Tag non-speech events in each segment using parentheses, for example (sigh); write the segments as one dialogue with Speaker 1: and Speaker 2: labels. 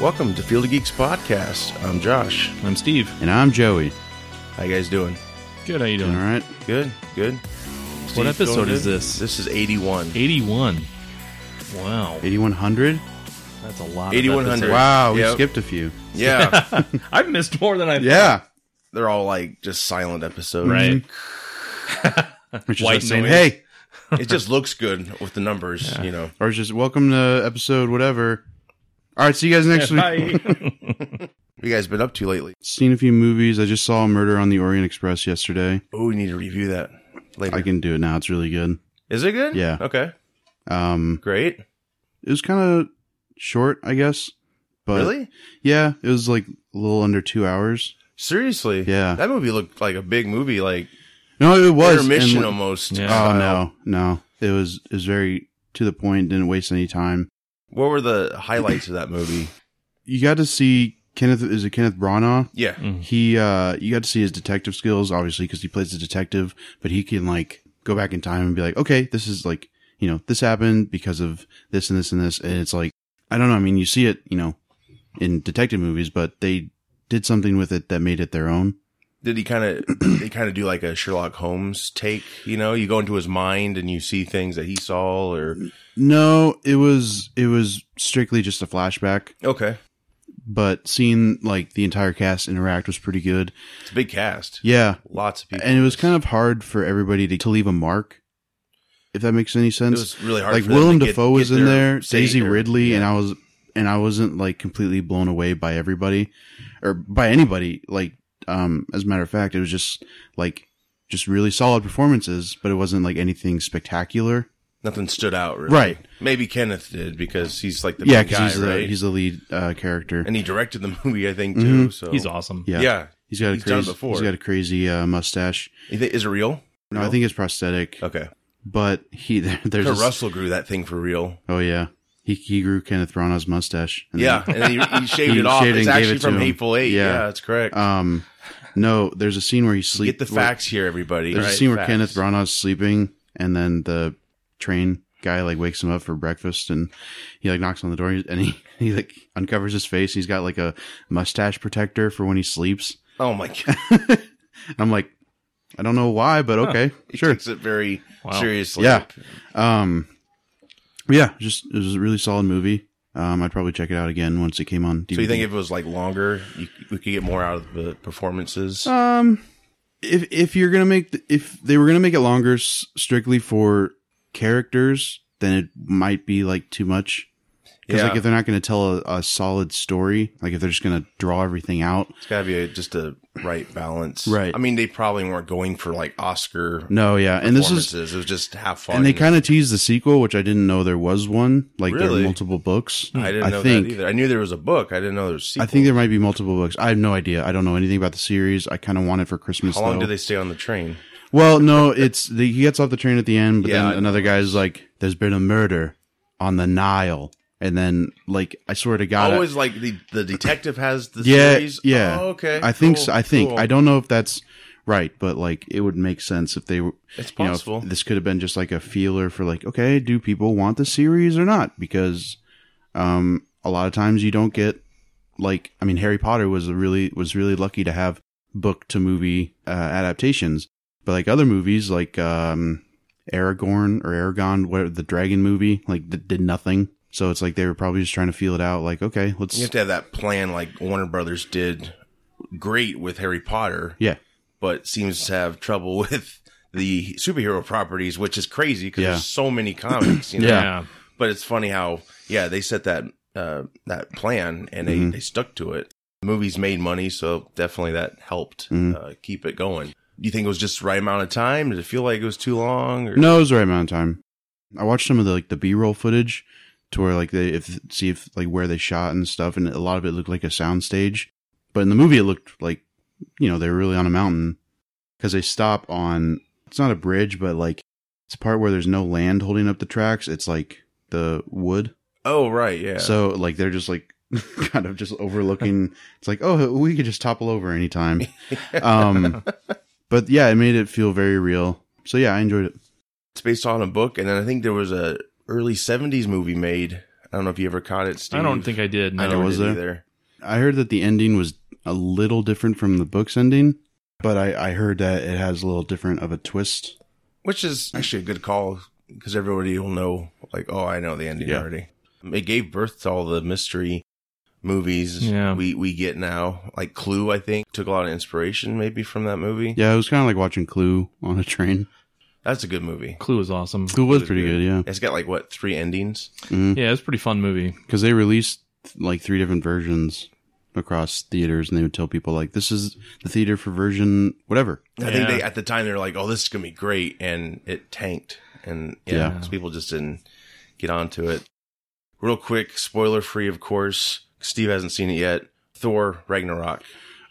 Speaker 1: Welcome to Field of Geeks podcast. I'm Josh.
Speaker 2: I'm Steve.
Speaker 3: And I'm Joey.
Speaker 1: How you guys doing?
Speaker 2: Good, how you
Speaker 3: All
Speaker 2: doing?
Speaker 3: right.
Speaker 1: Good, good.
Speaker 2: What
Speaker 1: Steve's
Speaker 2: episode
Speaker 1: doing
Speaker 2: is
Speaker 1: good?
Speaker 2: this?
Speaker 1: This is
Speaker 3: (laughs)
Speaker 1: 81.
Speaker 2: 81. Wow.
Speaker 3: 8100?
Speaker 2: That's a lot. of
Speaker 1: 8100.
Speaker 2: episodes.
Speaker 3: Wow, we
Speaker 1: Yep.
Speaker 3: skipped a few.
Speaker 1: Yeah,
Speaker 2: I've missed more than I've
Speaker 3: Yeah.
Speaker 1: they're all like just silent episodes.
Speaker 2: Right.
Speaker 3: Which is
Speaker 2: White
Speaker 3: us saying,
Speaker 2: noise.
Speaker 3: hey,
Speaker 1: It just looks good with the numbers, you know.
Speaker 3: or it's just welcome to episode whatever. All right, see you guys
Speaker 2: (laughs)
Speaker 3: next week.
Speaker 1: What you guys been up to lately?
Speaker 3: Seen a few movies. I just saw Murder on the Orient Express yesterday.
Speaker 1: Oh, we need to review that later.
Speaker 3: I can do it now. It's really good.
Speaker 1: is it good?
Speaker 3: Yeah.
Speaker 1: Okay.
Speaker 3: Um,
Speaker 1: Great.
Speaker 3: it was kind of short, I guess. But
Speaker 1: really?
Speaker 3: Yeah, it was like a little under two hours.
Speaker 1: Seriously?
Speaker 3: Yeah.
Speaker 1: That movie looked like a big movie, like
Speaker 3: No, it was and-
Speaker 1: intermission almost. Uh,
Speaker 2: Yeah.
Speaker 3: Oh
Speaker 1: style.
Speaker 3: no, no, it was it was very to the point. Didn't waste any time.
Speaker 1: What were the highlights of that movie?
Speaker 3: You got to see Kenneth. Is it Kenneth Branagh?
Speaker 1: Yeah.
Speaker 3: He, uh, you got to see his detective skills, obviously, because he plays a detective, but he can like go back in time and be like, okay, this is like, you know, this happened because of this and this and this. And it's like, I don't know. I mean, you see it, you know, in detective movies, but they did something with it that made it their own.
Speaker 1: did he
Speaker 3: (clears throat)
Speaker 1: kind of they kind of do like a Sherlock Holmes take? You know, you go into his mind and you see things that he saw, or
Speaker 3: No, it was, it was strictly just a flashback,
Speaker 1: okay,
Speaker 3: but seeing like the entire cast interact was pretty good.
Speaker 1: it's a big cast,
Speaker 3: Yeah.
Speaker 1: lots of people,
Speaker 3: And it was kind of hard for everybody to, to leave a mark, if that makes any
Speaker 1: it
Speaker 3: sense.
Speaker 1: was really hard.
Speaker 3: like
Speaker 1: for them
Speaker 3: Willem
Speaker 1: to get-
Speaker 3: Dafoe
Speaker 1: get
Speaker 3: was in
Speaker 1: their
Speaker 3: there,
Speaker 1: say
Speaker 3: Daisy
Speaker 1: or-
Speaker 3: Ridley,
Speaker 1: yeah.
Speaker 3: and I was and I wasn't like completely blown away by everybody or by anybody. Like, um, as a matter of fact, it was just like just really solid performances, but it wasn't like anything spectacular.
Speaker 1: nothing stood out, really.
Speaker 3: Right.
Speaker 1: Maybe Kenneth did because he's like the
Speaker 3: yeah,
Speaker 1: main guy,
Speaker 3: because he's
Speaker 1: right?
Speaker 3: the he's the lead uh, character.
Speaker 1: and he directed the (laughs) movie, I think, too. So
Speaker 2: He's awesome.
Speaker 3: yeah.
Speaker 1: yeah.
Speaker 3: he's got a
Speaker 1: He's done it
Speaker 3: crazy
Speaker 1: before.
Speaker 3: he's got a crazy uh, mustache.
Speaker 1: You think- Is it real?
Speaker 3: No,
Speaker 1: No? Uh,
Speaker 3: I think it's prosthetic,
Speaker 1: Okay,
Speaker 3: but he (laughs) there, there's
Speaker 1: Kurt
Speaker 3: this-
Speaker 1: Russell grew that thing for real.
Speaker 3: oh yeah. He, he grew Kenneth Branagh's mustache. and
Speaker 1: Yeah, and then he,
Speaker 3: (laughs)
Speaker 1: he shaved
Speaker 3: He
Speaker 1: it off.
Speaker 3: shaved it
Speaker 1: It's
Speaker 3: and gave
Speaker 1: actually
Speaker 3: it to
Speaker 1: from
Speaker 3: him.
Speaker 1: Hateful Eight. Yeah.
Speaker 3: Yeah.
Speaker 1: that's correct.
Speaker 3: Um, no, there's a scene where he sleeps.
Speaker 1: get the facts here, everybody.
Speaker 3: There's
Speaker 1: Right,
Speaker 3: a scene where
Speaker 1: facts.
Speaker 3: Kenneth Branagh's sleeping, and then the train guy like wakes him up for breakfast, and he like knocks on the door, and he he like uncovers his face. He's got like a mustache protector for when he sleeps.
Speaker 1: Oh my god.
Speaker 3: And I'm like, I don't know why, but okay,
Speaker 1: He
Speaker 3: sure.
Speaker 1: takes (laughs) it very
Speaker 2: Wow.
Speaker 1: seriously.
Speaker 3: Yeah. Um, but yeah, just it was a really solid movie. Um, I'd probably check it out again once it came on DVD.
Speaker 1: So you think if it was like longer, you, we could get more out of the performances?
Speaker 3: Um, if if you're gonna make the, if they were gonna make it longer s- strictly for characters, then it might be like too much. Because
Speaker 1: yeah,
Speaker 3: like if they're not gonna tell a, a solid story, like if they're just gonna draw everything out,
Speaker 1: it's got to be a, just a right balance,
Speaker 3: Right.
Speaker 1: I mean, they probably weren't going for like Oscar
Speaker 3: no, yeah, and this
Speaker 1: performances.
Speaker 3: is
Speaker 1: it was just have fun.
Speaker 3: and they kind of teased the sequel, which I didn't know there was one. Like there
Speaker 1: Really? Hmm.
Speaker 3: are multiple books.
Speaker 1: I didn't
Speaker 3: I
Speaker 1: know
Speaker 3: think-
Speaker 1: that either. I knew there was a book. I didn't know there was. A sequel.
Speaker 3: I think there might be multiple books. I have no idea. I don't know anything about the series. I kind of want it for Christmas.
Speaker 1: How long
Speaker 3: though.
Speaker 1: did they stay on the train?
Speaker 3: Well, no, it's the, he gets off the train at the end, but
Speaker 1: Yeah, I
Speaker 3: then another guy's like, "There's been a murder on the Nile," and then like, I swear to God, I-
Speaker 1: Always like the the detective has the
Speaker 3: yeah,
Speaker 1: series.
Speaker 3: yeah,
Speaker 1: Oh, okay.
Speaker 3: I think
Speaker 1: Cool,
Speaker 3: so, I think
Speaker 1: cool.
Speaker 3: I don't know if that's right, but like, it would make sense if they were.
Speaker 1: It's
Speaker 3: You know,
Speaker 1: possible.
Speaker 3: if this could have been just like a feeler for like, okay, do people want the series or not? Because, um, a lot of times you don't get like, I mean, Harry Potter was a really was really lucky to have book to movie uh, adaptations, but like other movies like um, Aragorn or Aragon, whatever the dragon movie, like that did nothing. So it's like they were probably just trying to feel it out. Like, okay, let's
Speaker 1: you have to have that plan, like Warner Brothers did great with Harry Potter.
Speaker 3: yeah,
Speaker 1: but seems to have trouble (laughs) with the superhero properties, which is crazy because
Speaker 3: Yeah.
Speaker 1: there's so many (clears throat) comics. You know?
Speaker 3: Yeah.
Speaker 2: Yeah.
Speaker 1: But it's funny how yeah they set that uh, that plan and they,
Speaker 3: Mm-hmm.
Speaker 1: they stuck to it. Movies made money, so definitely that helped
Speaker 3: Mm-hmm.
Speaker 1: uh, keep it going. Do you think it was just the right amount of time? Did it feel like it was too long? Or
Speaker 3: no, it was the right amount of time. I watched some of the like the B roll footage to where like they if see if like where they shot and stuff, and a lot of it looked like a soundstage. But in the movie, it looked like you know they were really on a mountain because they stop on it's not a bridge, but like it's a part where there's no land holding up the tracks. It's like the wood.
Speaker 1: Oh right, yeah.
Speaker 3: So like they're just like (laughs) kind of just overlooking. it's like oh we could just topple over anytime. Um, but yeah, it made it feel very real. So yeah, I enjoyed it.
Speaker 1: it's based on a book, and then I think there was a early '70s movie made. I don't know if you ever caught it. Steve.
Speaker 2: I don't think I did. No.
Speaker 1: I never
Speaker 3: was
Speaker 1: did
Speaker 3: there?
Speaker 1: either.
Speaker 3: I heard that the ending was a little different from the book's ending, but I, I heard that it has a little different of a twist.
Speaker 1: Which is actually a good call because everybody will know, like, oh, I know the ending
Speaker 3: Yeah.
Speaker 1: already. It gave birth to all the mystery movies
Speaker 2: Yeah.
Speaker 1: we we get now. Like Clue, I think took a lot of inspiration maybe from that movie.
Speaker 3: Yeah, it was kind of like watching Clue on a train.
Speaker 1: That's a good movie.
Speaker 2: Clue is awesome.
Speaker 3: Clue was pretty good, yeah,
Speaker 1: It's got like what three endings?
Speaker 2: Yeah, it's a pretty fun movie.
Speaker 3: because they released like three different versions across theaters, and they would tell people like, "This is the theater for version whatever."
Speaker 1: I think
Speaker 2: Yeah.
Speaker 1: they at the time they were like, oh, this is gonna be great, and it tanked, and yeah,
Speaker 3: Yeah.
Speaker 1: 'cause people just didn't get onto it. Real quick, spoiler free, of course. Steve hasn't seen it yet. Thor Ragnarok,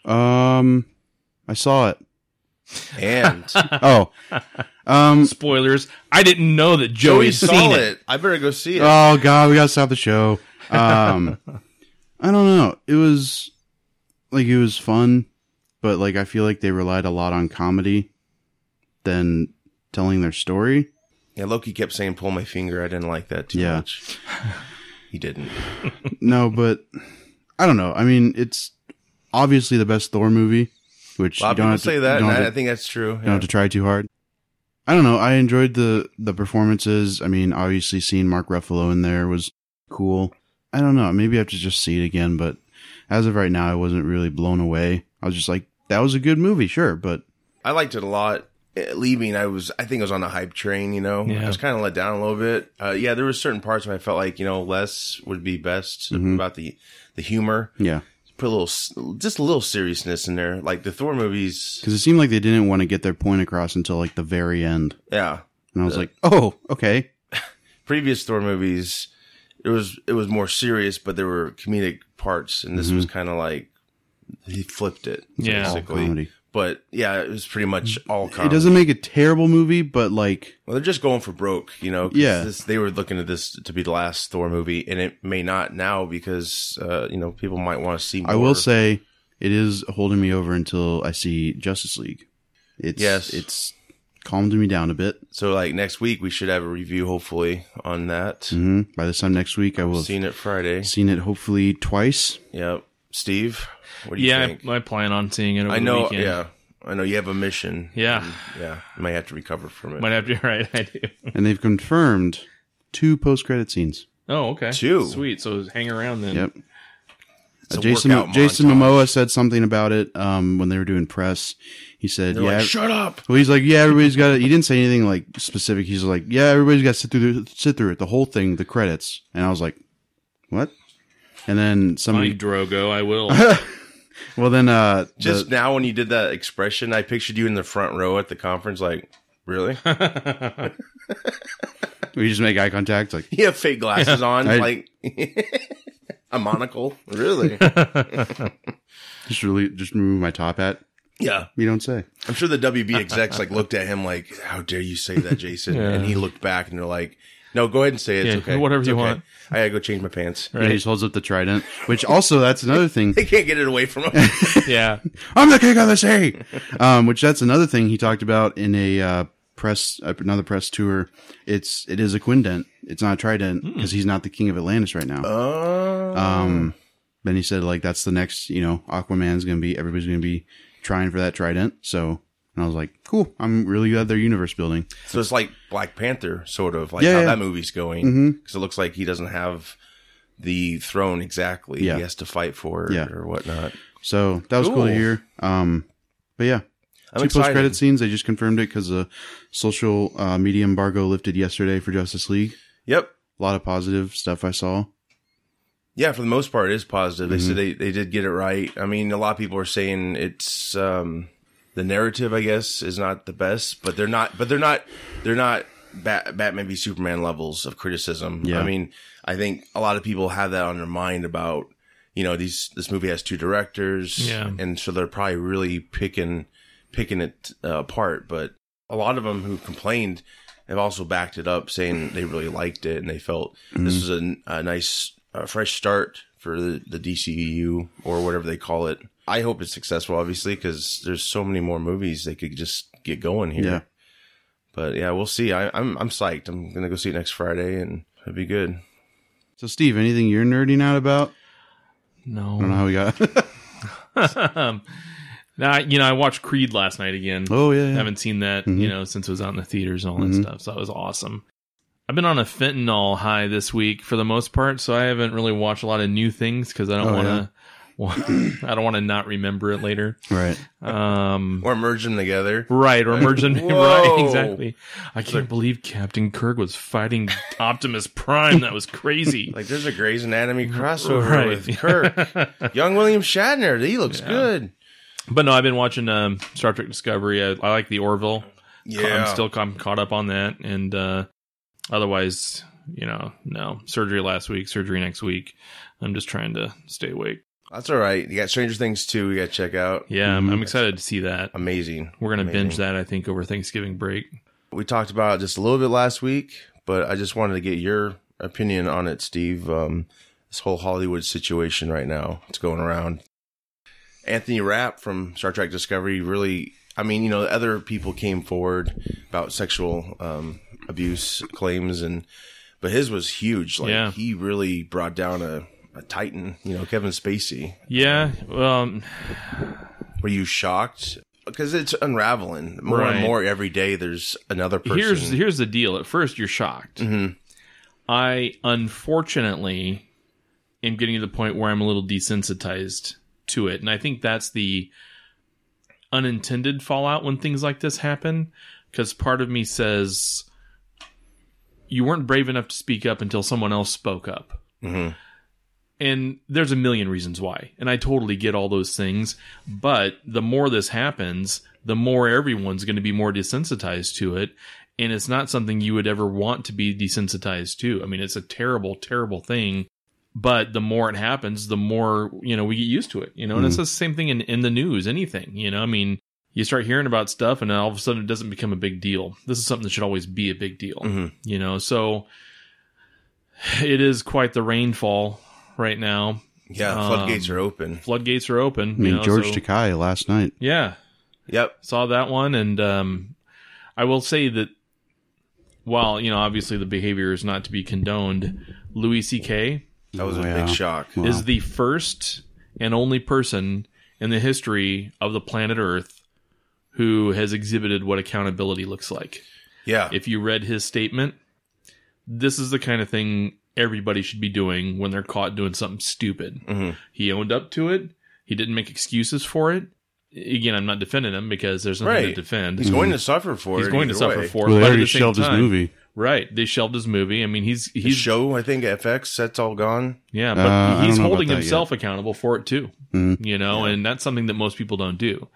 Speaker 3: Um, I saw it.
Speaker 1: and
Speaker 3: Oh, um,
Speaker 2: Spoilers. I didn't know that
Speaker 1: Joey
Speaker 2: Joey's
Speaker 1: saw
Speaker 2: seen
Speaker 1: it.
Speaker 2: it.
Speaker 1: I better go see it.
Speaker 3: oh god, we gotta stop the show. Um, I don't know. It was like it was fun, but like I feel like they relied a lot on comedy than telling their story.
Speaker 1: yeah, Loki kept saying, "Pull my finger." I didn't like that too
Speaker 3: Yeah.
Speaker 1: much. (laughs) He didn't.
Speaker 3: No, but I don't know. I mean, it's obviously the best Thor movie, which
Speaker 1: A lot of
Speaker 3: you don't
Speaker 1: people
Speaker 3: have to,
Speaker 1: say that,
Speaker 3: you
Speaker 1: and
Speaker 3: don't have
Speaker 1: I, I
Speaker 3: to-
Speaker 1: think that's true.
Speaker 3: don't have to try too hard. I don't know. I enjoyed the the performances. I mean, obviously seeing Mark Ruffalo in there was cool. I don't know. Maybe I have to just see it again, but as of right now, I wasn't really blown away. I was just like, that was a good movie, sure, but
Speaker 1: I liked it a lot. Eh, Leaving, I was, I think I was on a hype train, you know?
Speaker 2: Yeah.
Speaker 1: I was kind of let down a little bit. Uh, yeah, there were certain parts where I felt like, you know, less would be best
Speaker 3: Mhm.
Speaker 1: about the, the humor.
Speaker 3: yeah,
Speaker 1: Put a little, s- just a little seriousness in there. Like the Thor movies.
Speaker 3: because it seemed like they didn't want to get their point across until like the very end,
Speaker 1: Yeah.
Speaker 3: and I
Speaker 1: Uh,
Speaker 3: was like, oh, okay,
Speaker 1: Previous Thor movies, it was, it was more serious, but there were comedic parts. And this was
Speaker 3: Mhm.
Speaker 1: kind of like, he flipped it.
Speaker 2: Yeah. All
Speaker 1: Basically.
Speaker 3: Oh,
Speaker 1: Um,
Speaker 3: comedy.
Speaker 1: But yeah, it was pretty much all comedy.
Speaker 3: It doesn't make a terrible movie, but like,
Speaker 1: Well, they're just going for broke, you know. 'cause
Speaker 3: Yeah.
Speaker 1: this, they were looking at this to be the last Thor movie, and it may not now because uh, you know people might want to see. More.
Speaker 3: I will say it is holding me over until I see Justice League. It's
Speaker 1: Yes.
Speaker 3: it's calmed me down a bit.
Speaker 1: so. Like next week, we should have a review, hopefully, on that.
Speaker 3: hmm By this time next week, I will have seen,
Speaker 1: Seen it Friday.
Speaker 3: it hopefully twice.
Speaker 1: Yep. Steve, what do you
Speaker 2: Yeah,
Speaker 1: think?
Speaker 2: I, I plan on seeing it. Over
Speaker 1: I know.
Speaker 2: The weekend.
Speaker 1: Yeah, I know you have a mission.
Speaker 2: Yeah.
Speaker 1: yeah. You might have to recover from it.
Speaker 2: Might have to. (laughs) Right. I do.
Speaker 3: And they've confirmed two post credit scenes.
Speaker 2: Oh, okay.
Speaker 1: Two.
Speaker 2: Sweet. So hang around then.
Speaker 3: Yep.
Speaker 1: It's
Speaker 3: Uh,
Speaker 1: a
Speaker 3: Jason
Speaker 1: workout
Speaker 3: Jason
Speaker 1: montage.
Speaker 3: Momoa said something about it um, when they were doing press. He said,
Speaker 1: They're
Speaker 3: "Yeah."
Speaker 1: like, shut up.
Speaker 3: well, he's like, "Yeah, everybody's got to." He didn't say anything like specific. He's like, "Yeah, everybody's got to sit through the, sit through it, the whole thing, the credits." And I was like, "What?" And then somebody
Speaker 2: Fine, Drogo. I will.
Speaker 3: Well, then, uh, the-
Speaker 1: Just now, when you did that expression, I pictured you in the front row at the conference. Like, really?
Speaker 3: we just make eye contact. Like,
Speaker 1: You have fake glasses on,
Speaker 3: I-
Speaker 1: like (laughs) a monocle. Really?
Speaker 3: just really, just remove my top hat.
Speaker 1: (laughs) yeah.
Speaker 3: You don't say.
Speaker 1: I'm sure the WB execs like looked at him like, "How dare you say that, Jason?" And he looked back and they're like, "No, go ahead and say it. It's
Speaker 2: Yeah,
Speaker 1: okay.
Speaker 2: whatever
Speaker 1: It's
Speaker 2: you
Speaker 1: okay.
Speaker 2: want."
Speaker 1: I gotta go change my pants.
Speaker 3: Yeah, he just holds up the trident, which also that's another thing.
Speaker 1: (laughs) They can't get it away
Speaker 3: (laughs)
Speaker 1: from him.
Speaker 2: yeah.
Speaker 3: I'm the king of the sea. (laughs) Um, which that's another thing he talked about in a uh, press another press tour. It's it is a quindent. It's not a trident because he's not the king of Atlantis right now.
Speaker 1: Hmm. Oh,
Speaker 3: Um, then he said like that's the next you know Aquaman's gonna be everybody's gonna be trying for that trident. So and I was like, cool. I'm really glad they're universe building.
Speaker 1: so it's like Black Panther, sort of like
Speaker 3: Yeah, Mm-hmm.
Speaker 1: how
Speaker 3: yeah.
Speaker 1: that movie's going, because it looks like he doesn't have the throne exactly.
Speaker 3: Yeah.
Speaker 1: He has to fight for it
Speaker 3: Yeah.
Speaker 1: or whatnot.
Speaker 3: So that was cool,
Speaker 1: Cool.
Speaker 3: to hear. Um, but yeah,
Speaker 1: I'm
Speaker 3: two post
Speaker 1: excited.
Speaker 3: credit scenes. They just confirmed it because the social uh, media embargo lifted yesterday for Justice League.
Speaker 1: Yep.
Speaker 3: A lot of positive stuff I saw.
Speaker 1: Yeah, for the most part, it is positive. They said they, they did get it right. I mean, a lot of people are saying it's um, the narrative, I guess, is not the best, but they're not. But they're not. They're not Bat- Batman v Superman levels of criticism.
Speaker 3: Yeah.
Speaker 1: I mean, I think a lot of people have that on their mind about you know these this movie has two directors,
Speaker 2: Yeah.
Speaker 1: and so they're probably really picking picking it uh, apart. But a lot of them who complained have also backed it up, saying they really liked it and they felt this was a, a nice uh, fresh start for the, the DCEU or whatever they call it. I hope it's successful, obviously, because there's so many more movies they could just get going here.
Speaker 3: Yeah.
Speaker 1: But yeah, we'll see. I, I'm I'm psyched. I'm gonna go see it next Friday, and it'll be good.
Speaker 3: So, Steve, anything you're nerding out about? I don't know
Speaker 2: No.
Speaker 3: how we got. (laughs)
Speaker 2: (laughs) nah, you know, I watched Creed last night again.
Speaker 3: oh yeah, yeah.
Speaker 2: haven't seen that,
Speaker 3: Mhm.
Speaker 1: Mm-hmm.
Speaker 2: you know, since it was out in the theaters and all that
Speaker 3: Mhm.
Speaker 2: stuff. So that was awesome. I've been on a fentanyl high this week for the most part, so I haven't really watched a lot of new things because I don't
Speaker 3: Oh,
Speaker 2: want to. (coughs) I don't want to not remember it later.
Speaker 3: right.
Speaker 2: Um,
Speaker 1: Or merge them together.
Speaker 2: right or
Speaker 1: (laughs)
Speaker 2: merge them. right,
Speaker 1: Whoa.
Speaker 2: exactly. I can't believe Captain Kirk was fighting Optimus Prime. That
Speaker 1: (laughs)
Speaker 2: was crazy.
Speaker 1: Like there's a Grey's Anatomy crossover
Speaker 2: Right.
Speaker 1: with
Speaker 2: (laughs)
Speaker 1: Kirk, young William Shatner. He looks good.
Speaker 2: But no, I've been watching um, Star Trek Discovery. I, I like the Orville.
Speaker 1: Yeah,
Speaker 2: I'm still I'm caught up on that, and uh, otherwise, you know, no surgery last week, surgery next week. I'm just trying to stay awake.
Speaker 1: that's all right. You got Stranger Things too. You got to check out.
Speaker 2: Yeah, I'm, I'm excited to see that.
Speaker 1: Amazing.
Speaker 2: We're gonna
Speaker 1: Mm-hmm. Amazing.
Speaker 2: binge that, I think, over Thanksgiving break.
Speaker 1: We talked about it just a little bit last week, but I just wanted to get your opinion on it, Steve. Um, this whole Hollywood situation right now, it's going around. Anthony Rapp from Star Trek Discovery really, I mean, you know, other people came forward about sexual um, abuse claims, and but his was huge. Like
Speaker 2: Yeah.
Speaker 1: he really brought down a, a titan, you know, Kevin Spacey.
Speaker 2: Yeah, well,
Speaker 1: Were you shocked? Because it's unraveling more
Speaker 2: Right.
Speaker 1: and more every day. There's another person.
Speaker 2: here's here's the deal. At first, you're shocked.
Speaker 1: Mm-hmm.
Speaker 2: I unfortunately am getting to the point where I'm a little desensitized to it, and I think that's the unintended fallout when things like this happen. Because part of me says you weren't brave enough to speak up until someone else spoke up.
Speaker 1: Mhm.
Speaker 2: And there's a million reasons why. And I totally get all those things. But the more this happens, the more everyone's going to be more desensitized to it. And it's not something you would ever want to be desensitized to. I mean, it's a terrible, terrible thing. But the more it happens, the more, you know, we get used to it, you know, and it's the same thing in, in the news, anything, you know, I mean, you start hearing about stuff and then all of a sudden it doesn't become a big deal. This is something that should always be a big deal,
Speaker 1: Mhm.
Speaker 2: you know, so it is quite the rainfall right now.
Speaker 1: Yeah,
Speaker 2: Um,
Speaker 1: floodgates are open.
Speaker 2: Floodgates are open.
Speaker 3: I mean,
Speaker 2: you know,
Speaker 3: George
Speaker 2: so-
Speaker 3: Takei last night.
Speaker 2: Yeah,
Speaker 1: Yep.
Speaker 2: saw that one, and um, I will say that while you know, obviously the behavior is not to be condoned, Louis C.K.
Speaker 1: That was
Speaker 3: Oh,
Speaker 1: a
Speaker 3: yeah.
Speaker 1: big shock.
Speaker 3: Wow.
Speaker 2: is the first and only person in the history of the planet Earth who has exhibited what accountability looks like.
Speaker 1: Yeah.
Speaker 2: If you read his statement, this is the kind of thing everybody should be doing when they're caught doing something stupid.
Speaker 1: Mhm.
Speaker 2: He owned up to it. He didn't make excuses for it. Again, I'm not defending him because there's nothing
Speaker 1: Right.
Speaker 2: to defend.
Speaker 1: He's going to suffer for
Speaker 2: He's
Speaker 1: it.
Speaker 2: going to
Speaker 1: either
Speaker 2: suffer
Speaker 1: way.
Speaker 2: for it.
Speaker 3: Well, they
Speaker 2: but at
Speaker 3: already
Speaker 2: the same
Speaker 3: shelved his
Speaker 2: time-
Speaker 3: movie.
Speaker 2: Right. They shelved his movie. I mean, he's
Speaker 1: The
Speaker 2: he's
Speaker 1: show, I think, FX, that's all gone.
Speaker 2: yeah,
Speaker 3: Uh, I
Speaker 2: but
Speaker 3: don't
Speaker 2: he's
Speaker 3: know about
Speaker 2: holding
Speaker 3: that
Speaker 2: himself accountable for it too.
Speaker 3: Mhm.
Speaker 2: You know, and that's something that most people don't do.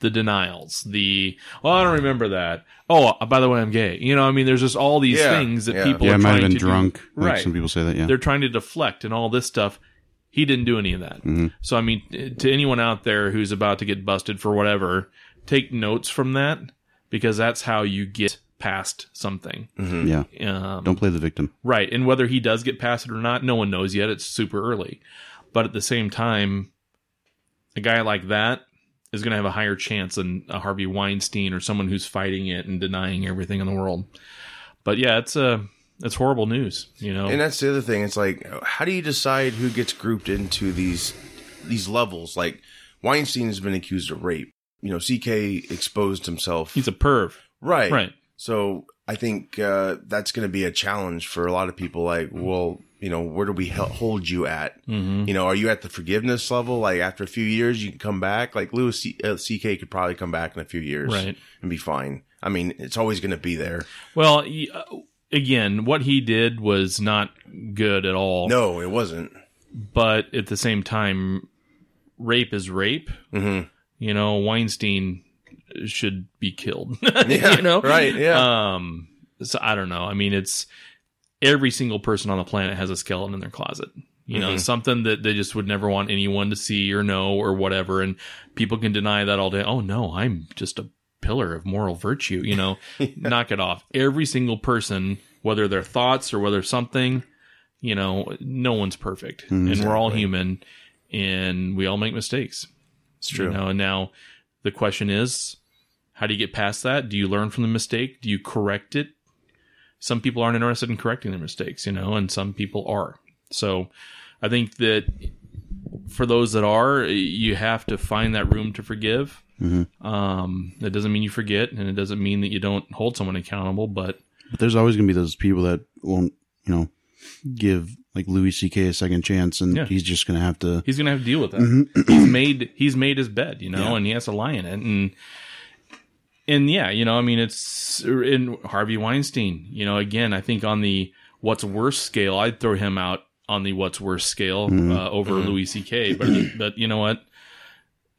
Speaker 2: The denials, the oh, I don't remember that. Oh, by the way, I'm gay. You know, I mean, there's just all these
Speaker 1: Yeah,
Speaker 2: things that
Speaker 1: yeah.
Speaker 2: people
Speaker 3: Yeah, I
Speaker 2: are
Speaker 3: might have
Speaker 2: trying
Speaker 3: been
Speaker 2: to do.
Speaker 3: drunk. Like
Speaker 2: Right.
Speaker 3: some people say that. Yeah.
Speaker 2: They're trying to deflect and all this stuff. He didn't do any of that. So I mean, t- to anyone out there who's about to get busted for whatever, take notes from that because that's how you get past something.
Speaker 1: Mm-hmm.
Speaker 3: Yeah.
Speaker 2: Um,
Speaker 3: Don't play the victim.
Speaker 2: Right. And whether he does get past it or not, no one knows yet. It's super early. But at the same time, a guy like that is going to have a higher chance than a Harvey Weinstein or someone who's fighting it and denying everything in the world. But yeah, it's uh, it's horrible news, you know.
Speaker 1: And that's the other thing. It's like, how do you decide who gets grouped into these these levels? Like, Weinstein has been accused of rape. You know, CK exposed himself.
Speaker 2: He's a perv.
Speaker 1: right.
Speaker 2: Right.
Speaker 1: So I think uh, that's going to be a challenge for a lot of people. Like, well, you know, where do we hel- hold you at?
Speaker 2: Mm-hmm.
Speaker 1: You know, are you at the forgiveness level? Like after a few years, you can come back. Like Lewis C- uh, CK could probably come back in a few years,
Speaker 2: Right.
Speaker 1: and be fine. I mean, it's always going to be there.
Speaker 2: Well, he, uh, again, what he did was not good at all.
Speaker 1: No, it wasn't.
Speaker 2: But at the same time, rape is rape.
Speaker 1: Mhm.
Speaker 2: You know, Weinstein should be killed. (laughs)
Speaker 1: (laughs) Yeah,
Speaker 2: you know,
Speaker 1: right? Yeah,
Speaker 2: um so I don't know. I mean, it's every single person on the planet has a skeleton in their closet. You know,
Speaker 1: Mhm.
Speaker 2: something that they just would never want anyone to see or know or whatever. And people can deny that all day. Oh no, I'm just a pillar of moral virtue.
Speaker 1: (laughs)
Speaker 2: You know, knock it off. Every single person, whether their thoughts or whether something, you know, no one's perfect,
Speaker 1: Mm-hmm.
Speaker 2: and we're all human, and we all make mistakes.
Speaker 1: It's true.
Speaker 2: You know, and now the question is, how do you get past that? Do you learn from the mistake? Do you correct it? Some people aren't interested in correcting their mistakes, you know, and some people are. So I think that for those that are, you have to find that room to forgive.
Speaker 1: Mm-hmm.
Speaker 2: Um, that doesn't mean you forget, and it doesn't mean that you don't hold someone accountable, but
Speaker 3: But there's always going to be those people that won't, you know, give like Louis C.K. a second chance, and
Speaker 2: Yeah.
Speaker 3: he's just going to have to.
Speaker 2: he's gonna have to deal with that.
Speaker 1: Mm-hmm.
Speaker 2: (clears throat) he's made he's made his bed, you know, and he has to lie in it, and and yeah, you know, I mean, it's in Harvey Weinstein, you know, again, I think on the what's worse scale, I'd throw him out on the what's worse scale
Speaker 1: Mm-hmm.
Speaker 2: uh, over Louis C.K.
Speaker 1: (clears throat)
Speaker 2: But but you know what,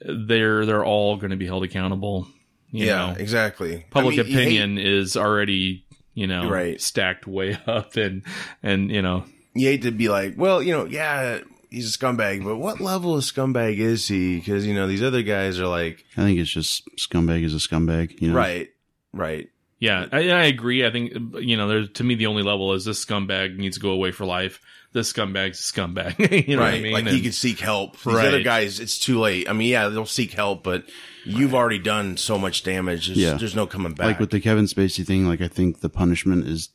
Speaker 2: they're they're all going to be held accountable. You
Speaker 1: yeah,
Speaker 2: know?
Speaker 1: exactly. I
Speaker 2: public
Speaker 1: mean, you hate-
Speaker 2: opinion is already you know
Speaker 1: Right.
Speaker 2: stacked way (laughs) up and and you know
Speaker 1: you hate to be like, well, you know, yeah, he's a scumbag, but what level of scumbag is he? Because you know these other guys are like,
Speaker 3: I think it's just scumbag is a scumbag,
Speaker 2: Mm-hmm.
Speaker 3: you know.
Speaker 1: right, right,
Speaker 2: yeah I, I agree i think you know there's to me the only level is this scumbag needs to go away for life this scumbag's a scumbag (laughs) you know
Speaker 1: right.
Speaker 2: what i mean
Speaker 1: like
Speaker 2: And-
Speaker 1: he could seek help. These
Speaker 2: Right.
Speaker 1: other guys, it's too late. I mean, yeah, they'll seek help, but you've already done so much damage. There's,
Speaker 3: Yeah.
Speaker 1: there's no coming back.
Speaker 3: Like with the Kevin Spacey thing, like I think the punishment is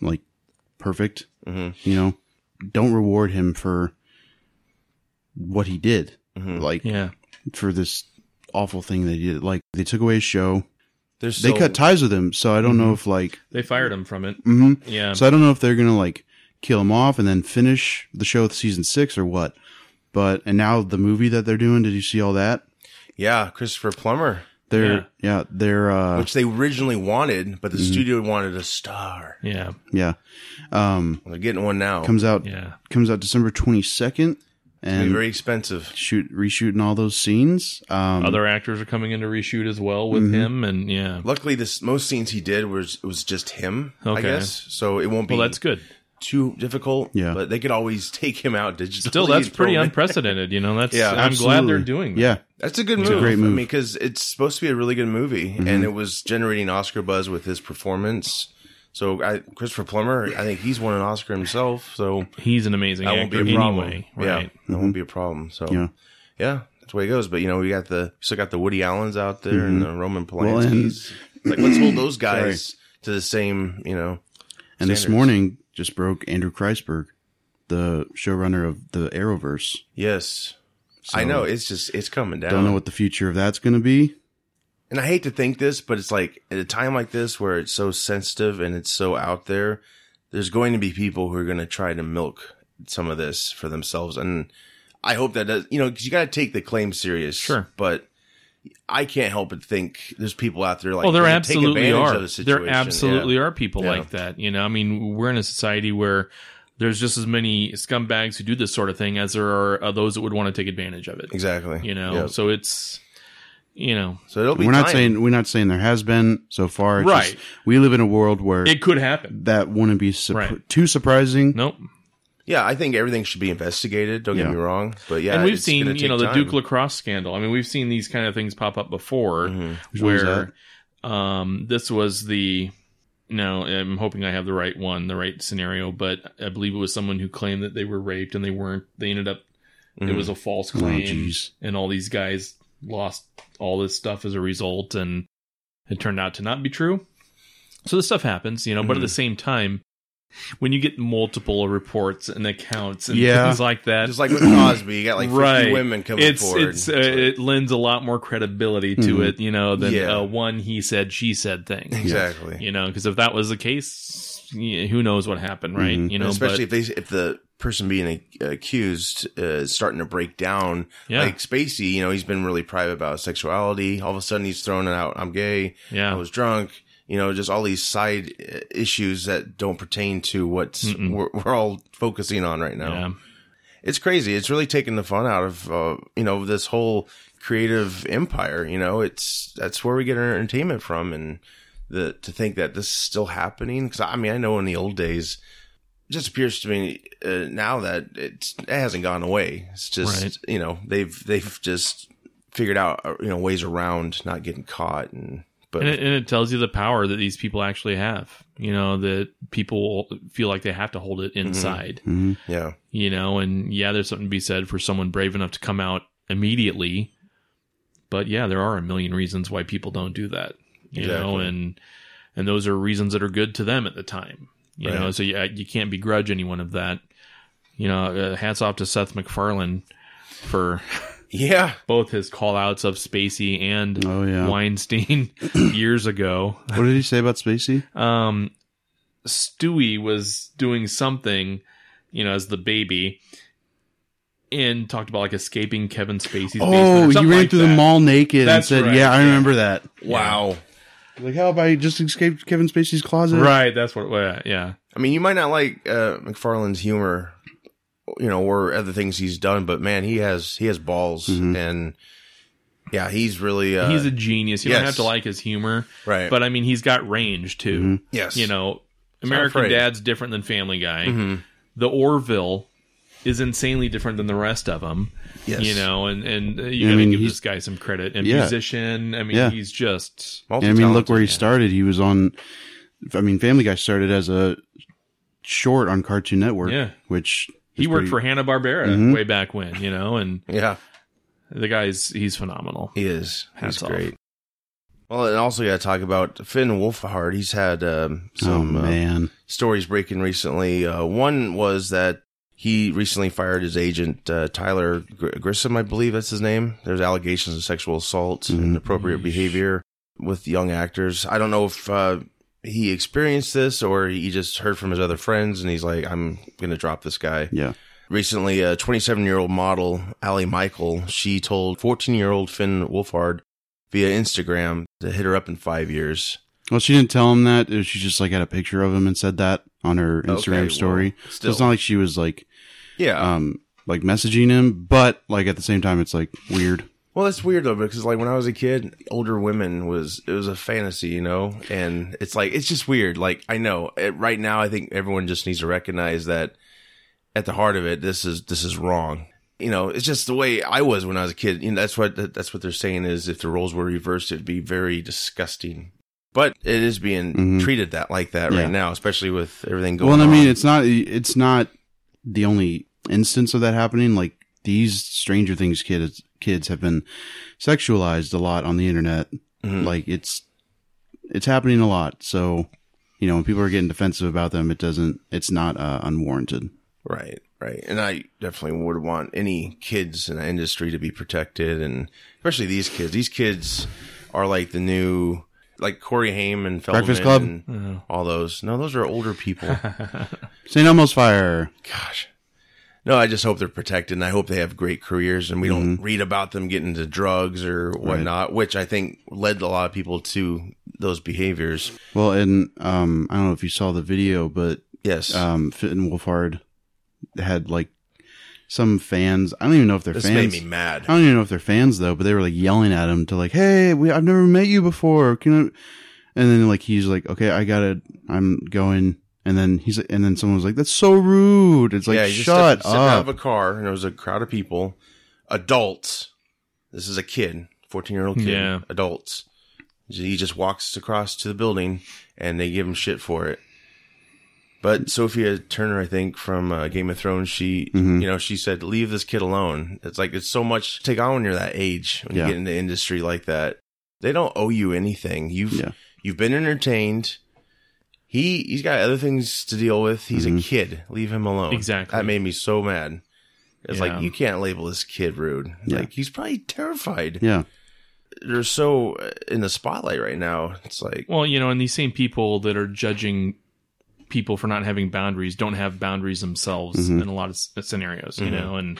Speaker 3: like perfect.
Speaker 1: Mm-hmm.
Speaker 3: You know, don't reward him for what he did.
Speaker 1: Mm-hmm.
Speaker 3: Like
Speaker 2: yeah
Speaker 3: for this awful thing that he did. Like they took away his show.
Speaker 1: There's
Speaker 3: They
Speaker 1: so-
Speaker 3: cut ties with him, so I don't
Speaker 2: Mm-hmm.
Speaker 3: know if like
Speaker 2: they fired him from it
Speaker 3: hmm
Speaker 2: yeah
Speaker 3: So I don't know if they're gonna like kill him off and then finish the show with season six or what. But and now the movie that they're doing, did you see all that?
Speaker 1: yeah, Christopher Plummer,
Speaker 3: They're
Speaker 2: Yeah.
Speaker 3: yeah, they're uh
Speaker 1: which they originally wanted, but the
Speaker 3: Mm-hmm.
Speaker 1: studio wanted a star.
Speaker 2: yeah
Speaker 3: yeah. Um
Speaker 1: They're getting one now.
Speaker 3: comes out
Speaker 2: yeah
Speaker 3: comes out December twenty second
Speaker 1: It'll be
Speaker 3: and
Speaker 1: very expensive.
Speaker 3: shoot reshooting all those scenes. Um
Speaker 2: other actors are coming in to reshoot as well with
Speaker 1: Mm-hmm.
Speaker 2: him and yeah
Speaker 1: Luckily, this most scenes he did was it was just him. I
Speaker 2: Okay.
Speaker 1: guess so. It won't be
Speaker 2: well that's good
Speaker 1: too difficult.
Speaker 3: Yeah.
Speaker 1: but they could always (laughs) take him out digitally.
Speaker 2: still that's
Speaker 1: and throw
Speaker 2: pretty
Speaker 1: him in.
Speaker 2: unprecedented you know that's
Speaker 1: Yeah,
Speaker 2: i'm glad they're
Speaker 3: Absolutely.
Speaker 2: doing that.
Speaker 3: Yeah.
Speaker 1: That's a good
Speaker 3: a
Speaker 1: move.
Speaker 3: great move.
Speaker 1: I
Speaker 3: Mm-hmm.
Speaker 1: mean, because it's supposed to be a really good movie, and it was generating Oscar buzz with his performance. So, I, Christopher Plummer, I think he's won an Oscar himself. So
Speaker 2: he's an amazing
Speaker 1: that won't
Speaker 2: actor
Speaker 1: be a problem.
Speaker 2: anyway
Speaker 1: Yeah,
Speaker 2: right
Speaker 1: that won't be a problem. So,
Speaker 3: Mm-hmm. Yeah.
Speaker 1: yeah, that's the way it goes. But you know, we got the we still got the Woody Allen's out there and the Roman
Speaker 3: Mm-hmm. and-
Speaker 1: Polanski's. It's like, let's hold those guys to the same. You know,
Speaker 3: And this
Speaker 1: Standards.
Speaker 3: morning just broke Andrew Kreisberg, the showrunner of the Arrowverse.
Speaker 1: yes, I
Speaker 3: So,
Speaker 1: know. It's just it's coming down.
Speaker 3: Don't know what the future of that's gonna be.
Speaker 1: and I hate to think this, but it's like at a time like this where it's so sensitive and it's so out there, there's going to be people who are going to try to milk some of this for themselves. And I hope that does, you know, because you got to take the claim serious.
Speaker 2: Sure.
Speaker 1: But I can't help but think there's people out there like,
Speaker 2: Oh, there
Speaker 1: they're gonna
Speaker 2: absolutely are.
Speaker 1: the
Speaker 2: there absolutely
Speaker 1: Yeah.
Speaker 2: are people
Speaker 1: Yeah.
Speaker 2: like that. You know, I mean, we're in a society where there's just as many scumbags who do this sort of thing as there are uh, those that would want to take advantage of it.
Speaker 1: Exactly.
Speaker 2: You know,
Speaker 1: Yeah. So,
Speaker 2: so it's, you know,
Speaker 1: it'll be
Speaker 3: We're not
Speaker 1: time.
Speaker 3: saying we're not saying there has been so far. It's
Speaker 2: Right.
Speaker 3: just- we live in a world where
Speaker 2: it could happen.
Speaker 3: that wouldn't be surpri-
Speaker 2: Right.
Speaker 3: too surprising.
Speaker 2: Nope.
Speaker 1: Yeah, I think everything should be investigated. Don't
Speaker 3: Yeah.
Speaker 1: get me wrong. But yeah,
Speaker 2: and we've
Speaker 1: it's gonna
Speaker 2: seen, you
Speaker 1: take
Speaker 2: know, the
Speaker 1: time.
Speaker 2: Duke lacrosse scandal. I mean, we've seen these kind of things pop up before
Speaker 1: Mm-hmm.
Speaker 3: one was
Speaker 2: where um, this was the. No, I'm hoping I have the right one, the right scenario, but I believe it was someone who claimed that they were raped and they weren't. They ended up it
Speaker 1: Mhm.
Speaker 2: was a false
Speaker 3: Oh,
Speaker 2: claim
Speaker 3: jeez.
Speaker 2: and all these guys lost all this stuff as a result and it turned out to not be true so this stuff happens you know but at the
Speaker 1: Mm.
Speaker 2: same time when you get multiple reports and accounts and
Speaker 3: Yeah.
Speaker 2: things like that
Speaker 1: just like with Cosby, you got like 50
Speaker 2: right
Speaker 1: women coming
Speaker 2: it's
Speaker 1: forward. Mm-hmm.
Speaker 2: it's uh, it lends a lot more credibility to
Speaker 3: Mhm.
Speaker 2: it you know than
Speaker 1: Yeah.
Speaker 2: uh, one he said she said thing
Speaker 1: exactly.
Speaker 2: you know because if that was the case y- who knows what happened right
Speaker 3: Mhm.
Speaker 2: you know
Speaker 1: Mm-hmm. especially
Speaker 2: but,
Speaker 1: if they if the person being a- accused uh, is starting to break down
Speaker 2: yeah
Speaker 1: like spacey you know he's been really private about his sexuality all of a sudden he's throwing it out i'm gay
Speaker 2: yeah
Speaker 1: i was drunk you know just all these side uh, issues that don't pertain to what
Speaker 2: Mm-mm.
Speaker 1: we're, we're all focusing on right now
Speaker 2: yeah
Speaker 1: it's crazy it's really taking the fun out of uh, you know this whole creative empire you know it's that's where we get our entertainment from and the to think that this is still happening because I mean I know in the old days it just appears to me uh, now that it's, it hasn't gone away. It's just
Speaker 2: Right.
Speaker 1: you know they've they've just figured out uh, you know ways around not getting caught and but
Speaker 2: And it, and it tells you the power that these people actually have. You know that people feel like they have to hold
Speaker 1: Mm-hmm.
Speaker 2: it inside.
Speaker 3: hmm
Speaker 1: yeah
Speaker 2: you know and yeah there's something to be said for someone brave enough to come out immediately but yeah there are a million reasons why people don't do that you know
Speaker 1: Exactly.
Speaker 2: and and those are reasons that are good to them at the time you know
Speaker 1: Right.
Speaker 2: so yeah you can't begrudge anyone of that you know uh, hats off to Seth MacFarlane for
Speaker 1: yeah
Speaker 2: both his call outs of Spacey and
Speaker 3: Oh yeah.
Speaker 2: Weinstein (clears throat) years ago
Speaker 3: What did he say about Spacey?
Speaker 2: um, Stewie was doing something, you know, as the baby, and talked about like escaping Kevin Spacey's.
Speaker 3: Oh,
Speaker 2: basement or
Speaker 3: you ran
Speaker 2: like
Speaker 3: through
Speaker 2: that.
Speaker 3: the mall naked
Speaker 2: That's
Speaker 3: and said,
Speaker 2: right,
Speaker 3: "Yeah, I remember that."
Speaker 1: wow
Speaker 3: Like, how about I just escaped Kevin Spacey's closet?
Speaker 2: Right, that's what. well, Yeah,
Speaker 1: I mean you might not like uh, McFarlane's humor you know or other things he's done but man he has he has balls
Speaker 3: Mm-hmm.
Speaker 1: and yeah he's really uh,
Speaker 2: he's a genius. You don't
Speaker 1: yes.
Speaker 2: have to like his humor,
Speaker 1: right
Speaker 2: but I mean, he's got range too.
Speaker 3: Mm-hmm.
Speaker 1: yes
Speaker 2: You know,
Speaker 1: not
Speaker 2: American
Speaker 1: afraid.
Speaker 2: Dad's different than Family Guy.
Speaker 3: Mm-hmm.
Speaker 1: Mhm.
Speaker 2: The Orville is insanely different than the rest of them.
Speaker 1: yes
Speaker 2: You know, and and uh, you
Speaker 3: I
Speaker 2: got to
Speaker 3: mean,
Speaker 2: give
Speaker 3: he's-
Speaker 2: this guy some credit. And
Speaker 3: Yeah.
Speaker 2: musician. I mean,
Speaker 3: Yeah.
Speaker 2: he's just
Speaker 3: And I mean, look where he started. He was on. I mean, Family Guy started as a short on Cartoon Network.
Speaker 2: Yeah.
Speaker 3: Which
Speaker 2: he
Speaker 3: is
Speaker 2: worked
Speaker 3: pretty-
Speaker 2: for Hanna Barbera
Speaker 3: Mhm.
Speaker 2: way back when, you know, and
Speaker 1: yeah
Speaker 2: the guy's he's phenomenal.
Speaker 1: He is.
Speaker 2: Hats
Speaker 1: He's
Speaker 2: off.
Speaker 1: great. Well, and also got to talk about Finn Wolfhard. He's had um,
Speaker 3: Oh
Speaker 1: some uh,
Speaker 3: man.
Speaker 1: stories breaking recently. Uh, one was that he recently fired his agent uh, Tyler Gr- Grissom, I believe that's his name. There's allegations of sexual assault
Speaker 3: Mhm.
Speaker 1: and inappropriate
Speaker 2: Yeesh.
Speaker 1: behavior with young actors. I don't know if uh, he experienced this or he just heard from his other friends and he's like, "I'm gonna drop this guy."
Speaker 3: Yeah.
Speaker 1: Recently, a 27 year old model, Allie Michael, she told 14 year old Finn Wolfhard via Instagram to hit her up in five years.
Speaker 3: Well, she didn't tell him that. It was- She just like had a picture of him and said that on her
Speaker 1: Okay,
Speaker 3: Instagram
Speaker 1: well,
Speaker 3: story. so
Speaker 1: still, Oh.
Speaker 3: it's not like she was like
Speaker 1: yeah.
Speaker 3: um like messaging him, but like at the same time, it's like weird.
Speaker 1: well, that's weird though, because like when I was a kid, older women was, it was a fantasy, you know? And it's like, it's just weird. Like, I know it, right now, I think everyone just needs to recognize that at the heart of it, this is, this is wrong. You know, it's just the way I was when I was a kid. You know, that's what, that's what they're saying is if the roles were reversed, it'd be very disgusting. But it is being
Speaker 3: Mhm.
Speaker 1: treated that like that
Speaker 3: Yeah.
Speaker 1: right now, especially with everything going
Speaker 3: Well,
Speaker 1: on.
Speaker 3: and I mean, it's not it's not the only instance of that happening. Like these Stranger Things kids kids have been sexualized a lot on the internet.
Speaker 1: Mhm.
Speaker 3: Like it's it's happening a lot. So you know, when people are getting defensive about them, it doesn't. It's not uh, unwarranted.
Speaker 1: Right, right. And I definitely would want any kids in the industry to be protected and especially these kids. These kids are like the new like Corey Haim and Feldman
Speaker 3: Breakfast Club?
Speaker 1: and all those. No, those are older people.
Speaker 3: St. Elmo's fire.
Speaker 1: Gosh. No, I just hope they're protected and I hope they have great careers and we don't
Speaker 3: Mm-hmm.
Speaker 1: read about them getting into drugs or whatnot, which I think led a lot of people to those behaviors.
Speaker 3: Well, and um, I don't know if you saw the video, but
Speaker 1: Yes.
Speaker 3: um, Finn Wolfhard had like some fans. I don't even know if they're
Speaker 1: this
Speaker 3: fans.
Speaker 1: made me mad.
Speaker 3: I don't even know if they're fans though, but they were like yelling at him to like, "Hey, we I've never met you before. Can I?" And then like he's like, "Okay, I got to I'm going." And then he's and then someone was like, "That's so rude." It's like,
Speaker 1: yeah, he just
Speaker 3: "Shut
Speaker 1: stepped, stepped out
Speaker 3: up."
Speaker 1: of a car, and there was a crowd of people, adults. This is a kid, fourteen year old kid,
Speaker 2: Yeah.
Speaker 1: adults. He just walks across to the building, and they give him shit for it. But Sophia Turner, I think from uh, Game of Thrones, she
Speaker 3: Mm-hmm.
Speaker 1: you know she said, "Leave this kid alone." It's like it's so much to take on when you're that age when
Speaker 3: Yeah.
Speaker 1: you get into industry like that. They don't owe you anything. You've
Speaker 3: Yeah.
Speaker 1: you've been entertained. He he's got other things to deal with. He's
Speaker 3: Mm-hmm.
Speaker 1: a kid. Leave him alone.
Speaker 2: Exactly.
Speaker 1: That made me so mad. It's
Speaker 2: Yeah.
Speaker 1: like you can't label this kid rude.
Speaker 3: Yeah.
Speaker 1: Like he's probably terrified.
Speaker 3: yeah.
Speaker 1: They're so uh, in the spotlight right now. It's like
Speaker 2: Well, you know, and these same people that are judging people for not having boundaries don't have boundaries themselves in a lot of s- scenarios, you know, and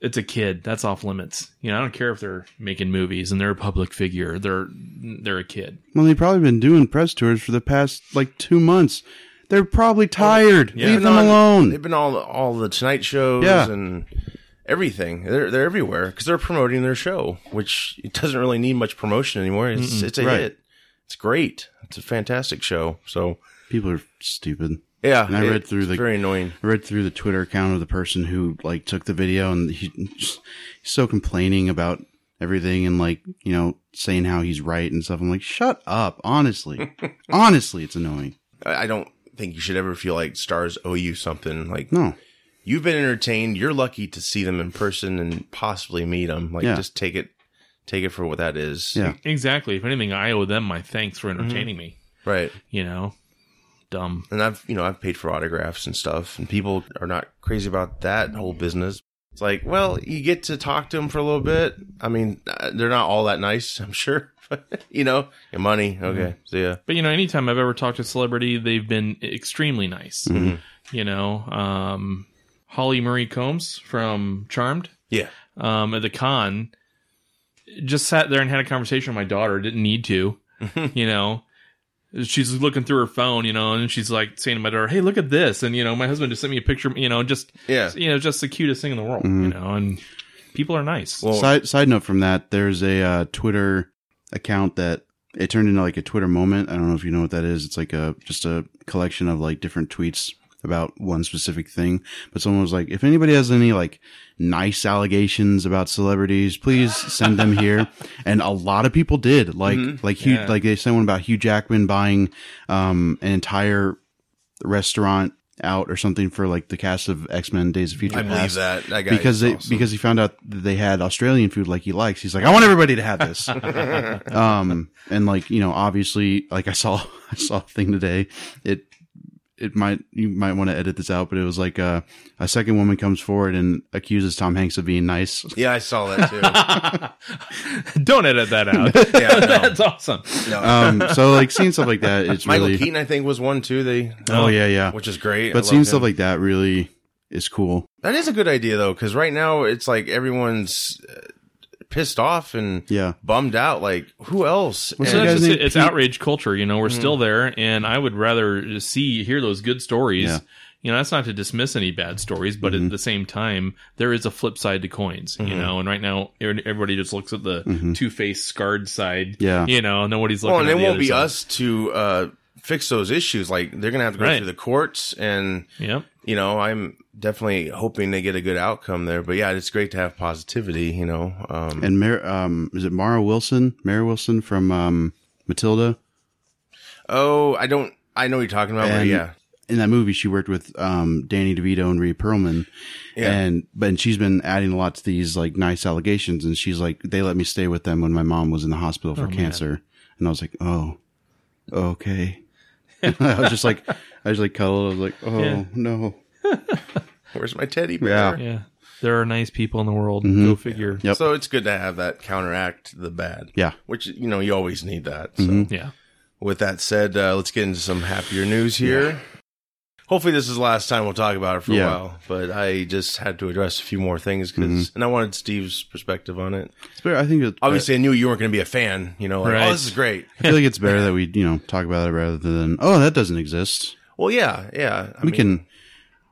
Speaker 2: it's a kid that's off limits. You know, I don't care if they're making movies and they're a public figure; they're they're a kid.
Speaker 3: Well, they've probably been doing press tours for the past like 2 months. They're
Speaker 1: Oh,
Speaker 3: probably tired.
Speaker 2: yeah.
Speaker 3: Leave
Speaker 1: They've
Speaker 3: them
Speaker 1: been on-
Speaker 3: alone.
Speaker 1: They've been all all the Tonight shows
Speaker 3: Mm. Yeah.
Speaker 1: and everything. They're they're everywhere because they're promoting their show, which it doesn't really need much promotion anymore. It's it's a
Speaker 3: Right.
Speaker 1: hit. It's great. It's a fantastic show. So
Speaker 3: People are stupid.
Speaker 1: yeah,
Speaker 3: And I read through
Speaker 1: it's
Speaker 3: the-
Speaker 1: very annoying.
Speaker 3: I read through the Twitter account of the person who like took the video, and he, he's so complaining about everything, and like you know saying how he's right and stuff. I'm like, shut up, honestly, honestly, it's annoying.
Speaker 1: I I don't think you should ever feel like stars owe you something. Like
Speaker 3: No,
Speaker 1: you've been entertained. You're lucky to see them in person and possibly meet them. Like
Speaker 3: Yeah.
Speaker 1: just take it, take it for what that is.
Speaker 3: yeah,
Speaker 2: Exactly. If anything, I owe them my thanks for entertaining me.
Speaker 1: Right.
Speaker 2: You know, dumb.
Speaker 1: And I've, you know, I've paid for autographs and stuff and people are not crazy about that whole business. It's like, well, you get to talk to them for a little bit. I mean, uh, they're not all that nice, (laughs) I'm sure. But, you know, your money.
Speaker 3: Mm-hmm.
Speaker 1: Okay. See ya.
Speaker 2: But you know, anytime I've ever talked to a celebrity, they've been extremely nice. You know, um, Holly Marie Combs from Charmed
Speaker 1: Yeah.
Speaker 2: um, at the con just sat there and had a conversation with my daughter. Didn't need to, you know. She's looking through her phone, you know, and she's like saying to my daughter, "Hey, look at this!" And you know, my husband just sent me a picture, you know, just
Speaker 1: Yeah.
Speaker 2: you know, just the cutest thing in the world, you know. And people are nice.
Speaker 1: Well,
Speaker 3: Side, side note from that, there's a uh, Twitter account that it turned into like a Twitter moment. I don't know if you know what that is. It's like a just a collection of like different tweets about one specific thing. But someone was like, if anybody has any like nice allegations about celebrities, please send them
Speaker 1: (laughs)
Speaker 3: here. And a lot of people did. Like
Speaker 1: Mm-hmm.
Speaker 3: like Hugh,
Speaker 2: Yeah.
Speaker 3: like they sent one about Hugh Jackman buying um an entire restaurant out or something for like the cast of X Men Days of Future
Speaker 1: I believe
Speaker 3: Past
Speaker 1: that. That guy
Speaker 3: because
Speaker 1: is
Speaker 3: they,
Speaker 1: awesome.
Speaker 3: because he found out that they had Australian food like he likes. He's like, I want everybody to have
Speaker 1: (laughs)
Speaker 3: this. um, and like you know, obviously, like I saw (laughs) I saw a thing today. It it might you might want to edit this out, but it was like uh, a second woman comes forward and accuses Tom Hanks of being nice.
Speaker 1: Yeah, I
Speaker 3: (laughs)
Speaker 1: saw that too.
Speaker 2: (laughs) Don't edit that out.
Speaker 1: yeah, no,
Speaker 2: That's awesome.
Speaker 1: no.
Speaker 3: Um, so like seeing stuff like that, it's
Speaker 1: Michael
Speaker 3: really
Speaker 1: Keaton, I think, was one too. They,
Speaker 3: oh yeah yeah.
Speaker 1: which is great.
Speaker 3: But seeing stuff like that really is cool.
Speaker 1: that is a good idea though, because right now it's like everyone's uh, pissed off and
Speaker 3: Yeah.
Speaker 1: bummed out. Like who else?
Speaker 3: What's
Speaker 1: And-
Speaker 3: that
Speaker 2: So
Speaker 3: guy's
Speaker 2: that's
Speaker 3: Mm-hmm.
Speaker 2: just
Speaker 3: name?
Speaker 2: it. It's
Speaker 3: Pete-
Speaker 2: outrage culture, you know. We're still there, and I would rather see hear those good stories.
Speaker 3: Yeah. Mm-hmm.
Speaker 2: You know, that's not to dismiss any bad stories, but at the same time, there is a flip side to coins, you know. And right now, every- everybody just looks at the two faced, scarred side,
Speaker 3: Mm-hmm. Yeah.
Speaker 2: You know, nobody's looking.
Speaker 1: well, and
Speaker 2: at
Speaker 1: it
Speaker 2: the
Speaker 1: won't
Speaker 2: other
Speaker 1: be
Speaker 2: side.
Speaker 1: us to uh, fix those issues. Like they're gonna have to go
Speaker 2: Right.
Speaker 1: through the courts, and
Speaker 2: Yep.
Speaker 1: you know, I'm definitely hoping they get a good outcome there. But yeah, it's great to have positivity. You know, um,
Speaker 3: And Mar- um, is it Mara Wilson? Mara Wilson from um, Matilda.
Speaker 1: oh, I don't. I know what you're talking about, but
Speaker 3: And-
Speaker 1: yeah,
Speaker 3: in that movie she worked with um Danny DeVito and Rhea Perlman.
Speaker 1: Yeah.
Speaker 3: And but and she's been adding a lot to these like nice allegations and she's like, They let me stay with them when my mom was in the hospital
Speaker 2: Oh,
Speaker 3: for cancer. And I was like, Oh, okay. (laughs) I was just like I just like cuddled, I was like, Oh
Speaker 2: Yeah.
Speaker 3: no.
Speaker 1: where's my teddy bear?
Speaker 3: Yeah.
Speaker 2: Yeah. There are nice people in the world.
Speaker 3: Mm-hmm.
Speaker 2: Go figure.
Speaker 3: Yep.
Speaker 1: So it's good to have that counteract the bad.
Speaker 3: Yeah.
Speaker 1: Which, you know, you always need that. So
Speaker 3: Mm-hmm.
Speaker 2: Yeah.
Speaker 1: with that said, uh, let's get into some happier news here. Hopefully, this is the last time we'll talk about it for
Speaker 3: Yeah.
Speaker 1: a while, but I just had to address a few more things because,
Speaker 3: Mm-hmm.
Speaker 1: and I wanted Steve's perspective on it.
Speaker 3: It's better I think it's
Speaker 1: Obviously, I knew you weren't going to be a fan, you know, like,
Speaker 2: Right.
Speaker 1: oh, this is great.
Speaker 3: I feel like it's better that we, you know, talk about it rather than oh that doesn't exist.
Speaker 1: Well, yeah, yeah. I
Speaker 3: we
Speaker 1: mean,
Speaker 3: can
Speaker 2: Well,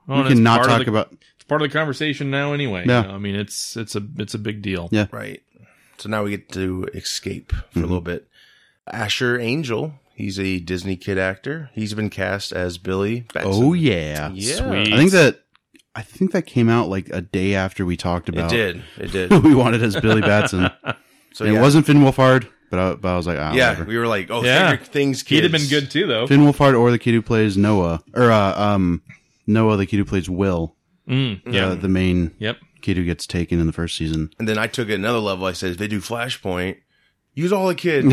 Speaker 2: Oh, and
Speaker 3: we
Speaker 2: it's
Speaker 3: can not
Speaker 2: part of
Speaker 3: talk
Speaker 2: the-
Speaker 3: about
Speaker 2: It's part of the conversation now, anyway.
Speaker 3: Yeah.
Speaker 2: You know, I mean, it's it's a it's a big deal.
Speaker 3: Yeah.
Speaker 1: Right. So now we get to escape for
Speaker 3: Mm-hmm.
Speaker 1: a little bit. Asher Angel, he's a Disney kid actor. He's been cast as Billy. Batson.
Speaker 3: Oh yeah.
Speaker 1: Yeah.
Speaker 2: Sweet.
Speaker 3: I think that I think that came out like a day after we talked
Speaker 1: It
Speaker 3: about
Speaker 1: did. It
Speaker 3: (laughs)
Speaker 1: did.
Speaker 3: who we wanted as Billy
Speaker 1: (laughs)
Speaker 3: Batson.
Speaker 1: So
Speaker 3: And
Speaker 1: yeah.
Speaker 3: It wasn't Finn Wolfhard, but I, but I was like, ah,
Speaker 1: Yeah,
Speaker 3: whatever.
Speaker 1: we were like, oh,
Speaker 2: Yeah.
Speaker 1: favorite things. Kids.
Speaker 2: He'd have been good too, though.
Speaker 3: Finn Wolfhard or the kid who plays Noah or uh, um Noah, the kid who plays Will,
Speaker 2: Mm, yeah.
Speaker 3: uh, the main
Speaker 2: Yep.
Speaker 3: kid who gets taken in the first
Speaker 1: (laughs)
Speaker 3: season.
Speaker 1: And then I took it another level. I said, if they do Flashpoint, use all the kids.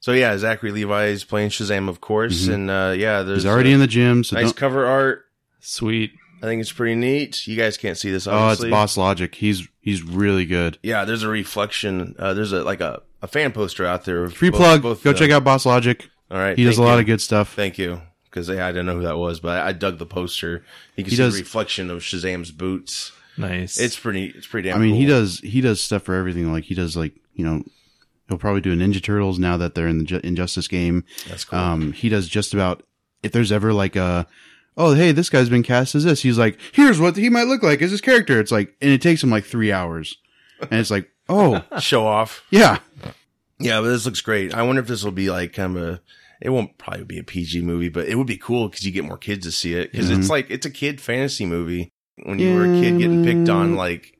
Speaker 1: so yeah, Zachary Levi is playing Shazam, of course, and uh, yeah,
Speaker 3: (laughs)
Speaker 1: there's
Speaker 3: Mm-hmm. He's already
Speaker 1: uh,
Speaker 3: in the gym, so
Speaker 1: nice
Speaker 3: don't,
Speaker 1: cover art.
Speaker 2: Sweet.
Speaker 1: I think it's pretty neat. You guys can't see this.
Speaker 3: oh, it's
Speaker 1: Obviously.
Speaker 3: Boss Logic. He's he's really good.
Speaker 1: Yeah, there's a reflection. Uh, there's a like a, a fan poster out there. of
Speaker 3: Free
Speaker 1: both-
Speaker 3: plug.
Speaker 1: both
Speaker 3: Go
Speaker 1: of
Speaker 3: check
Speaker 1: them.
Speaker 3: out Boss Logic.
Speaker 1: All right,
Speaker 3: He does a
Speaker 1: thank
Speaker 3: lot
Speaker 1: you.
Speaker 3: of good stuff.
Speaker 1: Thank you, because yeah, I didn't know who that was, but I, I dug the poster. You can
Speaker 3: He
Speaker 1: see
Speaker 3: does-
Speaker 1: the reflection of Shazam's boots.
Speaker 2: Nice.
Speaker 1: It's pretty. It's pretty damn.
Speaker 3: I mean, he
Speaker 1: cool.
Speaker 3: does he does stuff for everything. Like he does like you know, he'll probably do a Ninja Turtles now that they're in the Ju- Injustice game.
Speaker 1: That's cool.
Speaker 3: Um, he does just about if there's ever like a oh hey this guy's been cast as this. He's like here's what he might look like as his character.
Speaker 1: (laughs)
Speaker 3: It's like and it takes him like three hours, and it's like oh
Speaker 1: Show off.
Speaker 3: yeah,
Speaker 1: Yeah, but this looks great. I wonder if this will be like kind of a. It won't probably be a PG movie, but it would be cool because you get more kids to see it. Because
Speaker 3: Yeah.
Speaker 1: it's like it's a kid fantasy movie. When you were a kid getting picked on, like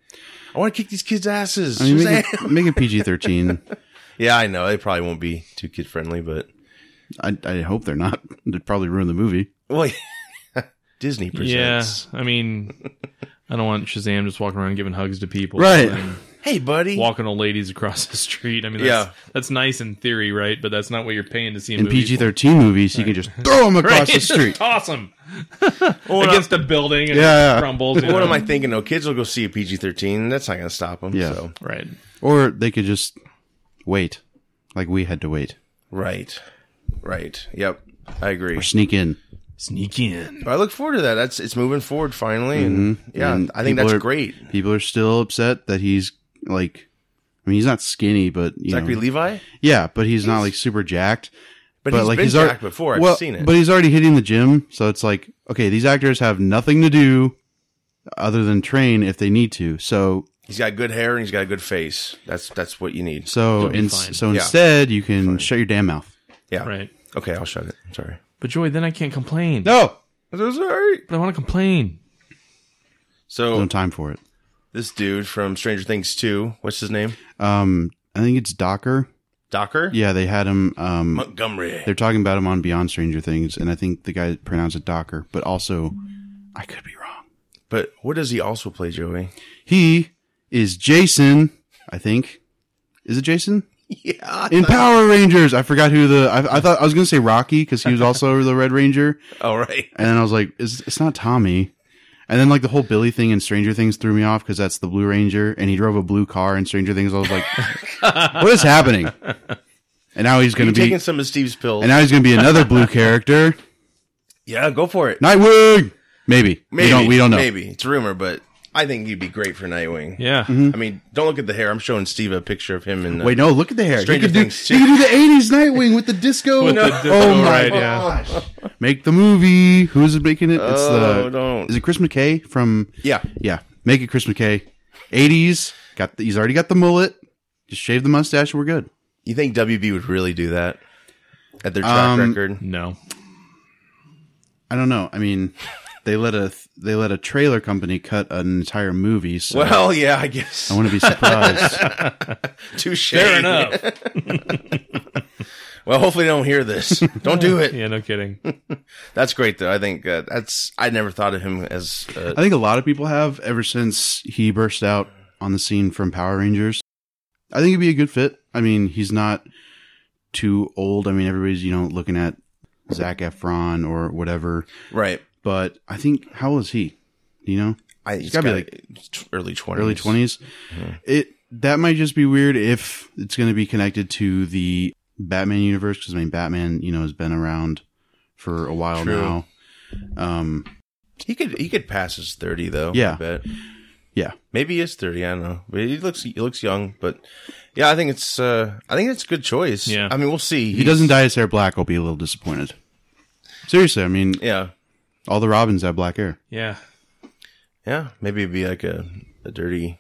Speaker 1: I want to kick these kids' asses.
Speaker 3: I mean,
Speaker 1: Shazam!
Speaker 3: make it, (laughs) make it PG thirteen.
Speaker 1: (laughs) yeah, I know it probably won't be too kid friendly, but
Speaker 3: I, I hope they're not. It'd probably ruin the movie.
Speaker 1: well, (laughs) Disney presents.
Speaker 2: Yeah, I mean, I don't want Shazam just walking around giving hugs to people,
Speaker 3: Right.
Speaker 2: and
Speaker 1: Hey, buddy.
Speaker 2: Walking old ladies across the street. I mean, that's,
Speaker 1: Yeah.
Speaker 2: that's nice in theory, right? But that's not what you're paying to see a
Speaker 3: In
Speaker 2: movie
Speaker 3: PG
Speaker 2: for.
Speaker 3: thirteen movies, you can just throw them across the
Speaker 2: (laughs) Right?
Speaker 3: street.
Speaker 2: toss them
Speaker 1: Well, what,
Speaker 2: against a building and
Speaker 3: Yeah.
Speaker 2: it crumbles. you
Speaker 1: am, what
Speaker 2: know? (laughs)
Speaker 1: am I thinking? though? kids will go see a PG thirteen. That's not going to stop them.
Speaker 3: Yeah.
Speaker 1: So.
Speaker 2: Right.
Speaker 3: Or they could just wait, like we had to wait,
Speaker 1: Right. Right. Yep. I agree.
Speaker 3: or sneak in.
Speaker 2: Sneak in.
Speaker 1: I look forward to that. That's it's moving forward finally, and yeah,
Speaker 3: Mm-hmm. And
Speaker 1: I think
Speaker 3: people
Speaker 1: that's
Speaker 3: are-
Speaker 1: great.
Speaker 3: People are still upset that he's like, I mean, he's not skinny, but you
Speaker 1: Zachary
Speaker 3: know,
Speaker 1: Levi,
Speaker 3: yeah, but he's, not like super jacked.
Speaker 1: but,
Speaker 3: but
Speaker 1: he's
Speaker 3: like
Speaker 1: been
Speaker 3: he's
Speaker 1: back
Speaker 3: already
Speaker 1: before. I've
Speaker 3: well,
Speaker 1: seen it.
Speaker 3: But he's already hitting the gym, so it's like, okay, these actors have nothing to do other than train if they need to. So
Speaker 1: he's got good hair and he's got a good face. That's that's what you need.
Speaker 3: so
Speaker 2: be
Speaker 3: in,
Speaker 2: fine.
Speaker 3: so
Speaker 1: Yeah.
Speaker 3: instead you can shut your damn mouth.
Speaker 1: Yeah.
Speaker 2: Right.
Speaker 1: Okay, I'll shut it. I'm sorry.
Speaker 2: But Joy, then I can't complain.
Speaker 3: No,
Speaker 1: I'm sorry.
Speaker 2: But I want to complain.
Speaker 1: So
Speaker 3: no time for it.
Speaker 1: this dude from Stranger Things two, what's his name?
Speaker 3: Um, I think it's Docker.
Speaker 1: Docker.
Speaker 3: Yeah, they had him. Um,
Speaker 1: Montgomery.
Speaker 3: they're talking about him on Beyond Stranger Things, and I think the guy pronounced it Docker, but also I could be wrong.
Speaker 1: But what does he also play, Joey? (laughs)
Speaker 3: He is Jason. I think is it Jason?
Speaker 1: Yeah.
Speaker 3: in Power Rangers. I forgot who the I, I thought I was gonna say Rocky because he was also the Red Ranger,
Speaker 1: All right.
Speaker 3: and then I was like, it's, it's not Tommy. And then like the whole Billy thing in Stranger Things threw me off because that's the Blue Ranger, and he drove a blue car in Stranger Things. I was like, what is happening? And now he's gonna
Speaker 1: You
Speaker 3: be
Speaker 1: taking some of Steve's pills?
Speaker 3: and now he's gonna be another
Speaker 1: (laughs)
Speaker 3: blue character,
Speaker 1: yeah, go for it.
Speaker 3: Nightwing. Maybe.
Speaker 1: Maybe
Speaker 3: we don't we don't know.
Speaker 1: Maybe it's rumor, but I think he'd be great for Nightwing.
Speaker 2: Yeah.
Speaker 3: Mm-hmm.
Speaker 1: I mean, don't look at the hair. I'm showing Steve a picture of him and
Speaker 3: Wait, no, look at the hair.
Speaker 1: Stranger
Speaker 3: he could do,
Speaker 1: Things
Speaker 3: he could do the '80s Nightwing with the disco.
Speaker 2: With the disco,
Speaker 3: oh my
Speaker 2: right, yeah.
Speaker 3: gosh! Make the movie. Who's making it? It's
Speaker 1: Oh,
Speaker 3: the
Speaker 1: don't.
Speaker 3: Is it Chris McKay from?
Speaker 1: Yeah.
Speaker 3: yeah. Make it Chris McKay. '80s. Got the, he's already got the mullet. Just shave the mustache. We're good.
Speaker 1: You think WB would really do that at their track
Speaker 3: Um,
Speaker 1: record?
Speaker 2: No.
Speaker 3: I don't know. I mean, they let a they let a trailer company cut an entire movie. So
Speaker 1: Well, yeah, I guess.
Speaker 3: I want to be surprised.
Speaker 1: Touche.
Speaker 2: Fair enough.
Speaker 1: Well, hopefully they don't hear this.
Speaker 3: (laughs)
Speaker 1: don't do it.
Speaker 2: yeah, no kidding.
Speaker 1: That's great, though. I think uh, that's. I never thought of him as. Uh,
Speaker 3: I think a lot of people have ever since he burst out on the scene from Power Rangers. I think he'd be a good fit. I mean, he's not too old. I mean, everybody's, you know, looking at Zach Efron or whatever.
Speaker 1: right.
Speaker 3: But I think, how old is he? Do You know,
Speaker 1: I,
Speaker 3: It's gotta be
Speaker 1: like early twenties.
Speaker 3: early 20s. It That might just be weird if it's going to be connected to the Batman universe because, I mean, Batman, you know, has been around for a while
Speaker 1: True.
Speaker 3: now. Um,
Speaker 1: He could. He could pass his thirty though.
Speaker 3: Yeah.
Speaker 1: I bet.
Speaker 3: Yeah.
Speaker 1: Maybe he is thirty. I don't know. But he looks. He looks young. But yeah, I think it's. uh I think it's a good choice.
Speaker 2: Yeah.
Speaker 1: I mean, we'll see.
Speaker 3: If he doesn't dye his hair black, I'll be a little disappointed. Seriously, I mean,
Speaker 1: Yeah.
Speaker 3: all the Robins have black hair.
Speaker 2: Yeah.
Speaker 1: Yeah. Maybe it'd be like a a dirty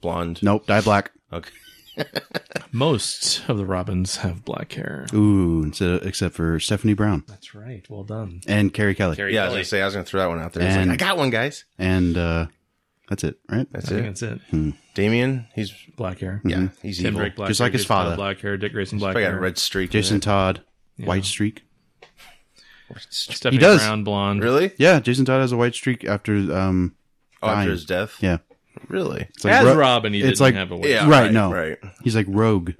Speaker 1: blonde.
Speaker 3: Nope, dye black.
Speaker 1: Okay.
Speaker 2: Most of the Robins have black hair.
Speaker 3: Ooh, instead except for Stephanie Brown
Speaker 2: That's right. Well done.
Speaker 3: and Carrie Kelly,
Speaker 1: Yeah, I was gonna say I was gonna throw that one out there. It's like,
Speaker 3: And-
Speaker 1: I got one, guys.
Speaker 3: and uh, that's it, right?
Speaker 1: That's
Speaker 2: I think
Speaker 1: it.
Speaker 2: that's it.
Speaker 1: Damien, he's
Speaker 3: Mm-hmm.
Speaker 2: Black hair.
Speaker 1: yeah, he's
Speaker 2: Tim
Speaker 1: evil.
Speaker 2: Drake, black
Speaker 3: Just
Speaker 2: hair,
Speaker 3: like his
Speaker 2: Jason Todd,
Speaker 3: father.
Speaker 2: Black hair. Dick Grayson, black
Speaker 1: I got a
Speaker 2: hair.
Speaker 1: red streak.
Speaker 3: Jason
Speaker 1: in
Speaker 3: Todd,
Speaker 2: Yeah.
Speaker 3: white streak.
Speaker 2: Stephanie
Speaker 3: He does.
Speaker 2: Brown,
Speaker 1: it.
Speaker 2: blonde.
Speaker 1: really?
Speaker 3: Yeah, Jason Todd has a white streak after um,
Speaker 1: Oh, after
Speaker 3: Dying.
Speaker 1: his death.
Speaker 3: yeah,
Speaker 1: Really?
Speaker 3: it's like
Speaker 2: As
Speaker 3: Ro-
Speaker 2: Robin, he
Speaker 3: it's
Speaker 2: didn't
Speaker 3: like-
Speaker 2: have a wig.
Speaker 1: Yeah.
Speaker 3: Right, no.
Speaker 1: Right.
Speaker 3: he's like Rogue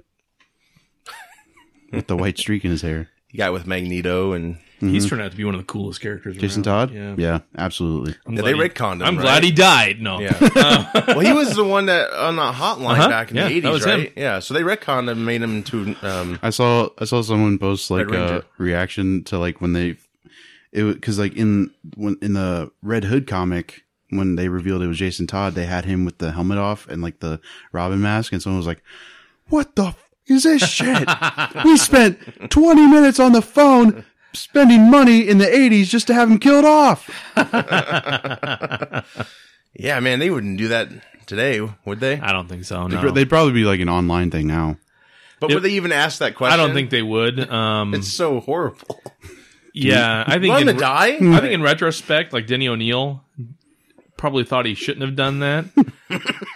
Speaker 3: with the white streak in his
Speaker 1: (laughs)
Speaker 3: hair.
Speaker 1: He got with Magneto and
Speaker 2: He's turned out to be one of the coolest characters.
Speaker 3: Jason
Speaker 2: around.
Speaker 3: Todd,
Speaker 2: Mm-hmm. Yeah.
Speaker 3: absolutely.
Speaker 2: I'm
Speaker 1: Yeah,
Speaker 2: glad
Speaker 1: they
Speaker 2: he-
Speaker 1: retconned him.
Speaker 2: I'm
Speaker 1: right?
Speaker 2: glad he died. No.
Speaker 1: Yeah. well, he was the one that on the hotline
Speaker 2: Uh-huh.
Speaker 1: back in
Speaker 2: Yeah,
Speaker 1: the
Speaker 2: that
Speaker 1: eighties,
Speaker 2: was
Speaker 1: right?
Speaker 2: him.
Speaker 1: Yeah. So they retconned him, made him into um,
Speaker 3: I saw I saw someone post like
Speaker 1: Red Ranger.
Speaker 3: a reaction to like when they it because like in when in the Red Hood comic when they revealed it was Jason Todd they had him with the helmet off and like the Robin mask and someone was like, "What the f- is this
Speaker 1: (laughs)
Speaker 3: shit? we spent twenty minutes on the phone." Spending money in the '80s just to have him killed off.
Speaker 1: yeah, man. They wouldn't do that today, would they?
Speaker 2: (laughs) I don't think so. No.
Speaker 3: They'd probably be like an online thing now.
Speaker 1: But would they even ask that question?
Speaker 2: I don't think they would. Um,
Speaker 1: it's so horrible.
Speaker 2: yeah, I think
Speaker 1: Run to
Speaker 2: in, re-
Speaker 1: die.
Speaker 2: I think in retrospect, like Denny O'Neill probably thought he shouldn't have done that,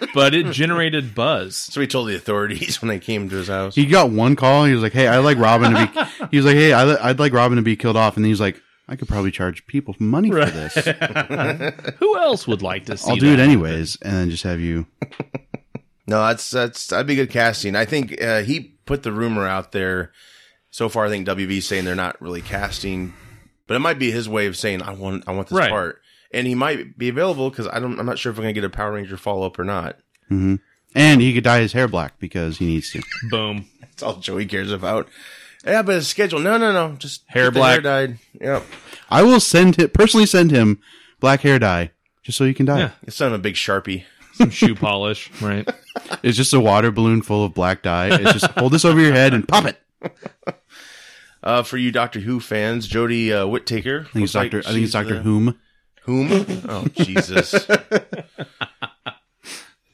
Speaker 2: (laughs) but it generated buzz.
Speaker 1: so he told the authorities (laughs) when they came to his house.
Speaker 3: He got one call. And he was like, "Hey, I like Robin to be." (laughs) he was like, "Hey, I li- I'd like Robin to be killed off," and he's like, "I could probably charge people money for
Speaker 2: (laughs)
Speaker 3: this.
Speaker 2: Who else would like to see?
Speaker 3: I'll do it
Speaker 2: that?
Speaker 3: anyways, and then just have you."
Speaker 1: No, that's that's that'd be good casting. I think uh, he put the rumor out there. So far, I think WB saying they're not really casting, but it might be his way of saying I want I want this
Speaker 2: Right.
Speaker 1: part, and he might be available because I don't I'm not sure if we're gonna get a Power Ranger follow up or not. (laughs)
Speaker 3: And he could dye his hair black because he needs to.
Speaker 2: Boom.
Speaker 1: That's all Joey cares about. Yeah, but his schedule. No, no, no. Just
Speaker 2: Hair
Speaker 1: get the
Speaker 2: black.
Speaker 1: dyed. Yep.
Speaker 3: I will send him personally send him black hair dye just so he can dye.
Speaker 2: Yeah.
Speaker 1: It's not a big sharpie.
Speaker 2: Some shoe polish, right?
Speaker 3: It's just a water balloon full of black dye. It's just hold this over your head and pop it.
Speaker 1: Uh, for you Doctor Who fans, Jodie uh, Whittaker.
Speaker 3: I think it's Doctor. I think it's
Speaker 1: uh,
Speaker 3: Doctor Whom.
Speaker 1: Whom?
Speaker 3: (laughs)
Speaker 1: Oh, Jesus. (laughs)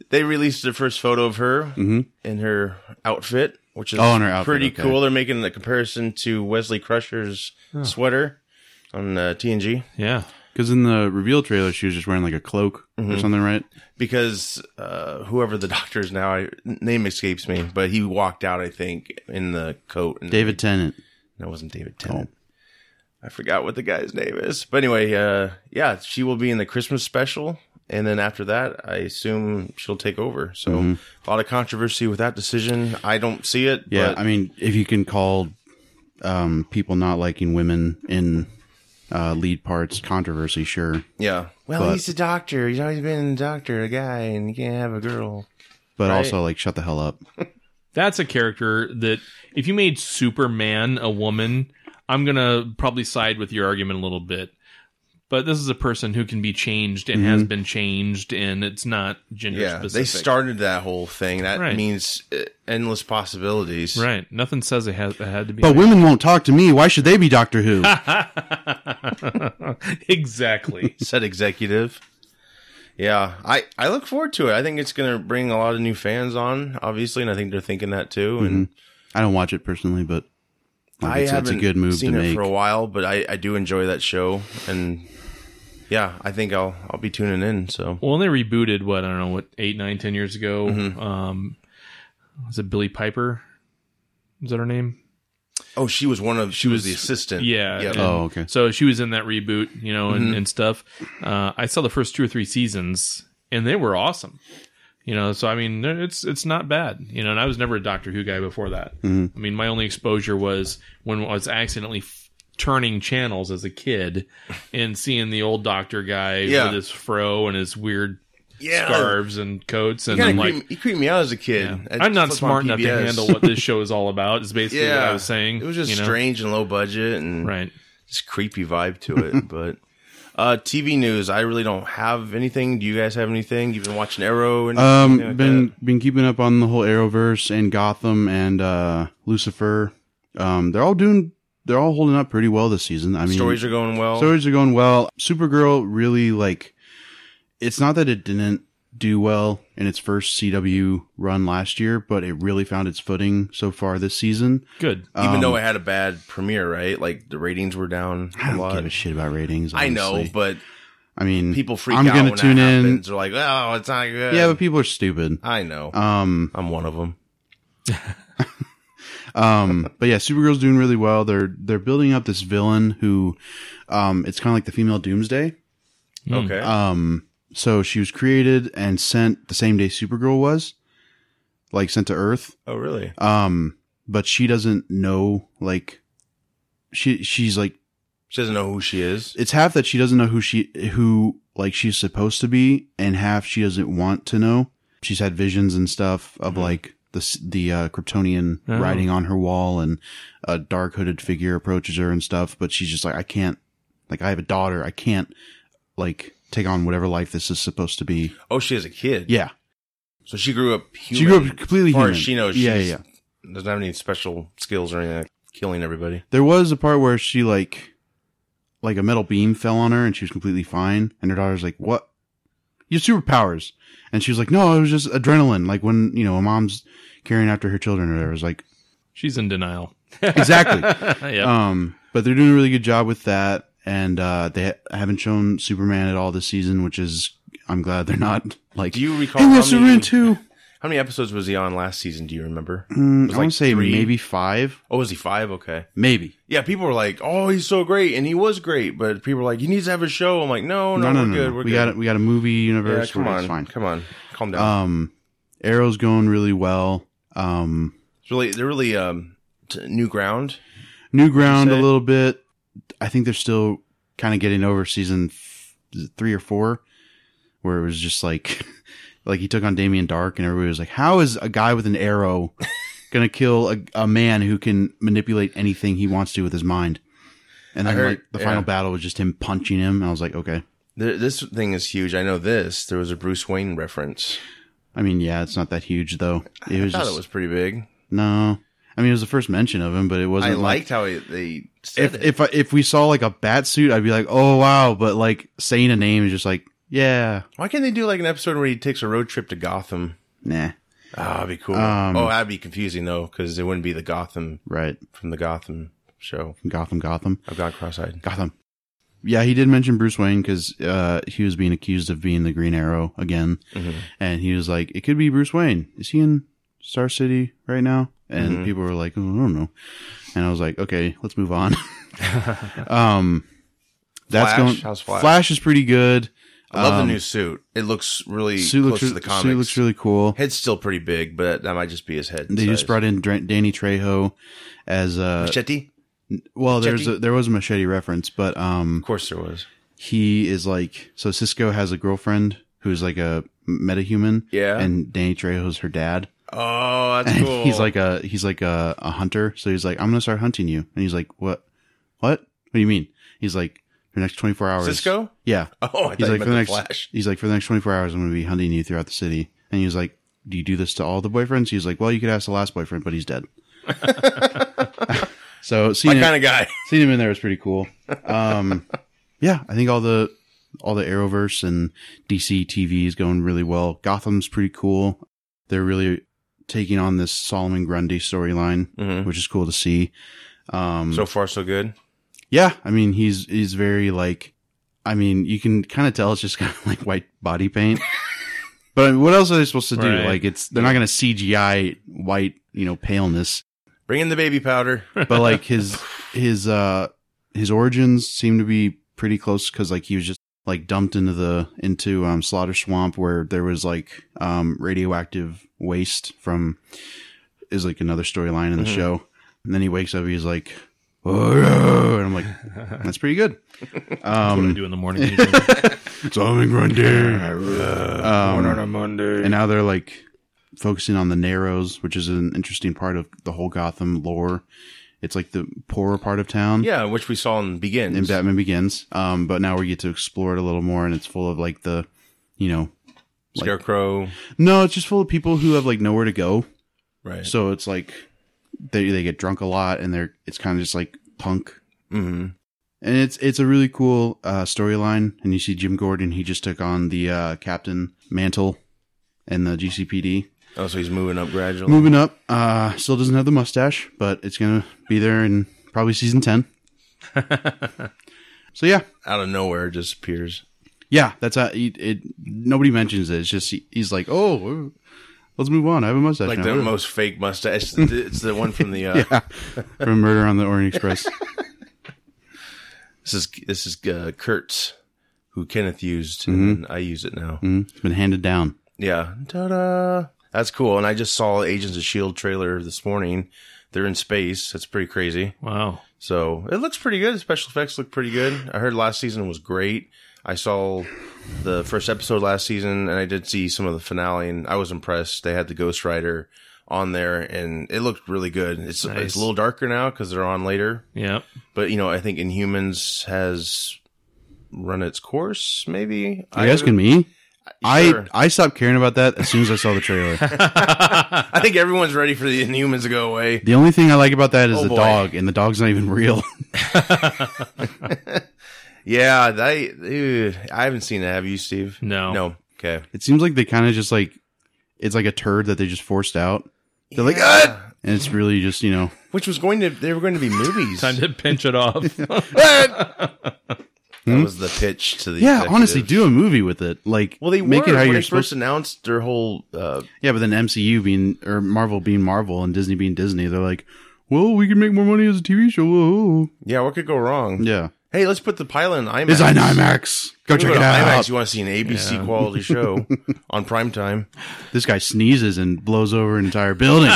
Speaker 1: they released the first photo of her in her outfit, which is
Speaker 3: Mm-hmm. Oh, in her outfit,
Speaker 1: pretty
Speaker 3: okay.
Speaker 1: cool. They're making the comparison to Wesley Crusher's sweater on uh, TNG
Speaker 2: Yeah.
Speaker 3: Because in the reveal trailer, she was just wearing like a cloak
Speaker 2: Mm-hmm.
Speaker 3: or something, right?
Speaker 1: because uh, whoever the (laughs) doctor is now, I, name escapes me, but he walked out, I think, in the coat. And
Speaker 3: David Tennant.
Speaker 1: That wasn't David Tennant. I forgot what the guy's name is. But anyway, uh, yeah, she will be in the Christmas special. And then after that, I assume she'll take over. So a lot of controversy with that decision. I don't see it.
Speaker 3: Yeah,
Speaker 1: but
Speaker 3: I mean, if you can call um, people not liking women in uh, lead parts controversy, sure.
Speaker 1: yeah. Well,
Speaker 3: But-
Speaker 1: he's a doctor. He's always been a doctor, a guy, and you can't have a girl.
Speaker 3: But
Speaker 1: Right.
Speaker 3: also, like, shut the hell up.
Speaker 2: That's a character that if you made Superman a woman, I'm gonna probably side with your argument a little bit. But this is a person who can be changed and has been changed, and it's not gender
Speaker 1: Mm-hmm. Yeah,
Speaker 2: specific.
Speaker 1: they started that whole thing. That
Speaker 2: Right.
Speaker 1: means uh, endless possibilities.
Speaker 2: right. Nothing says it, has, it had to be.
Speaker 3: But women won't talk to me. Why should they be Doctor Who?
Speaker 2: (laughs) exactly.
Speaker 1: Said executive. Yeah, I, I look forward to it. I think it's going to bring a lot of new fans on, obviously, and I think they're thinking that too. And
Speaker 3: I don't watch it personally, but like,
Speaker 1: I
Speaker 3: it's,
Speaker 1: haven't
Speaker 3: it's a good move
Speaker 1: seen
Speaker 3: to
Speaker 1: it
Speaker 3: make.
Speaker 1: for a while, but I, I do enjoy that show, and yeah, I think I'll I'll be tuning in. So
Speaker 2: well, when they rebooted what I don't know what eight, nine, ten years ago,
Speaker 1: Mm-hmm.
Speaker 2: um, was it Billy Piper? Is that her name?
Speaker 1: oh, she was one of she was, the assistant.
Speaker 2: Yeah.
Speaker 1: Yep.
Speaker 2: and
Speaker 3: Oh, okay.
Speaker 2: So she was in that reboot, you know,
Speaker 1: Mm-hmm.
Speaker 2: and, and stuff. Uh, I saw the first two or three seasons, and they were awesome. You know, so I mean, it's it's not bad. You know, and I was never a Doctor Who guy before that.
Speaker 1: Mm-hmm.
Speaker 2: I mean, my only exposure was when I was accidentally f- turning channels as a kid and seeing the old Doctor guy
Speaker 1: Yeah.
Speaker 2: with his fro and his weird
Speaker 1: yeah.
Speaker 2: scarves and coats, and
Speaker 1: He,
Speaker 2: I'm
Speaker 1: kinda
Speaker 2: like,
Speaker 1: creeped, he creeped me out as a kid. I'd
Speaker 2: I'm not
Speaker 1: flip on
Speaker 2: smart enough to
Speaker 1: PBS. (laughs)
Speaker 2: handle what this show is all about. Is basically
Speaker 1: yeah,
Speaker 2: what I was saying.
Speaker 1: It was just
Speaker 2: you know?
Speaker 1: strange and low budget, and
Speaker 2: (laughs) right?
Speaker 1: just creepy vibe to
Speaker 2: (laughs)
Speaker 1: it. but uh, TV news, I really don't have anything. Do you guys have anything? You've been watching Arrow and
Speaker 3: Um,
Speaker 1: anything like
Speaker 3: been
Speaker 1: that?
Speaker 3: been keeping up on the whole Arrowverse and Gotham and uh, Lucifer. Um, they're all doing. They're all holding up pretty well this season. I mean,
Speaker 1: stories are going well.
Speaker 3: stories are going well. Supergirl really like. It's not that it didn't do well in its first CW run last year, but it really found its footing so far this season. Um,
Speaker 2: Good.
Speaker 1: even though it had a bad premiere, right? Like the ratings were down
Speaker 3: I
Speaker 1: a
Speaker 3: don't
Speaker 1: lot.
Speaker 3: give a shit about ratings.
Speaker 1: I know,
Speaker 3: honestly.
Speaker 1: but
Speaker 3: I mean,
Speaker 1: people freak
Speaker 3: I'm
Speaker 1: out
Speaker 3: gonna
Speaker 1: when
Speaker 3: tune
Speaker 1: that
Speaker 3: in.
Speaker 1: happens. They're like, "Oh, it's not good."
Speaker 3: Yeah, but people are stupid.
Speaker 1: I know.
Speaker 3: Um,
Speaker 1: I'm one of them.
Speaker 3: Um, but yeah, Supergirl's doing really well. They're they're building up this villain who, um, it's kind of like the female Doomsday.
Speaker 1: Okay.
Speaker 3: Um, so she was created and sent the same day Supergirl was, like sent to Earth.
Speaker 1: oh, really?
Speaker 3: Um, but she doesn't know like, she she's like
Speaker 1: She doesn't know who she is.
Speaker 3: it's half that she doesn't know who she who like she's supposed to be, and half she doesn't want to know. She's had visions and stuff of like the s- the uh, Kryptonian
Speaker 2: Oh.
Speaker 3: writing on her wall, and a dark hooded figure approaches her and stuff. But she's just like, I can't. Like, I have a daughter. I can't like take on whatever life this is supposed to be.
Speaker 1: Oh, she has a kid.
Speaker 3: Yeah,
Speaker 1: So she grew up. Human.
Speaker 3: she grew up completely
Speaker 1: As far
Speaker 3: human.
Speaker 1: as she knows,
Speaker 3: yeah,
Speaker 1: she's-
Speaker 3: yeah.
Speaker 1: Doesn't have any special skills or anything. Like killing everybody.
Speaker 3: There was a part where she like, like a metal beam fell on her and she was completely fine. And her daughter's like, "What? Your superpowers?" And she was like, "No, it was just adrenaline. Like when you know a mom's carrying after her children or whatever." It's like,
Speaker 2: She's in denial. (laughs)
Speaker 3: Exactly.
Speaker 2: yeah.
Speaker 3: Um, but they're doing a really good job with that, and uh, they ha- haven't shown Superman at all this season, which is I'm glad they're not like.
Speaker 1: Do you recall
Speaker 3: and
Speaker 1: how
Speaker 3: yes, Superman
Speaker 1: many, (laughs)
Speaker 3: two.
Speaker 1: how many episodes was he on last season? Do you remember?
Speaker 3: Mm, I
Speaker 1: was
Speaker 3: want
Speaker 1: like
Speaker 3: to say
Speaker 1: three.
Speaker 3: maybe five,
Speaker 1: Oh, was he five? Okay.
Speaker 3: maybe.
Speaker 1: Yeah, people were like, "Oh, he's so great," and he was great. But people were like, "He needs to have a show." I'm like, "No, Oh, no,
Speaker 3: no, no,
Speaker 1: we're
Speaker 3: no.
Speaker 1: good.
Speaker 3: no.
Speaker 1: We're
Speaker 3: we
Speaker 1: good."
Speaker 3: got a, we got a movie
Speaker 1: yeah,
Speaker 3: universe.
Speaker 1: come
Speaker 3: where
Speaker 1: on,
Speaker 3: It's fine.
Speaker 1: come on, calm down.
Speaker 3: Um, Arrow's going really well. Um,
Speaker 1: it's really, they're really um, t- new ground.
Speaker 3: new ground a
Speaker 1: say?
Speaker 3: little bit. I think they're still kind of getting over season f- is it three or four, where it was just like, (laughs) like he took on Damien Dark, and everybody was like, "How is a guy with an
Speaker 1: (laughs)
Speaker 3: arrow gonna kill a, a man who can manipulate anything he wants to with his mind?" And
Speaker 1: I
Speaker 3: then
Speaker 1: heard-
Speaker 3: like the
Speaker 1: yeah.
Speaker 3: final battle was just him punching him, and I was like, "Okay."
Speaker 1: Th- This thing is huge. I know this. There was a Bruce Wayne reference.
Speaker 3: I mean, yeah, it's not that huge though. It was
Speaker 1: I thought
Speaker 3: just
Speaker 1: it was pretty big.
Speaker 3: no. I mean, it was the first mention of him, but it wasn't
Speaker 1: I
Speaker 3: like
Speaker 1: liked how it, they said
Speaker 3: if
Speaker 1: it.
Speaker 3: if I- if we saw like a bat suit, I'd be like, oh wow. But like saying a name is just like, yeah,
Speaker 1: Why can't they do like an episode where he takes a road trip to Gotham?
Speaker 3: nah,
Speaker 1: Ah, that'd be cool.
Speaker 3: Um,
Speaker 1: oh, that'd be confusing though, because it wouldn't be the Gotham
Speaker 3: right?
Speaker 1: from the Gotham show.
Speaker 3: Gotham, Gotham,
Speaker 1: I've gone cross-eyed.
Speaker 3: Gotham. Yeah, he did mention Bruce Wayne because uh, he was being accused of being the Green Arrow again,
Speaker 1: Mm-hmm.
Speaker 3: and he was like, it could be Bruce Wayne. Is he in Star City right now? And
Speaker 1: Mhm.
Speaker 3: people were like, oh, I don't know. And I was like, okay, let's move
Speaker 1: (laughs)
Speaker 3: on. (laughs) um, that's
Speaker 1: Flash?
Speaker 3: going.
Speaker 1: How's Flash?
Speaker 3: is pretty good.
Speaker 1: I love
Speaker 3: Um,
Speaker 1: the new suit. It looks really
Speaker 3: Suit
Speaker 1: close
Speaker 3: looks,
Speaker 1: to the comics.
Speaker 3: suit looks really cool.
Speaker 1: Head's still pretty big, but that might just be his head.
Speaker 3: They just brought in Dra- Danny Trejo as a
Speaker 1: Machete.
Speaker 3: well. There's
Speaker 1: Machete?
Speaker 3: a, there was a machete reference, but um,
Speaker 1: Of course, there was.
Speaker 3: he is like so. Cisco has a girlfriend who's like a metahuman,
Speaker 1: Yeah.
Speaker 3: and Danny Trejo's her dad.
Speaker 1: Oh, (laughs) that's
Speaker 3: And (laughs)
Speaker 1: cool.
Speaker 3: he's like a he's like a, a hunter, so he's like, I'm gonna start hunting you, and he's like, what, what, what do you mean? He's like, for the next 24 hours,
Speaker 1: Cisco.
Speaker 3: yeah.
Speaker 1: Oh, I thought
Speaker 3: He's
Speaker 1: you
Speaker 3: like
Speaker 1: meant
Speaker 3: for the
Speaker 1: the
Speaker 3: next
Speaker 1: Flash.
Speaker 3: he's like for the next 24 hours, I'm gonna be hunting you throughout the city, and he's like, do you do this to all the boyfriends? He's like, well, you could ask the last boyfriend, but he's dead. (laughs) so
Speaker 1: My
Speaker 3: seeing it-
Speaker 1: kind
Speaker 3: (laughs)
Speaker 1: of guy.
Speaker 3: seeing him in there was pretty cool. Um, yeah, I think all the all the Arrowverse and DC TV is going really well. Gotham's pretty cool. They're really taking on this Solomon Grundy storyline,
Speaker 1: Mhm.
Speaker 3: which is cool to see. Um,
Speaker 1: So far, so good.
Speaker 3: yeah, I mean he's he's very like, I mean you can kind of tell it's just (laughs) kind of like white body paint. But I mean, what else are they supposed to do?
Speaker 2: Right.
Speaker 3: Like it's they're not going to CGI white, you know, paleness
Speaker 1: Bring in the
Speaker 3: (laughs)
Speaker 1: baby powder.
Speaker 3: but like his his uh his origins seem to be pretty close because like he was just like dumped into the into um slaughter swamp where there was like um radioactive waste from is like another storyline in the
Speaker 2: Mm-hmm.
Speaker 1: Mhm.
Speaker 3: show and then he wakes up he's like "Oh, yeah," and i'm like that's pretty good
Speaker 2: (laughs) That's what I
Speaker 3: um
Speaker 2: do in the morning.
Speaker 3: (laughs)
Speaker 2: usually.
Speaker 3: Tommy Grundy. um,
Speaker 4: Monday.
Speaker 3: and now they're like focusing on the narrows which is an interesting part of the whole gotham lore it's like the poorer part of town
Speaker 1: Yeah, which we saw in Begins.
Speaker 3: in Batman Begins. Um, but now we get to explore it a little more, and it's full of like the, you know,
Speaker 1: Scarecrow.
Speaker 3: no, it's just full of people who have like nowhere to go.
Speaker 1: Right.
Speaker 3: So it's like they they get drunk a lot, and they're it's kind of just like punk,
Speaker 1: hmm
Speaker 3: and it's it's a really cool uh, storyline. And you see Jim Gordon, he just took on the uh, Captain Mantle and the GCPD.
Speaker 1: Oh, so he's moving up gradually.
Speaker 3: Moving up, uh, still doesn't have the mustache, but it's gonna be there in probably season
Speaker 1: (laughs)
Speaker 3: ten. so yeah,
Speaker 1: Out of nowhere, just appears.
Speaker 3: Yeah, that's how it, it. Nobody mentions it. It's just he, he's like, oh, let's move on. I have a mustache
Speaker 1: Like the
Speaker 3: now.
Speaker 1: most fake mustache. it's the one from the.
Speaker 3: (laughs)
Speaker 1: Uh,
Speaker 3: yeah, from Murder on the Orient
Speaker 1: (laughs)
Speaker 3: Express.
Speaker 1: This is this is uh, Kurtz, who Kenneth used, and I use it now.
Speaker 3: Mhm. It's been handed down.
Speaker 1: Yeah, ta-da! That's cool. And I just saw Agents of Shield trailer this morning. They're in space. That's pretty crazy.
Speaker 2: wow.
Speaker 1: So it looks pretty good. The special effects look pretty good. I heard last season was great. I saw the first episode last season, and I did see some of the finale, and I was impressed. They had the Ghost Rider on there, and it looked really good. It's it's
Speaker 2: Nice.
Speaker 1: a little darker now because they're on later,
Speaker 2: Yep.
Speaker 1: but you know I think Inhumans has run its course. Maybe
Speaker 3: Are you asking me? I
Speaker 1: Sure.
Speaker 3: I stopped caring about that as soon as I saw the trailer.
Speaker 1: I think everyone's ready for the Inhumans to go away.
Speaker 3: the only thing I like about that is
Speaker 1: Oh,
Speaker 3: the
Speaker 1: boy.
Speaker 3: dog, and the dog's not even (laughs) real.
Speaker 1: Yeah, they. Dude, I haven't seen it. Have you, Steve?
Speaker 2: No.
Speaker 1: No. Okay.
Speaker 3: it seems like they kind of just like it's like a turd that they just forced out. They're like, ah! and it's really just you know
Speaker 1: Which was going to, they were going to be movies.
Speaker 2: (laughs) Time to pinch it
Speaker 3: (laughs)
Speaker 2: off.
Speaker 1: that was the pitch to the.
Speaker 3: yeah honestly
Speaker 1: executives.
Speaker 3: do a movie with it like
Speaker 1: Well, they
Speaker 3: make
Speaker 1: were
Speaker 3: it how
Speaker 1: when
Speaker 3: you're
Speaker 1: they
Speaker 3: supposed
Speaker 1: first annoued their whole. Uh,
Speaker 3: yeah but then mcu being or marvel being marvel and disney being disney they're like well we can make more money as a tv show Whoa.
Speaker 1: yeah, what could go wrong?
Speaker 3: yeah
Speaker 1: Hey, let's put the pilot in IMAX.
Speaker 3: it's an imax go
Speaker 1: You
Speaker 3: check
Speaker 1: go
Speaker 3: it
Speaker 1: to
Speaker 3: out
Speaker 1: IMAX, you want to see an ABC
Speaker 3: (laughs)
Speaker 1: quality show on prime time?
Speaker 3: this guy sneezes and blows over an entire
Speaker 1: (laughs)
Speaker 3: building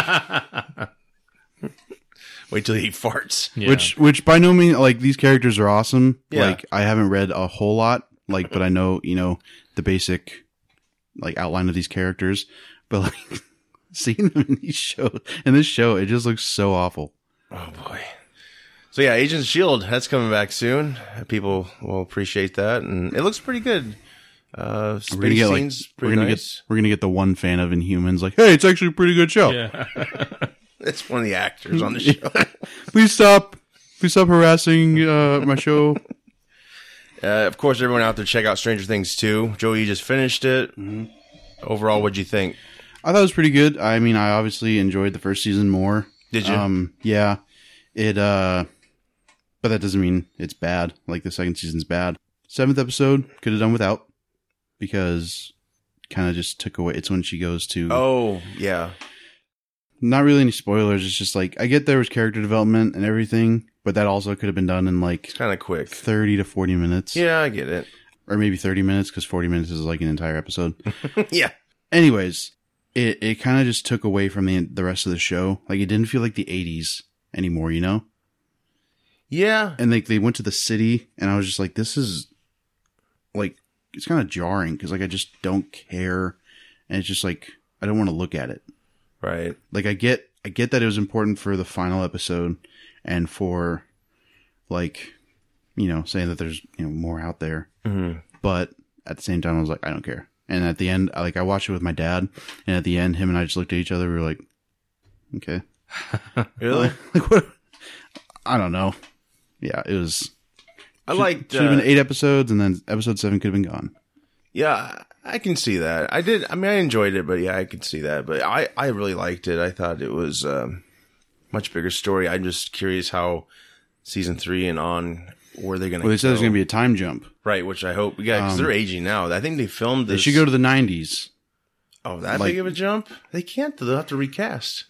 Speaker 1: Wait till he farts.
Speaker 2: Yeah.
Speaker 3: which which by no means like these characters are awesome
Speaker 1: Yeah.
Speaker 3: like i haven't read a whole lot like but i know you know the basic like outline of these characters but like (laughs) seeing them in these shows in this show it just looks so awful
Speaker 1: Oh boy. So yeah, Agent Shield E that's coming back soon. People will appreciate that, and it looks pretty good. Uh, space
Speaker 3: we're gonna get like
Speaker 1: scenes,
Speaker 3: we're
Speaker 1: pretty
Speaker 3: gonna
Speaker 1: nice. (laughs)
Speaker 3: get we're gonna get the one fan of inhumans like hey it's actually a pretty good show
Speaker 2: yeah.
Speaker 1: It's one of the
Speaker 3: (laughs)
Speaker 1: actors on the show.
Speaker 3: please stop please stop harassing uh my show (laughs)
Speaker 1: uh, of course, everyone out there, check out Stranger Things too. Joey you just finished it.
Speaker 3: Mm-hmm.
Speaker 1: Overall, what'd you think?
Speaker 3: I thought it was pretty good. I mean, I obviously enjoyed the first season more.
Speaker 1: Did you?
Speaker 3: Um, yeah. It uh but that doesn't mean it's bad. Like the second season's bad. Seventh episode could have done without because kind of just took away it's when she goes to
Speaker 1: Oh yeah,
Speaker 3: not really any spoilers. It's just like I get there was character development and everything, but that also could have been done in like
Speaker 1: it's kind of quick.
Speaker 3: 30 to 40 minutes
Speaker 1: Yeah, I
Speaker 3: (laughs)
Speaker 1: get it.
Speaker 3: or maybe 30 minutes cuz 40 minutes is like an entire episode. (laughs)
Speaker 1: yeah,
Speaker 3: anyways, it, it kind of just took away from the the rest of the show. Like it didn't feel like the '80s anymore, you know.
Speaker 1: yeah.
Speaker 3: And like they went to the city, and I was just like, this is like it's kind of jarring because like I just don't care, and it's just like I don't want to look at it.
Speaker 1: Right.
Speaker 3: Like I get I get that it was important for the final episode and for like you know saying that there's you know more out there
Speaker 1: Mhm.
Speaker 3: but at the same time, I was like, I don't care. And at the end, I- like I watched it with my dad, and at the end, him and I just looked at each other. We were like, okay, (laughs)
Speaker 1: Really?
Speaker 3: like what? I don't know. Yeah, it was.
Speaker 1: I
Speaker 3: should-
Speaker 1: liked.
Speaker 3: Should have
Speaker 1: uh,
Speaker 3: been eight episodes, and then episode seven could have been gone.
Speaker 1: Yeah, I can see that. I did. I mean, I enjoyed it, but yeah, I could see that. But I, I really liked it. I thought it was um, much bigger story. I'm just curious how season three and on where they're going to.
Speaker 3: Well, they said there's going to be a time jump.
Speaker 1: right, which I hope. Yeah, because
Speaker 3: Um,
Speaker 1: they're aging now. I think they filmed.
Speaker 3: They
Speaker 1: This,
Speaker 3: should go to the '90s.
Speaker 1: Oh, that
Speaker 3: like-
Speaker 1: big of a jump? They can't. They'll have to recast.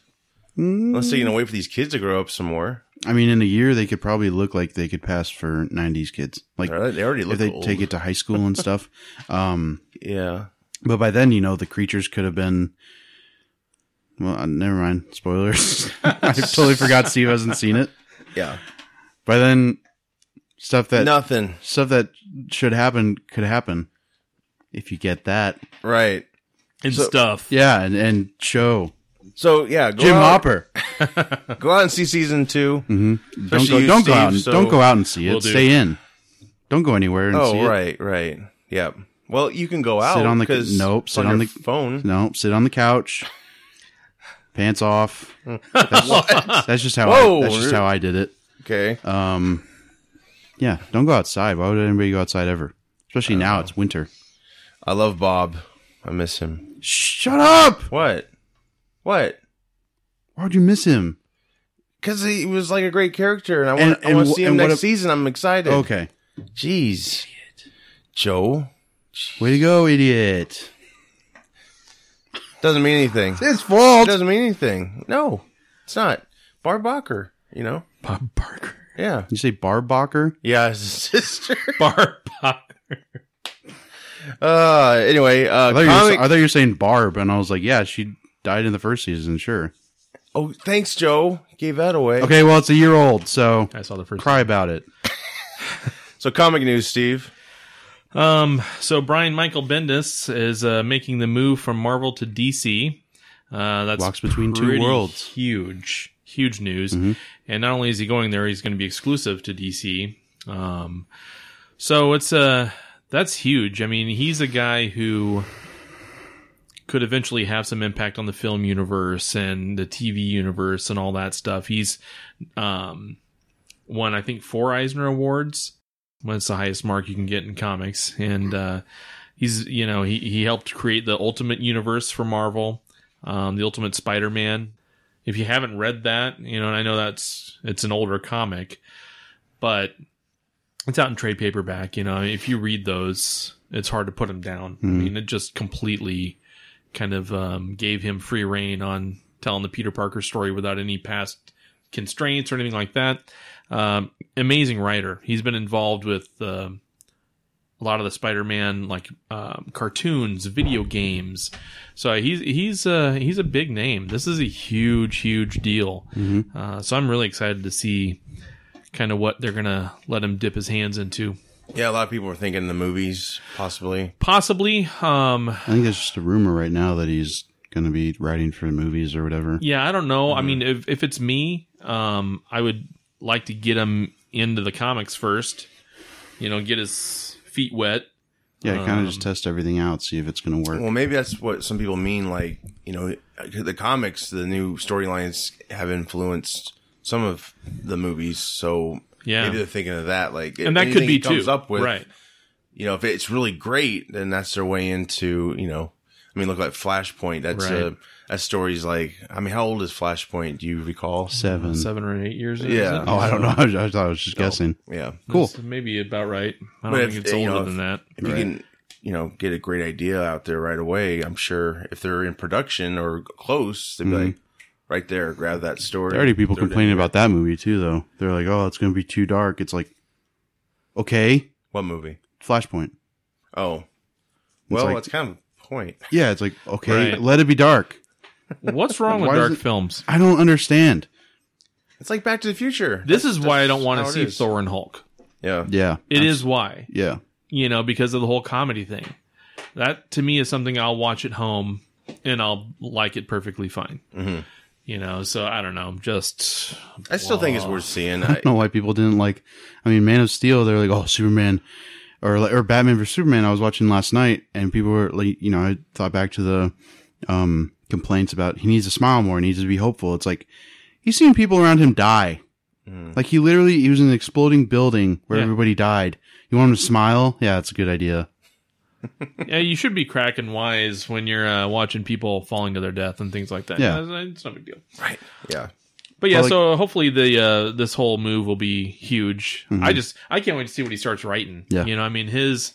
Speaker 3: Mm.
Speaker 1: Unless they're going to wait for these kids to grow up some more.
Speaker 3: I mean, in a year, they could probably look like they could pass for '90s kids. Like
Speaker 1: All right, They already
Speaker 3: if
Speaker 1: look
Speaker 3: they
Speaker 1: old.
Speaker 3: take it to high school and stuff. (laughs) Um,
Speaker 1: Yeah.
Speaker 3: But by then, you know, the creatures could have been. Well, uh, never mind. Spoilers. (laughs) I totally forgot Steve hasn't seen it.
Speaker 1: Yeah.
Speaker 3: By then, stuff that
Speaker 1: Nothing.
Speaker 3: stuff that should happen could happen. If you get that,
Speaker 1: Right.
Speaker 2: And
Speaker 1: So-
Speaker 2: stuff.
Speaker 3: yeah, and and show
Speaker 1: So, yeah. Go
Speaker 3: Jim
Speaker 1: out,
Speaker 3: Hopper.
Speaker 1: Go out and see season two.
Speaker 3: Don't go,
Speaker 1: you,
Speaker 3: don't go
Speaker 1: Steve,
Speaker 3: out. And,
Speaker 1: so-
Speaker 3: don't go out and see it.
Speaker 2: Will do.
Speaker 3: Stay in. Don't go anywhere and see
Speaker 1: Oh,
Speaker 3: it.
Speaker 1: right, right. Yep. Well, you can go out.
Speaker 3: Sit on the-
Speaker 1: 'cause
Speaker 3: nope,
Speaker 1: it's
Speaker 3: sit
Speaker 1: on,
Speaker 3: on
Speaker 1: your
Speaker 3: the-
Speaker 1: phone.
Speaker 3: No, sit on the couch, pants off.
Speaker 1: (laughs)
Speaker 3: That's, that's just how. I,
Speaker 1: Whoa.
Speaker 3: that's just how I did it.
Speaker 1: Okay.
Speaker 3: Um, yeah, don't go outside. Why would anybody go outside ever? Especially now, it's winter.
Speaker 1: I love Bob. I miss him.
Speaker 3: Shut up!
Speaker 1: What? What?
Speaker 3: Why would you miss him?
Speaker 1: Because he was like a great character, and I want
Speaker 3: And-
Speaker 1: I want
Speaker 3: and
Speaker 1: to
Speaker 3: wh-
Speaker 1: see him
Speaker 3: and what
Speaker 1: next
Speaker 3: a-
Speaker 1: season. I'm excited.
Speaker 3: Okay,
Speaker 1: Jeez. Joe
Speaker 3: way to go, idiot!
Speaker 1: doesn't mean anything.
Speaker 3: It's fault.
Speaker 1: doesn't mean anything. No, it's not. Barbacher. You know.
Speaker 2: Bob Barker.
Speaker 1: Yeah.
Speaker 3: You say Barbacher?
Speaker 1: Yeah. His (laughs) sister.
Speaker 2: Barb Barker.
Speaker 1: Uh. Anyway. Uh.
Speaker 3: I thought, you were,
Speaker 1: Comic-
Speaker 3: I thought you were saying Barb, and I was like, yeah, she died in the first season, sure.
Speaker 1: oh, thanks, Joe. Gave that away.
Speaker 3: Okay, well, it's a year old, so
Speaker 2: I saw the first
Speaker 3: cry about it.
Speaker 1: So comic news, Steve.
Speaker 2: Um, so Brian Michael Bendis is uh, making the move from Marvel to DC. Uh, that's
Speaker 3: Walks between two
Speaker 2: pretty
Speaker 3: worlds. Mm-hmm.
Speaker 2: Huge, huge news. And not only is he going there, he's going to be exclusive to DC. Um, so it's uh that's huge. I mean, he's a guy who could eventually have some impact on the film universe and the TV universe and all that stuff. He's um, won, I think, four Eisner Awards. Well, it's the highest mark you can get in comics, and uh, he's you know he he helped create the Ultimate Universe for Marvel, um, the Ultimate Spider-Man. If you haven't read that, you know, and I know that's it's an older comic, but it's out in trade paperback. You know, if you read those, it's hard to put them down. I
Speaker 3: Mhm.
Speaker 2: mean, it just completely kind of um, gave him free reign on telling the Peter Parker story without any past constraints or anything like that. Um, amazing writer. He's been involved with um a lot of the Spider-Man like um, cartoons, video games. So he's he's uh, he's a big name. This is a huge huge deal. Uh, so I'm really excited to see kind of what they're gonna let him dip his hands into.
Speaker 1: Yeah, a lot of people were thinking the movies, possibly.
Speaker 2: Possibly. Um,
Speaker 3: I think there's just a rumor right now that he's going to be writing for movies or whatever.
Speaker 2: yeah, I don't know. I mean, if if it's me, um, I would like to get him into the comics first. You know, get his feet wet.
Speaker 3: Yeah, kind of just test everything out, see if it's going to work.
Speaker 1: Well, maybe that's what some people mean. Like, you know, the comics, the new storylines have influenced some of the movies. So
Speaker 2: Yeah.
Speaker 1: maybe they're thinking of that. Like,
Speaker 2: And that
Speaker 1: anything
Speaker 2: could be
Speaker 1: he comes
Speaker 2: too.
Speaker 1: up with,
Speaker 2: right.
Speaker 1: you know, if it's really great, then that's their way into, you know, I mean, look like Flashpoint. That's
Speaker 2: Right.
Speaker 1: uh, that story's like, I mean, how old is Flashpoint? Do you recall?
Speaker 3: Seven.
Speaker 2: seven or eight years. in,
Speaker 1: Yeah. Oh,
Speaker 2: is it?
Speaker 3: Oh, I don't know. (laughs) I, thought I was just guessing.
Speaker 1: Yeah.
Speaker 3: Cool.
Speaker 2: That's maybe about right. I don't
Speaker 1: But
Speaker 2: think
Speaker 1: if-
Speaker 2: it's
Speaker 1: you
Speaker 2: older
Speaker 1: know, if-
Speaker 2: than that.
Speaker 1: If you can, you know, get a great idea out there right away, I'm sure if they're in production or close, they'd be like, right there, grab that story.
Speaker 3: There are Mm-hmm. already people
Speaker 1: Throw it in
Speaker 3: complaining
Speaker 1: there.
Speaker 3: about that movie too, though. They're like, "Oh, it's going to be too dark." It's like, okay,
Speaker 1: What movie?
Speaker 3: Flashpoint.
Speaker 1: Oh. Well,
Speaker 3: like-
Speaker 1: that's kind of the point.
Speaker 3: Yeah, it's like, okay,
Speaker 2: Right.
Speaker 3: let it be dark.
Speaker 1: (laughs)
Speaker 2: What's wrong with
Speaker 3: Why is
Speaker 2: dark
Speaker 3: it-
Speaker 2: films?
Speaker 3: I don't understand.
Speaker 1: It's like Back to the Future.
Speaker 2: This is why I don't want
Speaker 1: how
Speaker 2: to
Speaker 1: it
Speaker 2: see
Speaker 1: is.
Speaker 2: Thor and Hulk.
Speaker 1: yeah.
Speaker 3: Yeah,
Speaker 2: It is why
Speaker 3: yeah.
Speaker 2: you know because of the whole comedy thing. That to me is something I'll watch at home and I'll like it perfectly fine.
Speaker 1: Mm-hmm.
Speaker 2: You know, so I don't know. Just
Speaker 1: I still think it's worth seeing.
Speaker 3: I (laughs)
Speaker 1: I,
Speaker 3: don't know why people didn't like. I mean, Man of Steel. They're like, "Oh, Superman," or like, or Batman vs Superman. I was watching last night, and people were like, you know, I thought back to the um complaints about he needs to smile more, he needs to be hopeful. It's like he's seen people around him die. Like he literally, he was in an exploding building where
Speaker 2: Mm. Yeah.
Speaker 3: everybody died. You want him to smile? Yeah, it's a good idea.
Speaker 2: yeah, you should be cracking wise when you're uh, watching people falling to their death and things like that.
Speaker 3: Yeah.
Speaker 2: it's- it's no big deal.
Speaker 1: right. Yeah.
Speaker 2: But yeah,
Speaker 3: But, like-
Speaker 2: so hopefully the uh, this whole move will be huge. I just I can't wait to see what he starts writing.
Speaker 3: Mm-hmm. Yeah.
Speaker 2: you know, I mean his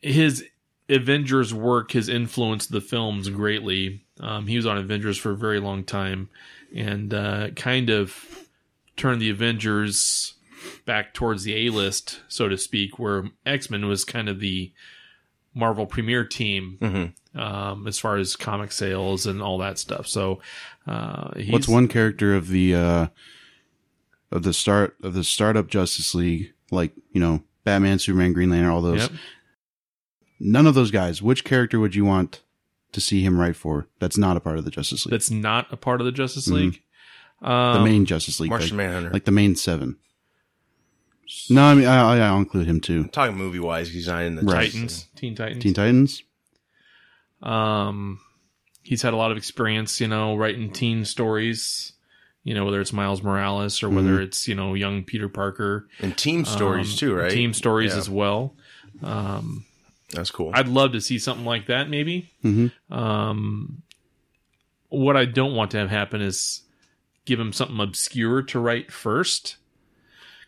Speaker 2: his Avengers work has influenced the films greatly. Um, he was on Avengers for a very long time, and uh, kind of turned the Avengers back towards the A list, so to speak, where X Men was kind of the Marvel premier team
Speaker 1: Mm-hmm.
Speaker 2: um, as far as comic sales and all that stuff. So, uh, he's,
Speaker 3: What's one character of the uh of the start of the startup Justice League? Like you know, Batman, Superman, Green Lantern, all those.
Speaker 2: Yep.
Speaker 3: none of those guys, which character would you want to see him write for? That's not a part of the Justice League.
Speaker 2: that's not a part of the Justice League.
Speaker 3: Mm-hmm. the
Speaker 2: Um,
Speaker 3: main Justice League,
Speaker 1: Martian
Speaker 3: like,
Speaker 1: Manhunter.
Speaker 3: like the main seven. No, I mean I, I- I'll include him too.
Speaker 1: I'm talking movie wise, he's not in the
Speaker 3: Right.
Speaker 2: Titans, Teen Titans.
Speaker 3: Teen Titans.
Speaker 2: Um, he's had a lot of experience, you know, writing teen stories. You know, whether it's Miles Morales or
Speaker 3: Mm-hmm.
Speaker 2: whether it's you know young Peter Parker.
Speaker 1: And team stories
Speaker 2: Um,
Speaker 1: too, right?
Speaker 2: Team stories
Speaker 1: Yeah.
Speaker 2: as well. Um,
Speaker 1: That's cool.
Speaker 2: I'd love to see something like that. Maybe.
Speaker 3: Mhm.
Speaker 2: Um, what I don't want to have happen is give him something obscure to write first.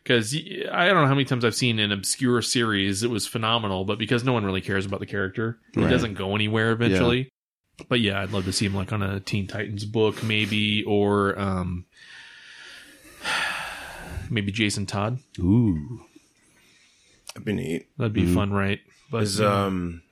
Speaker 2: Because I don't know how many times I've seen an obscure series that was phenomenal, but because no one really cares about the character, it
Speaker 3: Right.
Speaker 2: doesn't go anywhere eventually. But yeah, I'd love to see him like on a Teen Titans book, maybe, or um, (sighs) maybe Jason Todd.
Speaker 3: Ooh,
Speaker 1: That'd be neat.
Speaker 2: That'd be fun, right? But
Speaker 1: Is um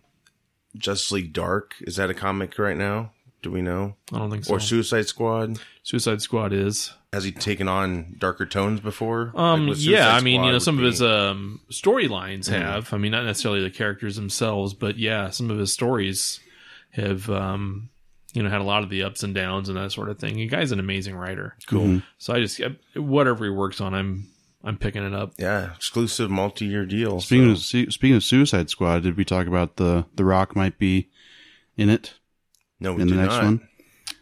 Speaker 1: Justice League Dark, is that a comic right now? Do we know?
Speaker 2: I don't think so.
Speaker 1: Or Suicide Squad?
Speaker 2: Suicide Squad is.
Speaker 1: Has he taken on darker tones before?
Speaker 2: Um,
Speaker 1: Like, with
Speaker 2: yeah,
Speaker 1: Suicide
Speaker 2: I mean,
Speaker 1: Squad
Speaker 2: you know,
Speaker 1: would
Speaker 2: some of
Speaker 1: be- Mm-hmm.
Speaker 2: his um, storylines have. I mean, not necessarily the characters themselves, but yeah, some of his stories have, um, you know, had a lot of the ups and downs and that sort of thing. The guy's an amazing writer.
Speaker 1: cool.
Speaker 3: Mm-hmm.
Speaker 2: So I just whatever he works on, I'm I'm picking it up.
Speaker 1: Yeah, exclusive multi year deal.
Speaker 3: speaking
Speaker 1: so-
Speaker 3: of Su- speaking of Suicide Squad, did we talk about the the Rock might be in it
Speaker 1: no, we
Speaker 3: in
Speaker 1: do
Speaker 3: the next
Speaker 1: not.
Speaker 3: one?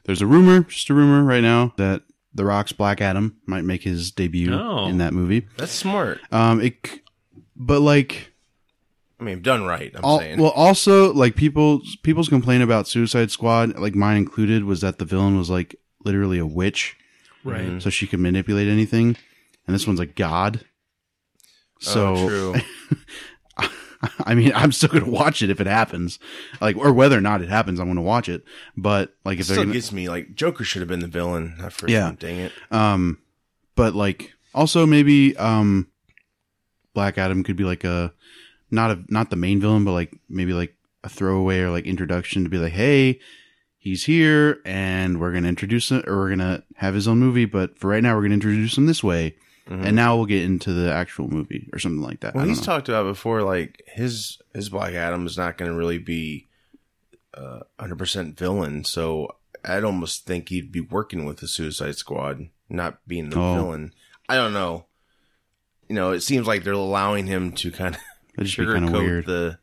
Speaker 3: There's a rumor, just a rumor right now, that the Rock's Black Adam might make his debut
Speaker 2: Oh.
Speaker 3: in that movie.
Speaker 1: That's smart.
Speaker 3: Um, it, c- but like
Speaker 1: I mean, done right. I'm
Speaker 3: Al-
Speaker 1: saying.
Speaker 3: well, also like people people's complaint about Suicide Squad, like mine included, was that the villain was like literally a witch,
Speaker 2: Right.
Speaker 1: Mhm.
Speaker 3: so she could manipulate anything, and this one's a god. So
Speaker 1: oh, true.
Speaker 3: (laughs) I mean, I'm still gonna watch it if it happens, like or whether or not it happens, I'm gonna watch it. But like
Speaker 1: It
Speaker 3: if they're
Speaker 1: still
Speaker 3: gonna,
Speaker 1: gets me. Like Joker should have been the villain. I forgot.
Speaker 3: Yeah.
Speaker 1: Dang it.
Speaker 3: um, but like also maybe um, Black Adam could be like a not a not the main villain, but like maybe like a throwaway or like introduction to be like, hey, he's here, and we're gonna introduce him, or we're gonna have his own movie. But for right now, we're gonna introduce him this way,
Speaker 1: Mhm.
Speaker 3: and now we'll get into the actual movie or something like that.
Speaker 1: Well,
Speaker 3: I don't
Speaker 1: he's
Speaker 3: know.
Speaker 1: talked about before, like his his Black Adam is not going to really be uh hundred percent villain. So I'd almost think he'd be working with the Suicide Squad, not being the
Speaker 3: Oh.
Speaker 1: villain. I don't know. You know, it seems like they're allowing him to kind of
Speaker 3: That'd just be kind of
Speaker 1: sugarcoat
Speaker 3: weird.
Speaker 1: the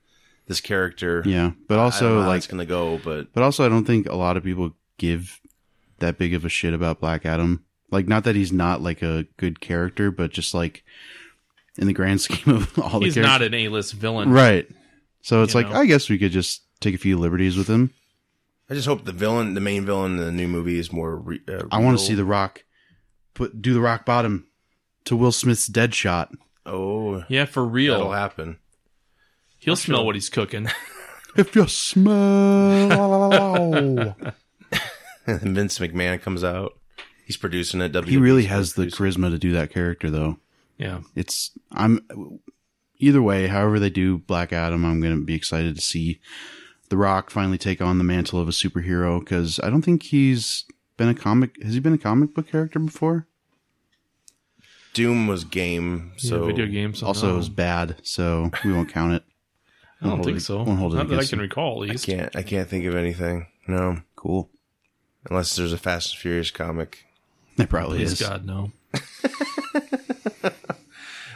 Speaker 1: this character.
Speaker 3: yeah, but also like
Speaker 1: it's going to go, but
Speaker 3: But also, I don't think a lot of people give that big of a shit about Black Adam. Like, not that he's not like a good character, but just like in the grand (laughs) scheme of all
Speaker 2: He's
Speaker 3: the
Speaker 2: not
Speaker 3: characters,
Speaker 2: an A-list villain.
Speaker 3: right? So it's
Speaker 2: You
Speaker 3: like
Speaker 2: know?
Speaker 3: I guess we could just take a few liberties with him.
Speaker 1: I just hope the villain, the main villain in the new movie, is more. Re- uh,
Speaker 3: I want
Speaker 1: real.
Speaker 3: to see The Rock put do the Rock Bottom to Will Smith's dead shot.
Speaker 1: Oh,
Speaker 2: Yeah, for
Speaker 1: that'll
Speaker 2: real.
Speaker 1: happen. (laughs)
Speaker 2: He'll smell what he's cooking.
Speaker 3: If you smell,
Speaker 1: and Vince McMahon comes out. He's producing it.
Speaker 3: he really
Speaker 1: WWE's
Speaker 3: has the
Speaker 1: producing.
Speaker 3: charisma to do that character, though.
Speaker 2: yeah.
Speaker 3: it's I'm either way, however they do Black Adam, I'm going to be excited to see The Rock finally take on the mantle of a superhero cuz I don't think he's been a comic has he been a comic book character before?
Speaker 1: Doom was game, so
Speaker 2: yeah, video games. so
Speaker 3: Also it
Speaker 2: no.
Speaker 3: was bad, so we won't count it.
Speaker 2: I don't
Speaker 3: won't
Speaker 2: think
Speaker 3: hold it-
Speaker 2: so.
Speaker 3: won't hold it
Speaker 2: Not that I
Speaker 3: against
Speaker 2: can
Speaker 3: him.
Speaker 2: recall, at
Speaker 1: I
Speaker 2: least.
Speaker 1: can't. I can't think of anything. No,
Speaker 3: Cool. (laughs)
Speaker 1: unless there's a Fast and Furious comic.
Speaker 3: That probably
Speaker 2: Please
Speaker 3: is.
Speaker 2: God, no.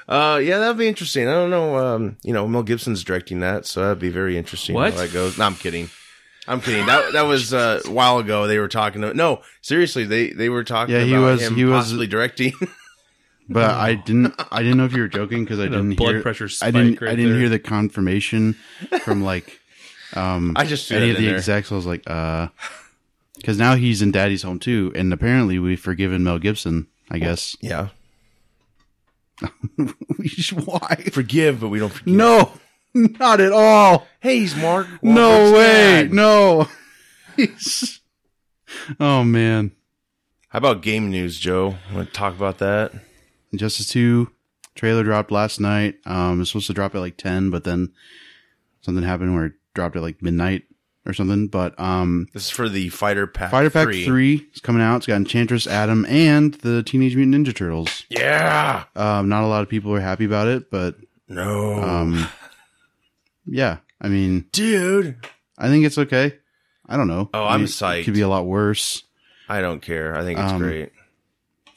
Speaker 1: Uh, yeah, that'd be interesting. I don't know. Um, you know, Mel Gibson's directing that, so that'd be very interesting.
Speaker 2: What?
Speaker 1: How that goes? No, I'm kidding. I'm kidding. That that was uh, a while ago. They were talking. To, no, seriously, they they were talking.
Speaker 3: Yeah, he
Speaker 1: about
Speaker 3: was-
Speaker 1: Him
Speaker 3: he was-
Speaker 1: possibly directing. (laughs)
Speaker 3: But I didn't I didn't know if you were joking cuz I
Speaker 2: (laughs) a
Speaker 3: didn't
Speaker 2: blood
Speaker 3: hear
Speaker 2: pressure
Speaker 3: I didn't
Speaker 2: spike right
Speaker 3: I didn't
Speaker 2: there.
Speaker 3: hear the confirmation from
Speaker 2: (laughs)
Speaker 3: like um
Speaker 1: I just threw
Speaker 3: any
Speaker 1: that
Speaker 3: of
Speaker 1: in
Speaker 3: the
Speaker 1: there.
Speaker 3: execs, I was like, uh, because now he's in Daddy's Home too, and apparently we've forgiven Mel Gibson. I guess
Speaker 1: yeah,
Speaker 3: we should- why? (laughs)
Speaker 1: forgive, but we don't forgive.
Speaker 3: No, not at all.
Speaker 1: Hey, he's Mark.
Speaker 3: No
Speaker 1: Wahlberg's
Speaker 3: way.
Speaker 1: dad.
Speaker 3: No. (laughs) He's- oh man,
Speaker 1: How about game news, Joe? Want to talk about that?
Speaker 3: Justice Two trailer dropped last night. Um, it was supposed to drop at like ten, but then something happened where it dropped at like midnight or something. But um,
Speaker 1: This is for the fighter pack.
Speaker 3: Fighter Pack 3 is coming out. It's got Enchantress, Adam, and the Teenage Mutant Ninja Turtles.
Speaker 1: Yeah.
Speaker 3: Um, not a lot of people are happy about it, but
Speaker 1: No.
Speaker 3: um, yeah, I mean,
Speaker 1: Dude,
Speaker 3: I think it's okay. I don't know.
Speaker 1: Oh,
Speaker 3: I
Speaker 1: I'm
Speaker 3: mean,
Speaker 1: psyched.
Speaker 3: It could be a lot worse.
Speaker 1: I don't care. I think it's
Speaker 3: Um,
Speaker 1: great.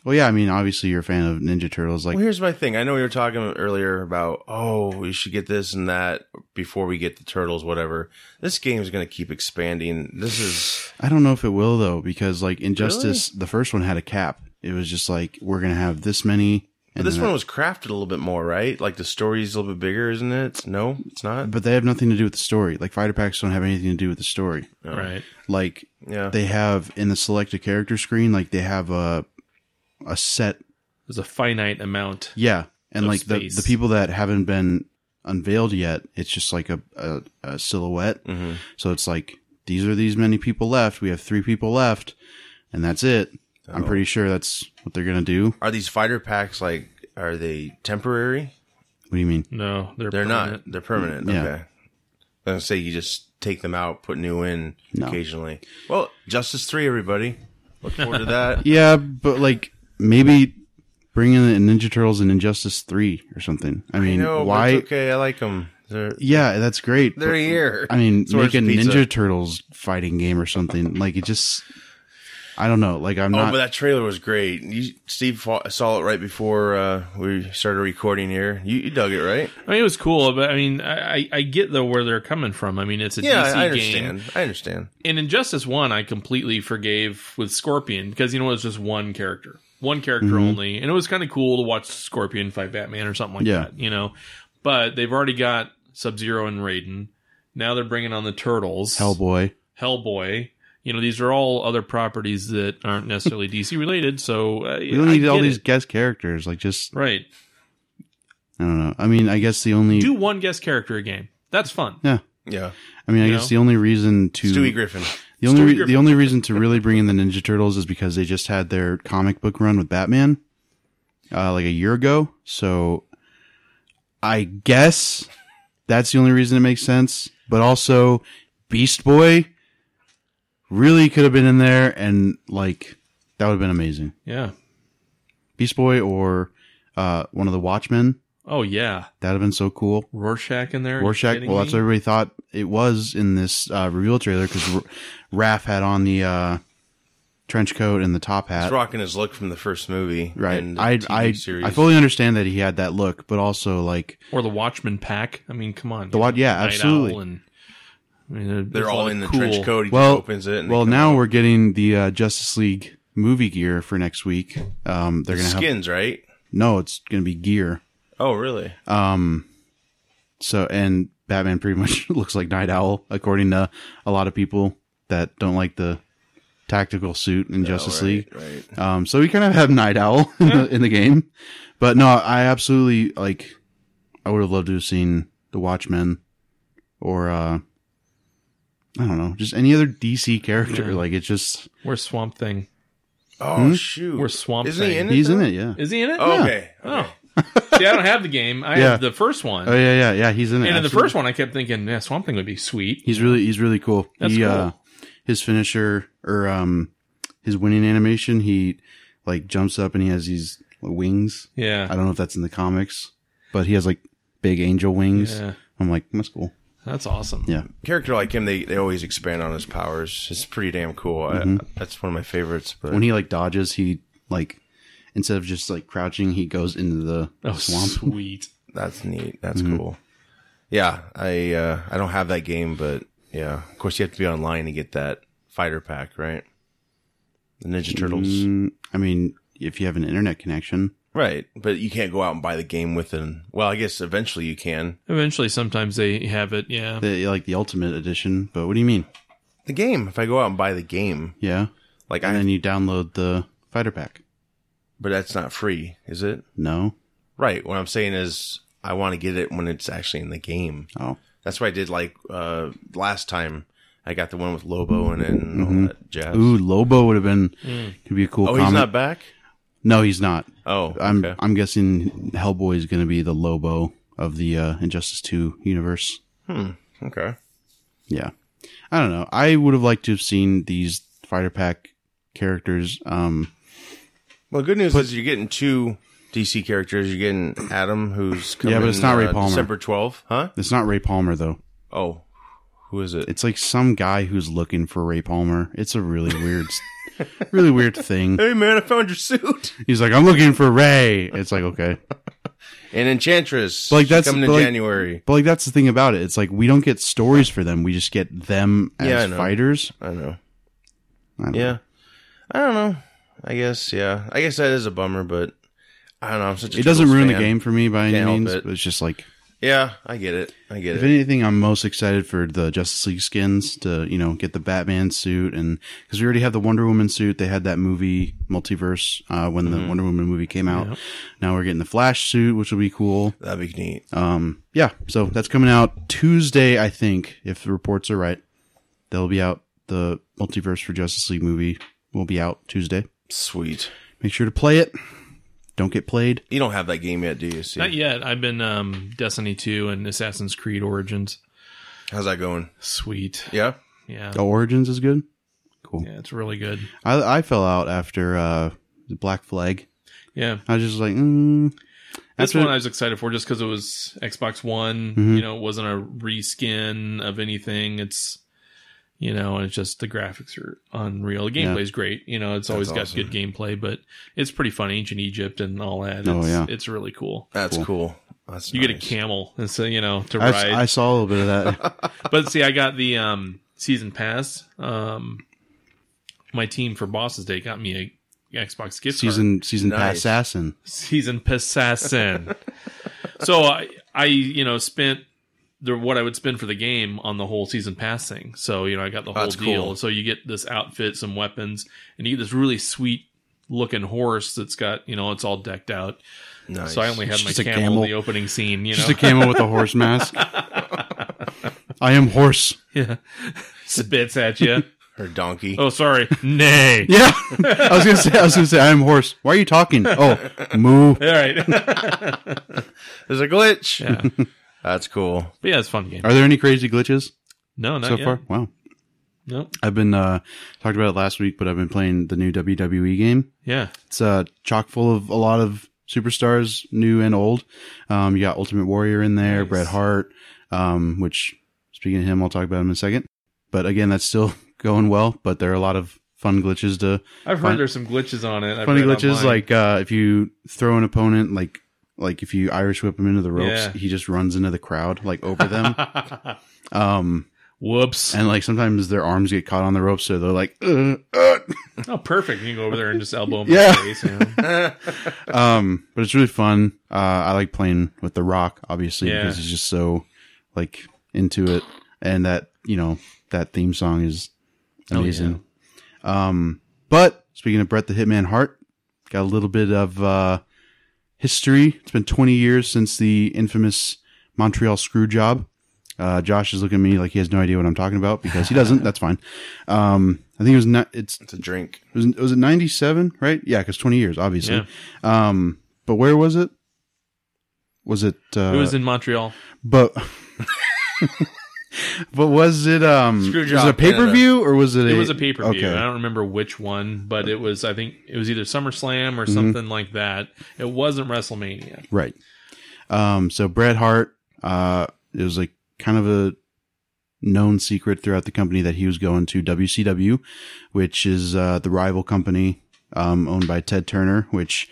Speaker 3: Well, yeah, I mean, obviously you're a fan of Ninja Turtles. Like,
Speaker 1: well, here's my thing. I know you were talking earlier about, oh, we should get this and that before we get the turtles, whatever. This game is going to keep expanding. This is
Speaker 3: I don't know if it will though, because like Injustice, the first one had a cap. It was just like we're gonna have this many.
Speaker 1: but this
Speaker 3: then
Speaker 1: one
Speaker 3: that-
Speaker 1: was crafted a little bit more, right? Like the story's a little bit bigger, isn't it? No, it's not.
Speaker 3: but they have nothing to do with the story. Like fighter packs don't have anything to do with the story.
Speaker 1: No.
Speaker 2: Right.
Speaker 3: Like
Speaker 1: Yeah.
Speaker 3: they have in the select a character screen like they have a a set
Speaker 2: There's a finite amount.
Speaker 3: yeah and
Speaker 2: Of
Speaker 3: like the,
Speaker 2: space.
Speaker 3: the people that haven't been unveiled yet it's just like a, a, a silhouette
Speaker 1: Mhm.
Speaker 3: so it's like these are these many people left we have three people left and that's it i'm
Speaker 1: Oh.
Speaker 3: pretty sure that's what they're gonna do
Speaker 1: Are these fighter packs like? Are they temporary?
Speaker 3: what do you mean
Speaker 2: No, they're
Speaker 1: They're
Speaker 2: permanent.
Speaker 1: not. They're permanent.
Speaker 3: Yeah.
Speaker 1: Okay. I was gonna say you just take them out, put new in
Speaker 3: No.
Speaker 1: occasionally. Well, Justice Three, everybody. Look forward to that.
Speaker 3: yeah but like maybe bring in the ninja turtles and injustice 3 or something i mean
Speaker 1: No,
Speaker 3: why
Speaker 1: why? It's okay, I like them. They're
Speaker 3: yeah that's great
Speaker 1: they're
Speaker 3: but-
Speaker 1: here.
Speaker 3: I mean,
Speaker 1: So where's
Speaker 3: make a
Speaker 1: the pizza?
Speaker 3: Ninja Turtles fighting game or
Speaker 1: (laughs)
Speaker 3: something. like it just, I don't know. Like I'm
Speaker 1: Oh,
Speaker 3: not.
Speaker 1: but that trailer was great. You, Steve fa- saw it right before uh, we started recording here. You, you dug it, right?
Speaker 2: I mean, it was cool, but I mean, I, I- I get though where they're coming from. I mean, it's a
Speaker 1: Yeah,
Speaker 2: DC
Speaker 1: I
Speaker 2: game.
Speaker 1: understand. I understand.
Speaker 2: And in Injustice One, I completely forgave with Scorpion because you know it was just one character, one character
Speaker 3: Mm-hmm.
Speaker 2: only, and it was kind of cool to watch Scorpion fight Batman or something like
Speaker 3: Yeah.
Speaker 2: that, you know. But they've already got Sub Zero and Raiden. Now they're bringing on the Turtles,
Speaker 3: Hellboy.
Speaker 2: Hellboy. You know, these are all other properties that
Speaker 3: (laughs)
Speaker 2: aren't necessarily DC related. So uh,
Speaker 3: We don't need all these guest characters. Like, just
Speaker 2: right.
Speaker 3: I don't know. I mean, I guess the only.
Speaker 2: Do one guest character a game. That's fun.
Speaker 1: Yeah.
Speaker 3: I mean, I
Speaker 2: you
Speaker 3: guess
Speaker 2: know?
Speaker 3: the only reason to
Speaker 1: Stewie Griffin.
Speaker 3: the only
Speaker 2: Stewie
Speaker 3: re-
Speaker 2: Griffin.
Speaker 3: the only reason to really bring in the Ninja Turtles is because they just had their comic book run with Batman, uh, like a year ago. So, I guess that's the only reason it makes sense. But also, Beast Boy really could have been in there, and like that would have been amazing.
Speaker 2: Yeah.
Speaker 3: Beast Boy or uh, one of the Watchmen.
Speaker 2: Oh yeah.
Speaker 3: That'd have been so cool.
Speaker 2: Rorschach in there. Are you
Speaker 3: Rorschach.
Speaker 2: kidding
Speaker 3: Well, that's what
Speaker 2: me?
Speaker 3: everybody thought it was in this uh, reveal trailer because Raph had on the uh, trench coat and the top
Speaker 1: He's
Speaker 3: hat.
Speaker 1: rocking his look from the first movie.
Speaker 3: Right.
Speaker 1: And the
Speaker 3: I
Speaker 1: TV
Speaker 3: I,
Speaker 1: series.
Speaker 3: I fully understand that he had that look, but also like
Speaker 2: or the Watchmen pack. I mean, come on.
Speaker 3: The Wat- yeah,
Speaker 2: Night
Speaker 3: absolutely.
Speaker 2: Owl and, I mean, there- there's
Speaker 1: They're
Speaker 2: a
Speaker 1: all
Speaker 2: lot
Speaker 1: in
Speaker 2: of
Speaker 1: the
Speaker 2: cool-
Speaker 1: trench coat. He
Speaker 3: Well-
Speaker 1: just opens it. And
Speaker 3: well
Speaker 1: they come
Speaker 3: now
Speaker 1: out.
Speaker 3: we're getting the uh, Justice League movie gear for next week. Um, they're gonna have
Speaker 1: skins, right?
Speaker 3: no, it's gonna be gear.
Speaker 1: Oh, really?
Speaker 3: Um, so and Batman pretty (laughs) much looks like Night Owl, according to a lot of people that don't like the tactical suit in Justice
Speaker 1: Oh, right,
Speaker 3: League.
Speaker 1: Right.
Speaker 3: Um, so we kind of have Night Owl (laughs) in, the, in the game, but no, I absolutely like. I would have loved to have seen the Watchmen, or uh, I don't know, just any other DC character.
Speaker 2: Yeah.
Speaker 3: Like it's just
Speaker 2: Where's Swamp Thing?
Speaker 1: Oh
Speaker 3: Hmm?
Speaker 1: shoot!
Speaker 2: Where's Swamp
Speaker 1: Isn't he
Speaker 2: Thing?
Speaker 1: in it?
Speaker 3: he's in
Speaker 1: though?
Speaker 3: it, yeah.
Speaker 2: Is he in it?
Speaker 1: Oh, okay.
Speaker 2: Oh.
Speaker 1: okay.
Speaker 2: See, I don't have the game. I
Speaker 3: Yeah.
Speaker 2: have the first one.
Speaker 3: Oh yeah, yeah, yeah. He's in it.
Speaker 2: and in the
Speaker 3: absolutely.
Speaker 2: first one, I kept thinking, yeah, Swamp Thing would be sweet.
Speaker 3: he's really he's really cool.
Speaker 2: That's
Speaker 3: he,
Speaker 2: cool.
Speaker 3: Uh, his finisher or um, his winning animation, he like jumps up and he has these wings. I
Speaker 2: Yeah.
Speaker 3: don't know if that's in the comics, but he has like big angel wings.
Speaker 2: Yeah.
Speaker 3: I'm like, that's cool.
Speaker 2: That's awesome.
Speaker 3: Yeah.
Speaker 1: Character like him, they, they always expand on his powers. It's pretty damn cool. I, that's one of my favorites. But
Speaker 3: Mm-hmm. when he like dodges, he like instead of just like crouching, he goes into the
Speaker 2: Oh,
Speaker 3: swamp.
Speaker 2: sweet.
Speaker 1: that's neat. That's
Speaker 3: Mm-hmm.
Speaker 1: cool. Yeah, I uh, I don't have that game, but yeah, of course you have to be online to get that fighter pack, right? The Ninja Turtles,
Speaker 3: Mm, I mean, if you have an internet connection,
Speaker 1: right? But you can't go out and buy the game with an. Well, I guess eventually you can.
Speaker 2: Eventually, sometimes they have it. Yeah.
Speaker 3: the, like the Ultimate Edition. But what do you mean?
Speaker 1: The game. If I go out and buy the game,
Speaker 3: Yeah,
Speaker 1: like
Speaker 3: and
Speaker 1: I,
Speaker 3: then you download the fighter pack.
Speaker 1: but that's not free, is it?
Speaker 3: No,
Speaker 1: Right. What I'm saying is, I want to get it when it's actually in the game.
Speaker 3: oh,
Speaker 1: That's what I did like uh last time. I got the one with Lobo and and all that jazz.
Speaker 3: Mm-hmm. ooh, Lobo would have been could be a cool.
Speaker 1: oh,
Speaker 3: comic.
Speaker 1: he's not back.
Speaker 3: no, he's not.
Speaker 1: Oh,
Speaker 3: I'm
Speaker 1: okay.
Speaker 3: I'm guessing Hellboy is going to be the Lobo of the uh, Injustice Two universe.
Speaker 1: okay.
Speaker 3: Yeah. I don't know. I would have liked to have seen these fighter pack characters. Um,
Speaker 1: Well, good news is you're getting two DC characters. You're getting Adam, who's coming,
Speaker 3: Yeah, but it's not Ray
Speaker 1: uh,
Speaker 3: Palmer.
Speaker 1: December 12th, huh?
Speaker 3: it's not Ray Palmer though.
Speaker 1: Oh, who is it?
Speaker 3: It's like some guy who's looking for Ray Palmer. It's a really weird, (laughs) really weird thing.
Speaker 1: Hey man, I found your suit. (laughs)
Speaker 3: He's like, I'm looking for Ray. It's like, okay.
Speaker 1: And Enchantress,
Speaker 3: But, like,
Speaker 1: she's
Speaker 3: that's-
Speaker 1: coming
Speaker 3: but,
Speaker 1: in
Speaker 3: like-
Speaker 1: January.
Speaker 3: But like, that's the thing about it. It's like, we don't get stories for them. We just get them as
Speaker 1: Yeah, I know.
Speaker 3: fighters.
Speaker 1: I know.
Speaker 3: I don't know.
Speaker 1: Yeah, I don't know. I guess yeah. I guess that is a bummer, but I don't know. I'm such a
Speaker 3: It doesn't
Speaker 1: Turtles
Speaker 3: ruin the
Speaker 1: fan.
Speaker 3: game for me by any
Speaker 1: Can't help
Speaker 3: means.
Speaker 1: it.
Speaker 3: But it's just like,
Speaker 1: Yeah, I get it. I get
Speaker 3: If
Speaker 1: it.
Speaker 3: anything, I'm most excited for the Justice League skins to, you know, get the Batman suit and because we already have the Wonder Woman suit. They had that movie multiverse uh, when
Speaker 1: Mm-hmm.
Speaker 3: the Wonder Woman movie came out. Now we're getting the Flash suit, which will be cool.
Speaker 1: That'd be neat.
Speaker 3: Um, yeah, so that's coming out Tuesday, I think, if the reports are right. They'll be out. The multiverse for Justice League movie will be out Tuesday.
Speaker 1: Sweet.
Speaker 3: Make sure to play it. Don't get played.
Speaker 1: You don't have that game yet, do you? See,
Speaker 2: Not yet. I've been um, Destiny 2 and Assassin's Creed Origins.
Speaker 1: how's that going?
Speaker 2: Sweet.
Speaker 1: Yeah,
Speaker 2: Yeah.
Speaker 3: The Origins is good.
Speaker 2: Yeah, it's really good.
Speaker 3: I, I fell out after uh, the Black Flag.
Speaker 2: Yeah.
Speaker 3: I was just like, mm.
Speaker 2: This
Speaker 3: After- Mm-hmm.
Speaker 2: one I was excited for just because it was Xbox One. You know, it wasn't a reskin of anything. It's, you know, and it's just the graphics are unreal. The
Speaker 3: Yeah.
Speaker 2: gameplay's great. You know, it's always got
Speaker 1: awesome.
Speaker 2: good gameplay, but it's pretty fun. Ancient Egypt and all that. It's,
Speaker 3: Oh, yeah.
Speaker 2: It's really cool.
Speaker 1: that's cool. That's
Speaker 2: You
Speaker 1: nice.
Speaker 2: get a camel, and so you know to
Speaker 3: I,
Speaker 2: ride.
Speaker 3: I saw a little bit of
Speaker 2: (laughs)
Speaker 3: that.
Speaker 2: but see, I got the um, season pass. Um, my team for Boss's Day got me a Xbox gift card.
Speaker 3: season season
Speaker 1: Nice.
Speaker 3: pass assassin.
Speaker 2: season assassin. so I, I, you know, spent the what I would spend for the game on the whole season pass thing. So you know, I got the whole
Speaker 1: That's
Speaker 2: deal.
Speaker 1: cool.
Speaker 2: So you get this outfit, some weapons, and you get this really sweet looking horse that's got you know it's all decked out.
Speaker 1: Nice.
Speaker 2: So I only had
Speaker 3: It's
Speaker 2: my
Speaker 3: just a
Speaker 2: camel,
Speaker 3: camel.
Speaker 2: in the opening scene. You know, (laughs)
Speaker 3: Just a camel with a horse mask. I am horse.
Speaker 2: yeah, spits
Speaker 3: (laughs)
Speaker 2: at you.
Speaker 1: her donkey.
Speaker 2: oh, sorry, (laughs) nay.
Speaker 3: Yeah, (laughs) I was gonna say. I was gonna say. I am horse. Why are you talking? Oh, moo.
Speaker 2: All right, (laughs) but
Speaker 1: There's a glitch.
Speaker 3: (laughs)
Speaker 1: That's cool.
Speaker 2: yeah, it's a fun game.
Speaker 3: Are there any crazy glitches
Speaker 2: No, not
Speaker 3: so
Speaker 2: yet.
Speaker 3: far? Wow.
Speaker 2: No,
Speaker 3: I've been uh talked about it last week, but I've been playing the new WWE game.
Speaker 2: yeah,
Speaker 3: It's uh chock full of a lot of superstars, new and old. Um, you got Ultimate Warrior in there,
Speaker 2: Nice.
Speaker 3: Bret Hart. Um, which speaking of him, I'll talk about him in a second. But again, that's still (laughs) going well. But there are a lot of fun glitches to
Speaker 2: I've heard
Speaker 3: Fun-
Speaker 2: there's some glitches on it. I've
Speaker 3: funny
Speaker 2: read
Speaker 3: glitches
Speaker 2: online.
Speaker 3: like uh, if you throw an opponent like like if you Irish whip him into the ropes,
Speaker 2: Yeah.
Speaker 3: he just runs into the crowd like over
Speaker 2: (laughs)
Speaker 3: them. um,
Speaker 2: Whoops!
Speaker 3: and like sometimes their arms get caught on the ropes, so they're like, uh, uh.
Speaker 2: oh, perfect. You can go over there and just elbow him
Speaker 3: Yeah.
Speaker 2: in the face. You know?
Speaker 3: um, but it's really fun. Uh, I like playing with the Rock obviously
Speaker 2: Yeah.
Speaker 3: because he's just so like into it, and that you know that theme song is
Speaker 2: Oh, yeah.
Speaker 3: amazing. Um, but speaking of Brett the Hitman Hart, got a little bit of uh, history. It's been 20 years since the infamous Montreal screw job. Uh, Josh is looking at me like he has no idea what I'm talking about because he
Speaker 2: (laughs)
Speaker 3: doesn't. That's fine. Um, I think it was not. It's
Speaker 1: It's a drink.
Speaker 3: it was, it was it 97, right? Yeah, because 20 years, obviously.
Speaker 2: Yeah.
Speaker 3: Um, but where was it? Was it? Uh,
Speaker 2: it was in Montreal.
Speaker 3: but. (laughs) but was it um
Speaker 1: Screw
Speaker 3: was
Speaker 1: job,
Speaker 3: it a pay per view or was it a,
Speaker 2: It was a pay per view.
Speaker 3: okay.
Speaker 2: I don't remember which one, but it was. I think it was either SummerSlam
Speaker 3: Mm-hmm.
Speaker 2: or something like that. It wasn't
Speaker 3: (laughs)
Speaker 2: WrestleMania.
Speaker 3: Right. Um, so Bret Hart, uh, it was like kind of a known secret throughout the company that he was going to WCW, which is, uh, the rival company, um, owned by Ted Turner, which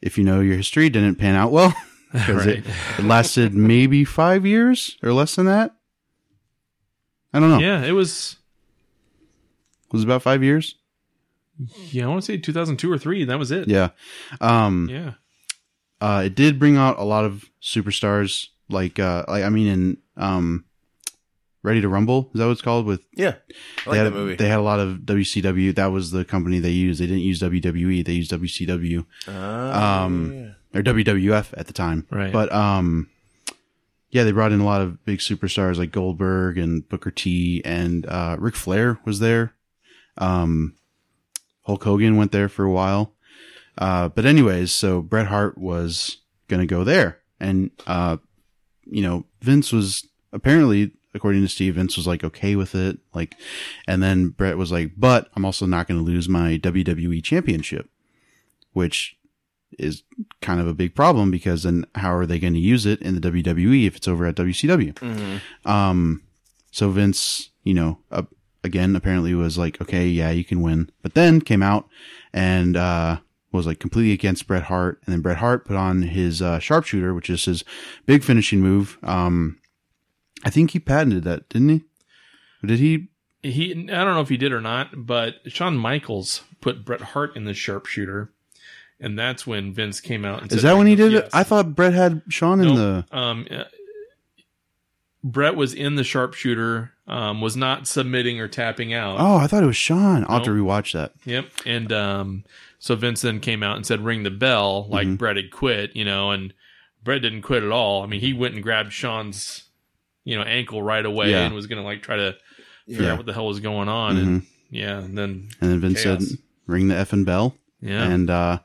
Speaker 3: if you know your history didn't pan out well (laughs) because it, it lasted maybe five years or less than that. I don't know.
Speaker 2: Yeah, it was.
Speaker 3: It was about five years.
Speaker 2: Yeah, I want to say 2002 or three. And that was it.
Speaker 3: Yeah. Um,
Speaker 2: yeah.
Speaker 3: uh, it did bring out a lot of superstars like uh like I mean in um Ready to Rumble, is that what it's called? With
Speaker 1: Yeah. I like
Speaker 3: they, had,
Speaker 1: that movie.
Speaker 3: they had a lot of WCW. That was the company they used. They didn't use WWE, they used WCW
Speaker 1: Ah,
Speaker 3: um,
Speaker 1: yeah.
Speaker 3: or WWF at the time.
Speaker 2: Right.
Speaker 3: But um yeah, they brought in a lot of big superstars like Goldberg and Booker T and uh Ric Flair was there. Um Hulk Hogan went there for a while. Uh but anyways, so Bret Hart was gonna go there. And uh you know, Vince was apparently according to Steve, Vince was like okay with it. Like and then Bret was like, but I'm also not gonna lose my WWE championship, which is kind of a big problem because then how are they going to use it in the WWE if it's over at WCW?
Speaker 1: Mm-hmm.
Speaker 3: Um, so Vince, you know, uh, again, apparently was like, okay, yeah, you can win, but then came out and, uh, was like completely against Bret Hart. And then Bret Hart put on his, uh, sharpshooter, which is his big finishing move. Um, I think he patented that, didn't he? Or Did he?
Speaker 2: He. I don't know if he did or not, but Shawn Michaels put Bret Hart in the sharpshooter, and that's when Vince came out. And
Speaker 3: Is
Speaker 2: said,
Speaker 3: that when he did
Speaker 2: Yes.
Speaker 3: it? I thought Bret had Sean in the.
Speaker 2: Nope. um, uh, Brett was in the sharpshooter, um, was not submitting or tapping out.
Speaker 3: Oh, I thought it was Sean. I'll have to rewatch that.
Speaker 2: Yep. And um, so Vince then came out and said, "Ring the bell," like
Speaker 3: Mm-hmm.
Speaker 2: Brett had quit, you know, and Brett didn't quit at all. I mean, he went and grabbed Sean's, you know, ankle right away
Speaker 3: Yeah.
Speaker 2: and was going to like try to figure
Speaker 3: Yeah. Mm-hmm.
Speaker 2: out what the hell was going on. And yeah, and then
Speaker 3: And then Vince
Speaker 2: Chaos.
Speaker 3: said, ring the effing bell.
Speaker 2: yeah,
Speaker 3: and uh,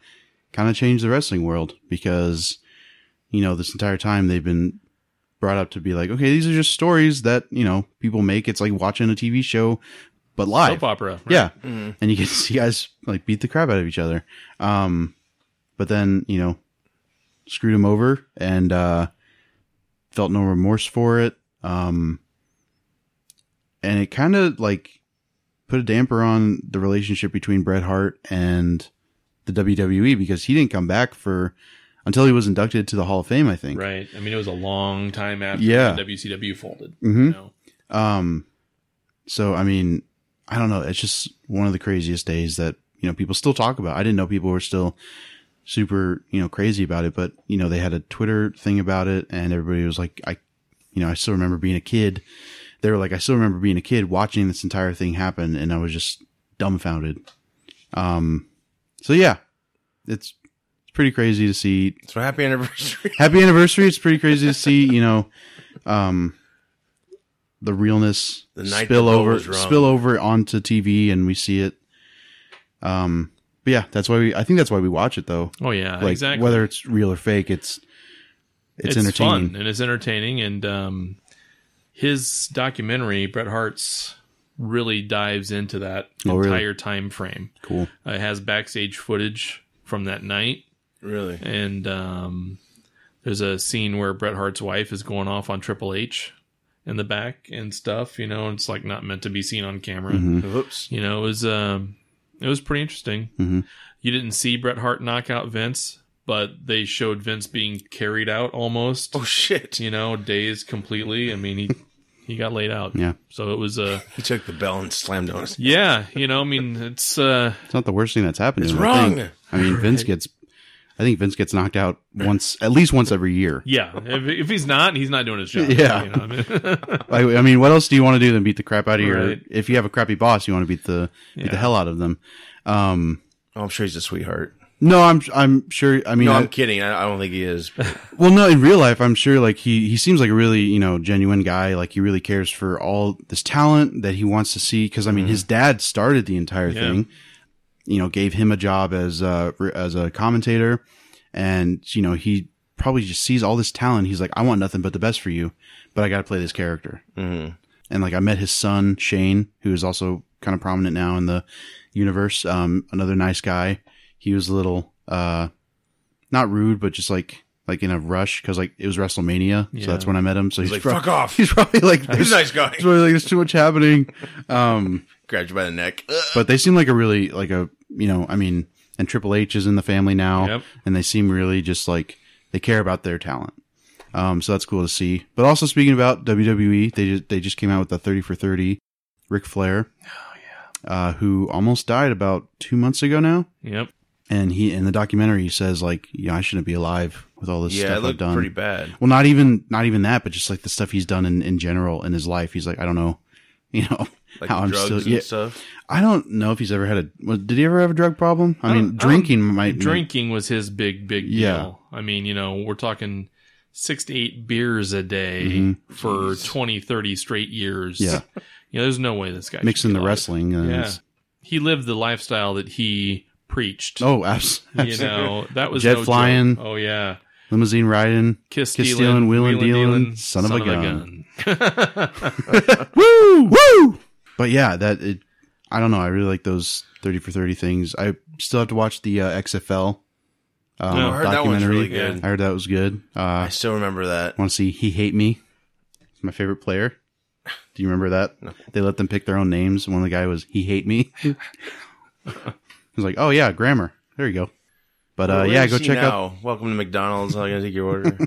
Speaker 3: kind of changed the wrestling world because you know this entire time they've been brought up to be like okay these are just stories that you know people make it's like watching a tv show but live
Speaker 2: soap opera. right?
Speaker 3: yeah
Speaker 1: Mm-hmm.
Speaker 3: and you get (laughs) to see guys like beat the crap out of each other um but then you know screwed him over and uh felt no remorse for it um and it kind of like put a damper on the relationship between Bret Hart and the WWE because he didn't come back for until he was inducted to the Hall of Fame, I think.
Speaker 2: Right. I mean, it was a long time after
Speaker 3: Yeah.
Speaker 2: WCW folded.
Speaker 3: Mhm.
Speaker 2: You know?
Speaker 3: Um, so I mean, I don't know. It's just one of the craziest days that you know people still talk about. I didn't know people were still super you know crazy about it, but you know they had a Twitter thing about it, and everybody was like, I you know, I still remember being a kid. They were like, I still remember being a kid watching this entire thing happen, and I was just dumbfounded. Um, so yeah, it's it's pretty crazy to see.
Speaker 1: So happy anniversary. (laughs)
Speaker 3: Happy anniversary! It's pretty crazy to see, you know, um, the realness
Speaker 1: The night the
Speaker 3: spill
Speaker 1: boat
Speaker 3: over
Speaker 1: was wrong.
Speaker 3: spill over onto TV, and we see it. Um, but yeah, that's why we. I think that's why we watch it though.
Speaker 2: Oh yeah,
Speaker 3: like
Speaker 2: exactly.
Speaker 3: whether it's real or fake, it's it's, entertaining.
Speaker 2: fun and it's entertaining. And um, his documentary, Bret Hart's, really dives into that
Speaker 3: Oh, really?
Speaker 2: entire time frame.
Speaker 3: Cool.
Speaker 2: Uh, it has backstage footage from that night,
Speaker 1: really?
Speaker 2: and um, there's a scene where Bret Hart's wife is going off on Triple H in the back and stuff. You know, and it's like not meant to be seen on camera.
Speaker 3: Mm-hmm.
Speaker 1: Whoops.
Speaker 2: You know, it was um, it was pretty interesting.
Speaker 3: Mhm.
Speaker 2: You didn't see Bret Hart knock out Vince, but they showed Vince being carried out almost
Speaker 1: Oh shit!
Speaker 2: you know, dazed completely. I mean, he he got laid out.
Speaker 3: Yeah.
Speaker 2: So it was uh
Speaker 1: He took the bell and slammed on us.
Speaker 2: yeah, you know, I mean, it's uh
Speaker 3: It's not the worst thing that's happened.
Speaker 1: It's
Speaker 3: to him, I think.
Speaker 1: wrong.
Speaker 3: I mean, Vince gets. I think Vince gets knocked out once, at least once every year.
Speaker 2: yeah, if, if he's not, he's not doing his job.
Speaker 3: Yeah.
Speaker 2: You know what
Speaker 3: (laughs)
Speaker 2: I mean?
Speaker 3: I, I mean, what else do you want to do than beat the crap out of your?
Speaker 2: Right.
Speaker 3: If you have a crappy boss, you want to beat the beat
Speaker 2: Yeah.
Speaker 3: the hell out of them. Um,
Speaker 1: Oh, I'm sure he's a sweetheart.
Speaker 3: no, I'm I'm sure. I mean,
Speaker 1: No,
Speaker 3: I-
Speaker 1: I'm kidding. I, I don't think he
Speaker 2: (laughs)
Speaker 1: is. but-
Speaker 3: well, no, in real life, I'm sure. Like he he seems like a really you know genuine guy. Like he really cares for all this talent that he wants to see. Because I mean,
Speaker 1: Mm-hmm.
Speaker 3: his dad started the entire
Speaker 2: Yeah.
Speaker 3: thing. You know, gave him a job as a, as a commentator, and you know he probably just sees all this talent. He's like, I want nothing but the best for you, but I got to play this character.
Speaker 1: Mhm.
Speaker 3: and like I met his son Shane, who is also kind of prominent now in the universe. Um, another nice guy. He was a little uh, not rude, but just like like in a rush because like it was WrestleMania, so
Speaker 2: Yeah.
Speaker 3: that's when I met him. So he's,
Speaker 1: He's like,
Speaker 3: prob-
Speaker 1: "Fuck
Speaker 3: (laughs)
Speaker 1: off."
Speaker 3: He's probably like,
Speaker 1: (laughs) He's
Speaker 3: there's,
Speaker 1: a nice guy.
Speaker 3: there's really, like there's too much happening. Um,
Speaker 1: Grabbed you by the neck. Ugh.
Speaker 3: but they seem like a really like a you know I mean, and Triple H is in the family now,
Speaker 2: Yep.
Speaker 3: and they seem really just like they care about their talent. Um, so that's cool to see. But also speaking about WWE, they just, they just came out with the thirty for thirty, Ric Flair,
Speaker 1: Oh,
Speaker 3: uh, who almost died about two months ago now,
Speaker 2: yep.
Speaker 3: and he in the documentary he says like, yeah, I shouldn't be alive with all this
Speaker 1: yeah, it
Speaker 3: stuff I've
Speaker 1: looked
Speaker 3: done.
Speaker 1: pretty bad.
Speaker 3: Well, not even not even that, but just like the stuff he's done in, in general in his life. He's like, I don't know, (laughs) you know,
Speaker 1: Like
Speaker 3: how I'm
Speaker 1: drugs
Speaker 3: still.
Speaker 1: and
Speaker 3: Yeah,
Speaker 1: stuff.
Speaker 3: I don't know if he's ever had a. Well, did he ever have a drug problem? I,
Speaker 2: I
Speaker 3: mean,
Speaker 2: don't- I don't-
Speaker 3: drinking might
Speaker 2: Drinking was his big big deal.
Speaker 3: Yeah.
Speaker 2: I mean, you know, we're talking 6 to 8 beers a day
Speaker 3: Mhm.
Speaker 2: for twenty, thirty straight years.
Speaker 3: Yeah.
Speaker 2: (laughs) You know, there's no way this guy should
Speaker 3: mixing
Speaker 2: be
Speaker 3: the
Speaker 2: alive.
Speaker 3: wrestling. Uh,
Speaker 2: Yeah.
Speaker 3: it's-
Speaker 2: He lived the lifestyle that he preached.
Speaker 3: Oh, abs-
Speaker 2: you know, that was
Speaker 3: Jet
Speaker 2: no joke.
Speaker 3: flying.
Speaker 2: Oh yeah.
Speaker 3: limousine
Speaker 1: (laughs)
Speaker 3: riding.
Speaker 2: Kiss,
Speaker 3: Kiss
Speaker 2: stealing,
Speaker 3: stealing, wheeling, dealing,
Speaker 2: son, of, a gun.
Speaker 3: Woo, woo. But yeah, that it. I don't know. I really like those thirty for thirty things. I still have to watch the uh, XFL. Um,
Speaker 2: No,
Speaker 1: I heard that one's
Speaker 3: documentary.
Speaker 1: really good.
Speaker 3: I heard that was good. Uh,
Speaker 1: I still remember that.
Speaker 3: Want to see He Hate Me? He's my favorite player. Do you remember that? They let them pick their own names. One of the guy was He Hate
Speaker 1: (laughs)
Speaker 3: Me. I was like, oh yeah, grammar. There you go. But uh,
Speaker 1: Where
Speaker 3: yeah,
Speaker 1: is
Speaker 3: go
Speaker 1: he
Speaker 3: check out.
Speaker 1: now? Welcome to McDonald's. I'm gonna take your
Speaker 3: (laughs)
Speaker 1: order.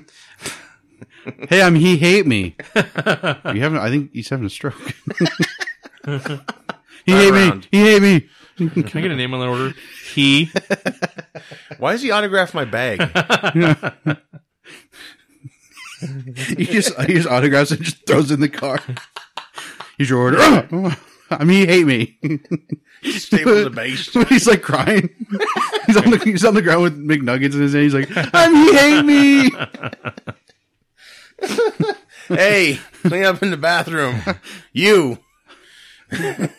Speaker 3: Hey, I'm He Hate (laughs) Me. you haven't? I think he's having a (laughs) stroke. he
Speaker 1: Not
Speaker 3: hate
Speaker 1: around.
Speaker 3: me. He hate me. (laughs)
Speaker 2: Can I get a name on that (laughs) order? He.
Speaker 1: Why does he autograph my bag?
Speaker 3: (laughs) He just he just autographs and just throws it in the car. Here's your order. (laughs) I'm He Hate Me. (laughs)
Speaker 1: Staples the base.
Speaker 3: he's like crying. (laughs) he's on the he's on the ground with McNuggets in his hand. He's like, I'm he hate me.
Speaker 1: Hey, clean up in the bathroom. You
Speaker 3: Who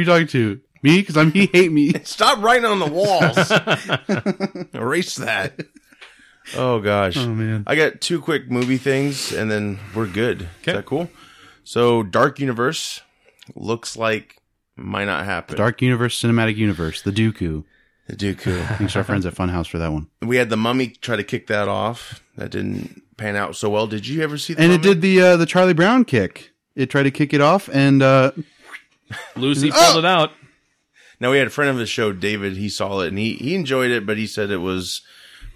Speaker 3: you talking to? Me? Because I'm he hate me.
Speaker 1: stop writing on the walls.
Speaker 3: (laughs)
Speaker 1: Erase that. Oh gosh.
Speaker 3: Oh man.
Speaker 1: I got two quick movie things, and then we're good. Is that cool? So, Dark Universe looks like might not happen.
Speaker 3: Dark Universe, Cinematic Universe, the Dooku. (laughs)
Speaker 1: Dooku.
Speaker 3: Thanks to our friends at Funhouse for that one.
Speaker 1: we had the Mummy try to kick that off. That didn't pan out so well. Did you ever see? The
Speaker 3: And it
Speaker 1: Mummy?
Speaker 3: did the uh, the Charlie Brown kick. It tried to kick it off, and uh,
Speaker 2: Lucy pulled it out.
Speaker 1: Now we had a friend of the show, David. He saw it and he he enjoyed it, but he said it was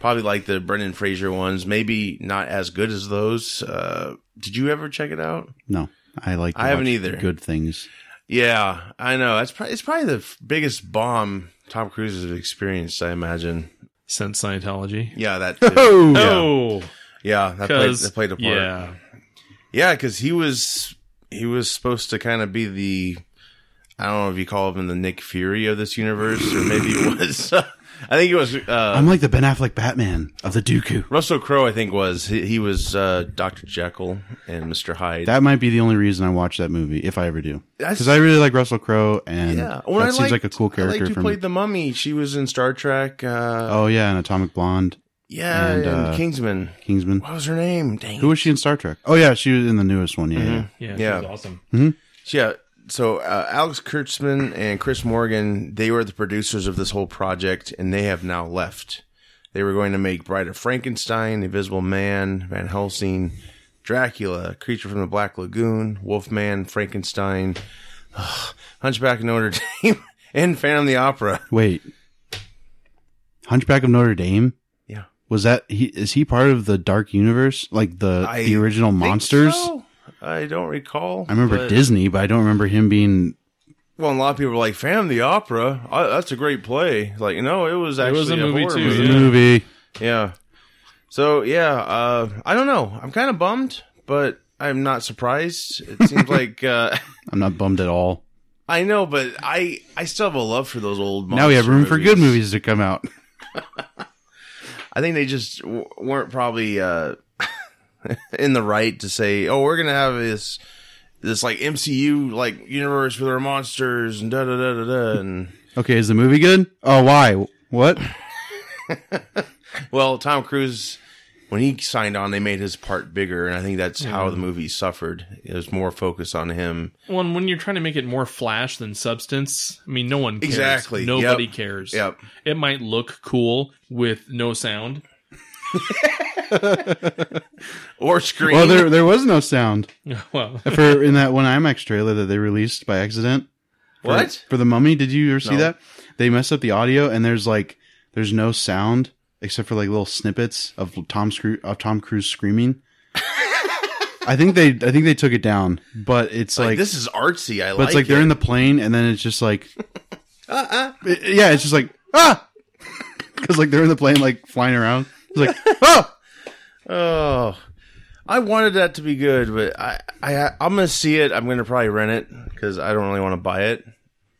Speaker 1: probably like the Brendan Fraser ones, maybe not as good as those. Uh, did you ever check it out?
Speaker 3: no, I like. to
Speaker 1: I haven't
Speaker 3: watch
Speaker 1: either.
Speaker 3: Good things.
Speaker 1: Yeah, I know. That's probably, it's probably the f- biggest bomb Tom Cruise has experienced. I imagine.
Speaker 2: Since Scientology.
Speaker 1: Yeah, that. Too.
Speaker 3: (laughs) Oh,
Speaker 1: Yeah.
Speaker 2: Oh,
Speaker 1: Yeah, that played,
Speaker 2: because
Speaker 1: that played a part.
Speaker 2: yeah,
Speaker 1: Yeah, because he was he was supposed to kind of be the I don't know if you call him the Nick Fury of this universe, or maybe it (laughs) was. I think it was uh,
Speaker 3: I'm like the Ben Affleck Batman of the Dooku.
Speaker 1: Russell Crowe. I think was he, he was uh, Doctor Jekyll and Mister Hyde.
Speaker 3: That might be the only reason I watch that movie, if I ever do.
Speaker 1: That's-
Speaker 3: Because I really like Russell Crowe, and
Speaker 1: yeah,
Speaker 3: that seems like a cool
Speaker 1: I
Speaker 3: character
Speaker 1: liked who
Speaker 3: for me.
Speaker 1: played the Mummy. She was in Star Trek. Uh,
Speaker 3: oh yeah, and Atomic Blonde,
Speaker 1: yeah,
Speaker 3: and,
Speaker 1: and,
Speaker 3: uh,
Speaker 1: Kingsman.
Speaker 3: Kingsman.
Speaker 1: What was her name? Dang.
Speaker 3: Who was she in Star Trek? Oh yeah, she was in the newest one. Yeah, yeah.
Speaker 2: Yeah,
Speaker 1: Yeah.
Speaker 2: she's awesome.
Speaker 1: Yeah. So uh, Alex Kurtzman and Chris Morgan, they were the producers of this whole project, and they have now left. They were going to make Bride of Frankenstein, Invisible Man, Van Helsing, Dracula, Creature from the Black Lagoon, Wolfman, Frankenstein, (sighs) Hunchback of Notre (laughs) Dame, and Phantom of the Opera.
Speaker 3: Wait, Hunchback of Notre Dame.
Speaker 1: Yeah.
Speaker 3: Was that he? Is he part of the Dark Universe, like the
Speaker 1: I
Speaker 3: the original
Speaker 1: think
Speaker 3: monsters?
Speaker 1: so. I don't recall.
Speaker 3: I remember
Speaker 1: but-
Speaker 3: Disney, but I don't remember him being.
Speaker 1: Well, and a lot of people were like, "Phantom of the Opera, I, that's a great play." Like, you know, it was
Speaker 2: It
Speaker 1: actually
Speaker 2: was a
Speaker 1: a
Speaker 2: movie
Speaker 1: horror
Speaker 2: too,
Speaker 1: movie.
Speaker 3: The
Speaker 2: Yeah.
Speaker 3: movie.
Speaker 1: Yeah. So yeah, uh, I don't know. I'm kind of bummed, but I'm not surprised. It
Speaker 3: (laughs)
Speaker 1: seems like uh,
Speaker 3: I'm not bummed at all.
Speaker 1: I know, but I I still have a love for those old.
Speaker 3: now we have
Speaker 1: monster
Speaker 3: room for good movies to come out.
Speaker 1: I think they just w- weren't probably uh, (laughs) in the right to say, "Oh, we're gonna have this this like MCU like universe with our monsters and da da da da da." And
Speaker 3: Okay, is the movie good? Oh, why? What?
Speaker 1: well, Tom Cruise. When he signed on, they made his part bigger, and I think that's how
Speaker 3: Hmm.
Speaker 1: the movie suffered. It was more focus on him.
Speaker 2: Well, and when you're trying to make it more flash than substance, I mean, no one cares.
Speaker 1: Exactly.
Speaker 2: Nobody
Speaker 1: Yep.
Speaker 2: cares.
Speaker 1: Yep.
Speaker 2: It might look cool with no sound. (laughs)
Speaker 1: Or screen.
Speaker 3: Well, there there was no sound
Speaker 2: well,
Speaker 3: for in that one IMAX trailer that they released by accident. For-
Speaker 1: What?
Speaker 3: for the Mummy? Did you ever see
Speaker 1: No.
Speaker 3: that? They messed up the audio, and there's like there's no sound except for like little snippets of Tom Scru- of Tom Cruise
Speaker 1: (laughs)
Speaker 3: screaming. I think they I think they took it down, but it's
Speaker 1: Like,
Speaker 3: like,
Speaker 1: this is artsy. I
Speaker 3: but
Speaker 1: like.
Speaker 3: it's like
Speaker 1: it.
Speaker 3: they're in the plane, and then it's just like
Speaker 1: (laughs) Uh-uh.
Speaker 3: it- yeah, it's just like ah, (laughs) because like they're in the plane like flying around. It's like ah.
Speaker 1: Oh, I wanted that to be good, but I, I, I'm gonna see it. I'm gonna probably rent it because I don't really want to buy it,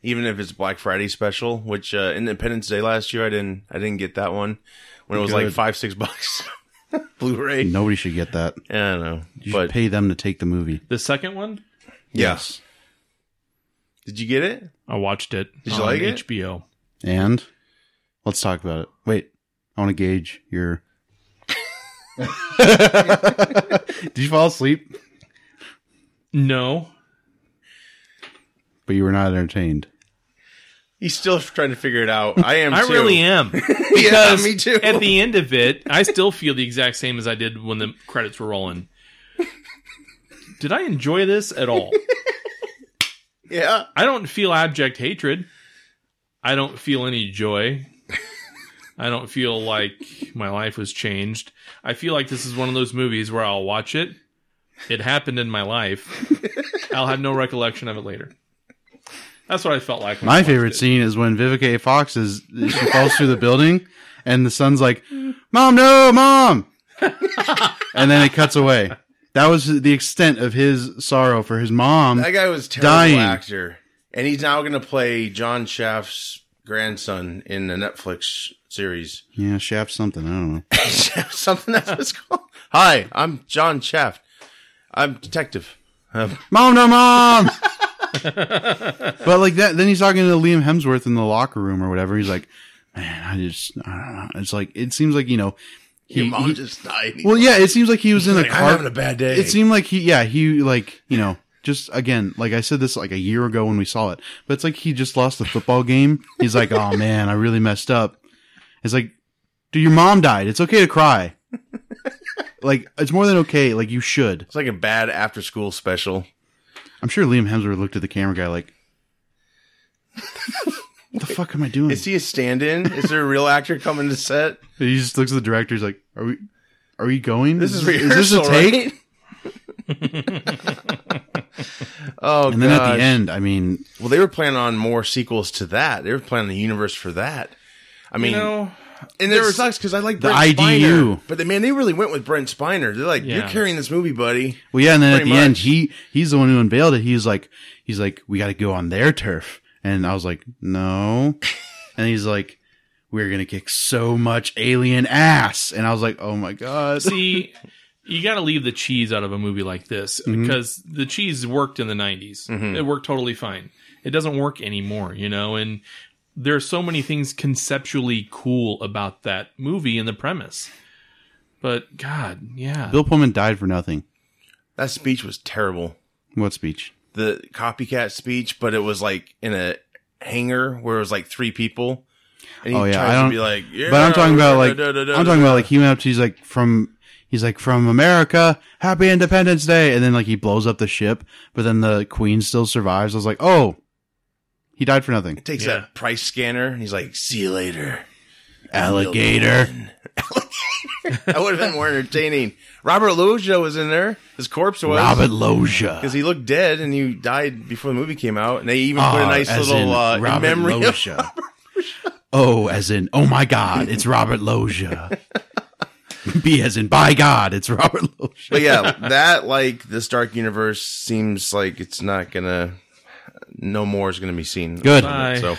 Speaker 1: even if it's Black Friday special, which uh, Independence Day last year I didn't, I didn't get that one when it was like
Speaker 3: Good.
Speaker 1: five, six bucks. (laughs) Blu-ray.
Speaker 3: Nobody should get that.
Speaker 1: I don't know,
Speaker 3: You
Speaker 1: but
Speaker 3: should pay them to take the movie.
Speaker 2: the second one,
Speaker 1: yes. Did you get it?
Speaker 2: I watched it.
Speaker 1: Did you
Speaker 2: on
Speaker 1: like it?
Speaker 2: HBO.
Speaker 3: And let's talk about it. Wait, I want to gauge your. (laughs) Did you fall asleep?
Speaker 2: No.
Speaker 3: But you were not entertained.
Speaker 1: He's still trying to figure it out. I am.
Speaker 2: I
Speaker 1: too.
Speaker 2: really am.
Speaker 1: (laughs) yeah, me too.
Speaker 2: At the end of it, I still feel the exact same as I did when the credits were rolling. Did I enjoy this at all?
Speaker 1: (laughs) yeah.
Speaker 2: I don't feel abject hatred. I don't feel any joy. I don't feel like my life was changed. I feel like this is one of those movies where I'll watch it. It happened in my life. I'll have no recollection of it later. That's what I felt like. when I
Speaker 3: My
Speaker 2: watched
Speaker 3: favorite
Speaker 2: it.
Speaker 3: scene is when Vivica A. Fox is she falls through the building, and the son's like, "Mom, no, mom," and then it cuts away. That was the extent of his sorrow for his mom.
Speaker 1: That guy was a terrible
Speaker 3: Dying.
Speaker 1: actor, and he's now going to play John Shaft's grandson in the Netflix series. (laughs)
Speaker 3: Yeah, shaft something. I don't know.
Speaker 1: Something that was called. Hi, I'm John Shaft. I'm detective. Um,
Speaker 3: Mom, no,
Speaker 1: (laughs)
Speaker 3: mom. (laughs) but like that, then he's talking to Liam Hemsworth in the locker room or whatever. He's like, man, I just, I don't know. It's like, it seems like, you know, he,
Speaker 1: your mom
Speaker 3: he-
Speaker 1: just died.
Speaker 3: well, yeah, it seems like he was in a
Speaker 1: Like, I'm having
Speaker 3: car.
Speaker 1: a bad day.
Speaker 3: It seemed like he, yeah, he like, you know, just again, like I said this like a year ago when we saw it, but it's like he just lost the football game. He's like, oh man, I really messed up. It's like, dude, your mom died. It's okay to cry. Like, it's more than okay. Like, you should.
Speaker 1: it's like a bad after school special.
Speaker 3: I'm sure Liam Hemsworth looked at the camera guy like, "What the fuck am I doing?"
Speaker 1: Is he a stand in? Is there a real actor coming to set?
Speaker 3: he just looks at the director. He's like, "Are we, are we going?
Speaker 1: This is
Speaker 3: is
Speaker 1: rehearsal,
Speaker 3: this a take?"
Speaker 1: right? (laughs) oh,
Speaker 3: And then at
Speaker 1: gosh.
Speaker 3: the end, I mean,
Speaker 1: Well, they were planning on more sequels to that. They were planning the universe for that. I mean,
Speaker 2: You know,
Speaker 1: And
Speaker 2: There
Speaker 1: it
Speaker 2: was-
Speaker 1: sucks because I like
Speaker 3: The
Speaker 1: Brent
Speaker 3: IDU.
Speaker 1: Spiner, but they, man, they really went with Brent Spiner. They're like, you're
Speaker 2: Yeah.
Speaker 1: carrying this movie, buddy.
Speaker 3: Well, yeah, and then at
Speaker 1: Pretty
Speaker 3: the end,
Speaker 1: much.
Speaker 3: he he's the one who unveiled it. He's like, he's like, we got to go on their turf, and I was like,
Speaker 1: (laughs)
Speaker 3: no, and he's like, we're gonna kick so much alien ass, and I was like, oh my god,
Speaker 2: (laughs) See, you got to leave the cheese out of a movie like this
Speaker 3: Mhm.
Speaker 2: because the cheese worked in the 90s.
Speaker 3: Mm-hmm.
Speaker 1: Mhm.
Speaker 2: It worked totally fine. It doesn't work anymore, you know, and there are so many things conceptually cool about that movie and the premise. But God, yeah.
Speaker 3: Bill Pullman died for nothing.
Speaker 1: That speech was terrible.
Speaker 3: What speech?
Speaker 1: The copycat speech, but it was like in a hangar where it was like three people. And he
Speaker 3: Oh, yeah,
Speaker 1: tries
Speaker 3: I
Speaker 1: to
Speaker 3: don't-
Speaker 1: be like, yeah,
Speaker 3: but I'm talking about like,
Speaker 1: da, da, da,
Speaker 3: I'm
Speaker 1: da,
Speaker 3: talking about like he went up to, he's like from, he's like from America, Happy Independence Day, and then like he blows up the ship, but then the Queen still survives. I was like, oh, he died for
Speaker 1: (laughs)
Speaker 3: nothing.
Speaker 1: takes
Speaker 2: Yeah.
Speaker 1: that price scanner and he's like, see you later.
Speaker 3: Alligator.
Speaker 1: (laughs) That would have been more entertaining. Robert Loggia was in there. His corpse was. (laughs)
Speaker 3: Robert Loggia.
Speaker 1: Because he looked dead and he died before the movie came out. And they even put a
Speaker 3: Ah,
Speaker 1: nice
Speaker 3: as
Speaker 1: little
Speaker 3: in
Speaker 1: uh, in
Speaker 3: Robert
Speaker 1: memory of (laughs)
Speaker 3: Loggia. oh, as in, oh my God, it's Robert Loggia. (laughs) B as in, by God, it's Robert Loggia.
Speaker 1: but yeah, that like this dark universe seems like it's not gonna. No more is gonna be seen.
Speaker 3: Good.
Speaker 2: Bye.
Speaker 1: So,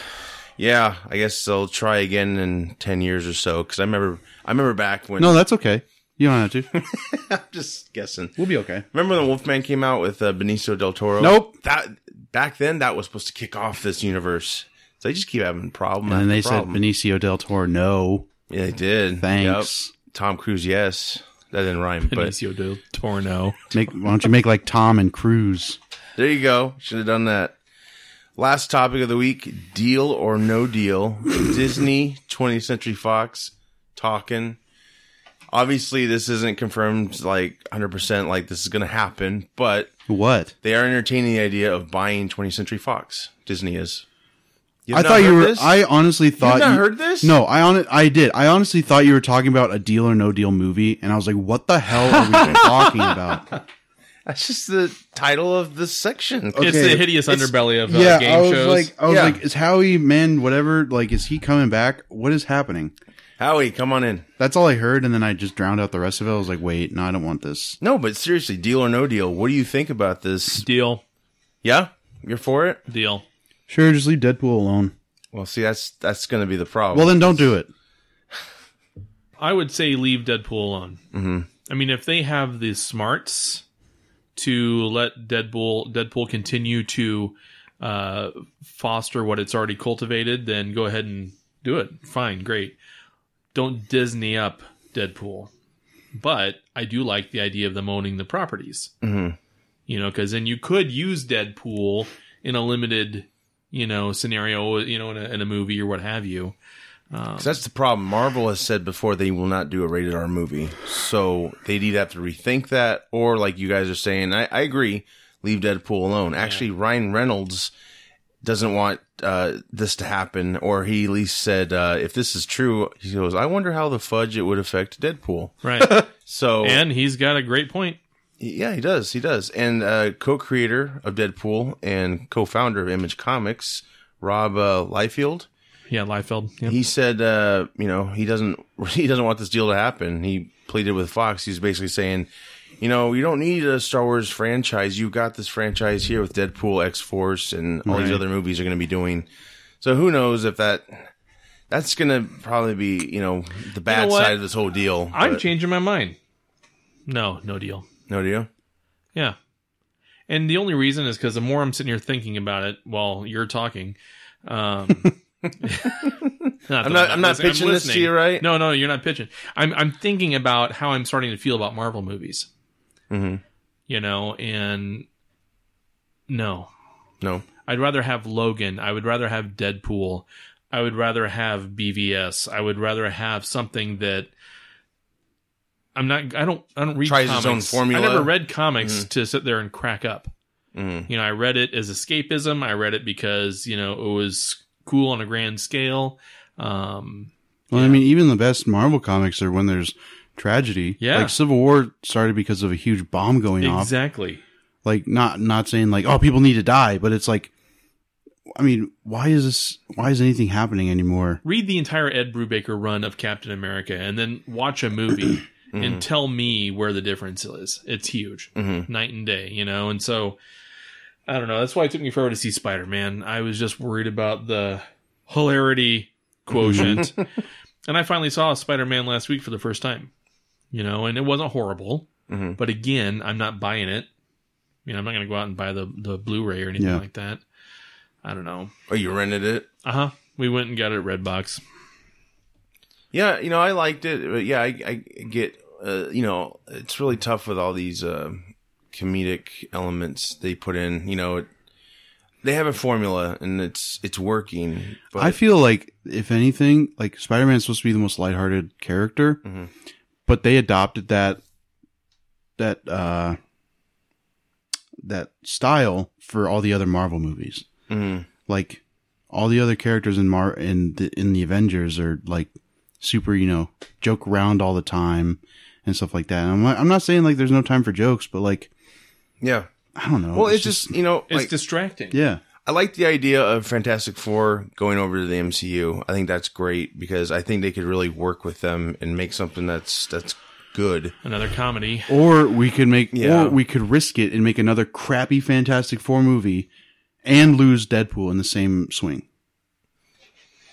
Speaker 1: yeah, I guess they'll try again in ten years or so. Because I remember, I remember back when.
Speaker 3: No, that's okay. You don't have to.
Speaker 1: I'm just guessing.
Speaker 3: We'll be okay.
Speaker 1: Remember when Wolfman came out with uh, Benicio del
Speaker 3: (laughs)
Speaker 1: Toro?
Speaker 3: Nope.
Speaker 1: That back then, that was supposed to kick off this universe. So they just keep having problem.
Speaker 3: And then
Speaker 1: after
Speaker 3: they
Speaker 1: problem.
Speaker 3: said Benicio del Toro, no.
Speaker 1: yeah, they did.
Speaker 3: Thanks.
Speaker 1: Yep. Tom Cruise, yes. That didn't rhyme, but
Speaker 2: Benicio del
Speaker 3: (laughs)
Speaker 2: Torno.
Speaker 3: Make why don't you make like Tom and Cruise?
Speaker 1: There you go. Should have done that. Last topic of the week deal or no deal. Disney, 20th Century Fox talking. Obviously, this isn't confirmed like 100% like this is going to happen, but
Speaker 3: What?
Speaker 1: they are entertaining the idea of buying 20th Century Fox. Disney is. You've
Speaker 3: I
Speaker 1: not
Speaker 3: thought you
Speaker 1: heard
Speaker 3: were.
Speaker 1: this?
Speaker 3: I honestly thought
Speaker 1: not
Speaker 3: you
Speaker 1: heard this?
Speaker 3: No, I on I did. I honestly thought you were talking about a Deal or No Deal movie, and I was like, "What the hell are we talking
Speaker 2: (laughs)
Speaker 3: about?"
Speaker 1: That's just the title of this section.
Speaker 2: It's
Speaker 3: Okay.
Speaker 2: the hideous underbelly of uh, game
Speaker 3: I was
Speaker 2: shows.
Speaker 3: like, I was
Speaker 1: Yeah.
Speaker 3: like, "Is Howie man whatever? Like, is he coming back? What is happening?"
Speaker 1: Howie, come on in.
Speaker 3: That's all I heard, and then I just drowned out the rest of it. I was like, "Wait, no, I don't want this."
Speaker 1: No, but seriously, deal or no deal. What do you think about this?
Speaker 2: deal,
Speaker 1: Yeah? You're for it?
Speaker 2: deal.
Speaker 3: Sure, just leave Deadpool alone.
Speaker 1: Well, see, that's that's going to be the problem.
Speaker 3: Well, then don't do it.
Speaker 2: I would say leave Deadpool alone. Mm-hmm. I mean, if they have the smarts to let Deadpool Deadpool continue to uh, foster what it's already cultivated, then go ahead and do it. Fine, great. Don't Disney up Deadpool, but I do like the idea of them owning the properties. Mm-hmm. You know, because then you could use Deadpool in a limited, you know, scenario, you know, in a, in a movie or what have you.
Speaker 1: 'Cause that's the problem. Marvel has said before they will not do a rated R movie. So they'd either have to rethink that or, like you guys are saying, I, I agree, leave Deadpool alone. Actually, Ryan Reynolds doesn't want uh, this to happen, or he at least said, uh, if this is true, he goes, I wonder how the fudge it would affect Deadpool.
Speaker 2: Right. (laughs)
Speaker 1: So,
Speaker 2: And he's got a great point.
Speaker 1: yeah, he does. He does. And uh, co creator of Deadpool and co founder of Image Comics, Rob uh, Liefeld,
Speaker 2: Yeah, Liefeld. Yeah.
Speaker 1: he said uh you know he doesn't (laughs) he doesn't want this deal to happen he pleaded with fox he's basically saying you know you don't need a star wars franchise you've got this franchise here with deadpool x-force and all these
Speaker 3: Right.
Speaker 1: other movies are going to be doing so who knows if that that's going to probably be you know the bad
Speaker 2: what?
Speaker 1: side of this whole deal
Speaker 2: I'm
Speaker 1: but-
Speaker 2: changing my mind. No, no deal.
Speaker 1: no deal
Speaker 2: Yeah. And the only reason is because the more I'm sitting here thinking about it while you're talking,
Speaker 1: (laughs)
Speaker 2: um,
Speaker 1: I'm not- I'm not pitching this to
Speaker 2: listening.
Speaker 1: you, right?
Speaker 2: No, no, you're not pitching. I'm I'm thinking about how I'm starting to feel about Marvel movies.
Speaker 1: Mhm.
Speaker 2: You know, and no,
Speaker 1: no
Speaker 2: I'd rather have Logan. I would rather have Deadpool. I would rather have BVS. I would rather have something that I'm not. I don't. I don't read.
Speaker 1: Tries its
Speaker 2: comics.
Speaker 1: own formula. Mm.
Speaker 2: I never read comics to sit there and crack up.
Speaker 1: Mm-hmm.
Speaker 2: You know, I read it as escapism. I read it because you know it was cool on a grand scale. Um,
Speaker 3: Well, I mean, even the best Marvel comics are when there's tragedy.
Speaker 2: Yeah.
Speaker 3: like Civil War started because of a huge bomb going off.
Speaker 2: exactly.
Speaker 3: Like, not not saying like, oh, people need to die, but it's like, I mean, why is this? Why is anything happening anymore?
Speaker 2: Read the entire Ed Brubaker run of Captain America and then watch a movie
Speaker 1: (clears throat) Mm-hmm.
Speaker 2: and tell me where the difference is. It's huge,
Speaker 1: Mm-hmm.
Speaker 2: night and day, you know? And so I don't know. That's why it took me forever to see Spider Man. I was just worried about the hilarity
Speaker 3: (laughs)
Speaker 2: quotient. and I finally saw Spider Man last week for the first time, you know, and it wasn't horrible.
Speaker 1: Mhm.
Speaker 2: But again, I'm not buying it. You know, I'm not going to go out and buy the, the Blu ray or anything
Speaker 3: Yeah.
Speaker 2: like that. I don't know.
Speaker 1: Oh, you rented it?
Speaker 2: Uh huh. We went and got it at Redbox.
Speaker 1: Yeah, you know, I liked it, but yeah, I, I get, uh, you know, it's really tough with all these uh, comedic elements they put in. You know, it, they have a formula and it's it's working. But
Speaker 3: I feel like if anything, like Spider Man's supposed to be the most lighthearted character,
Speaker 1: Mhm.
Speaker 3: but they adopted that that uh that style for all the other Marvel movies.
Speaker 1: Mhm.
Speaker 3: Like all the other characters in Mar in the in the Avengers are like super, you know, joke around all the time and stuff like that. And I'm not, I'm not saying like there's no time for jokes, but like
Speaker 1: yeah.
Speaker 3: I don't know.
Speaker 1: Well, it's, just, you know,
Speaker 2: It's
Speaker 1: like,
Speaker 2: distracting.
Speaker 3: yeah,
Speaker 1: I like the idea of Fantastic Four going over to the MCU. I think that's great because I think they could really work with them and make something that's that's good.
Speaker 2: Another comedy.
Speaker 3: Or we could make,
Speaker 1: Yeah.
Speaker 3: or we could risk it and make another crappy Fantastic Four movie and lose Deadpool in the same swing.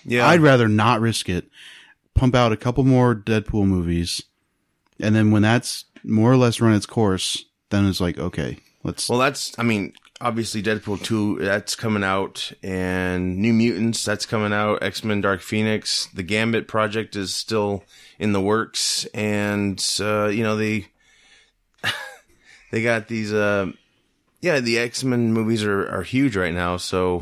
Speaker 1: Yeah,
Speaker 3: I'd rather not risk it. Pump out a couple more Deadpool movies, and then when that's more or less run its course, then it's like, okay, let's.
Speaker 1: Well, that's, I mean, obviously Deadpool 2, that's coming out, and New Mutants, that's coming out, X Men Dark Phoenix, the Gambit project is still in the works, and, uh, you know, they, (laughs) they got these, uh, yeah, the X Men movies are, are huge right now, so.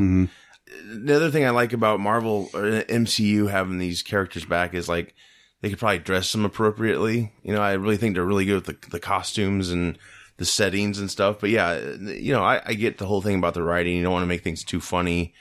Speaker 1: The other thing I like about Marvel uh, or MCU having these characters back is like they could probably dress them appropriately. You know, I really think they're really good with the, the costumes and the settings and stuff. But yeah, you know, I, I get the whole thing about the writing. You don't want to make things too funny.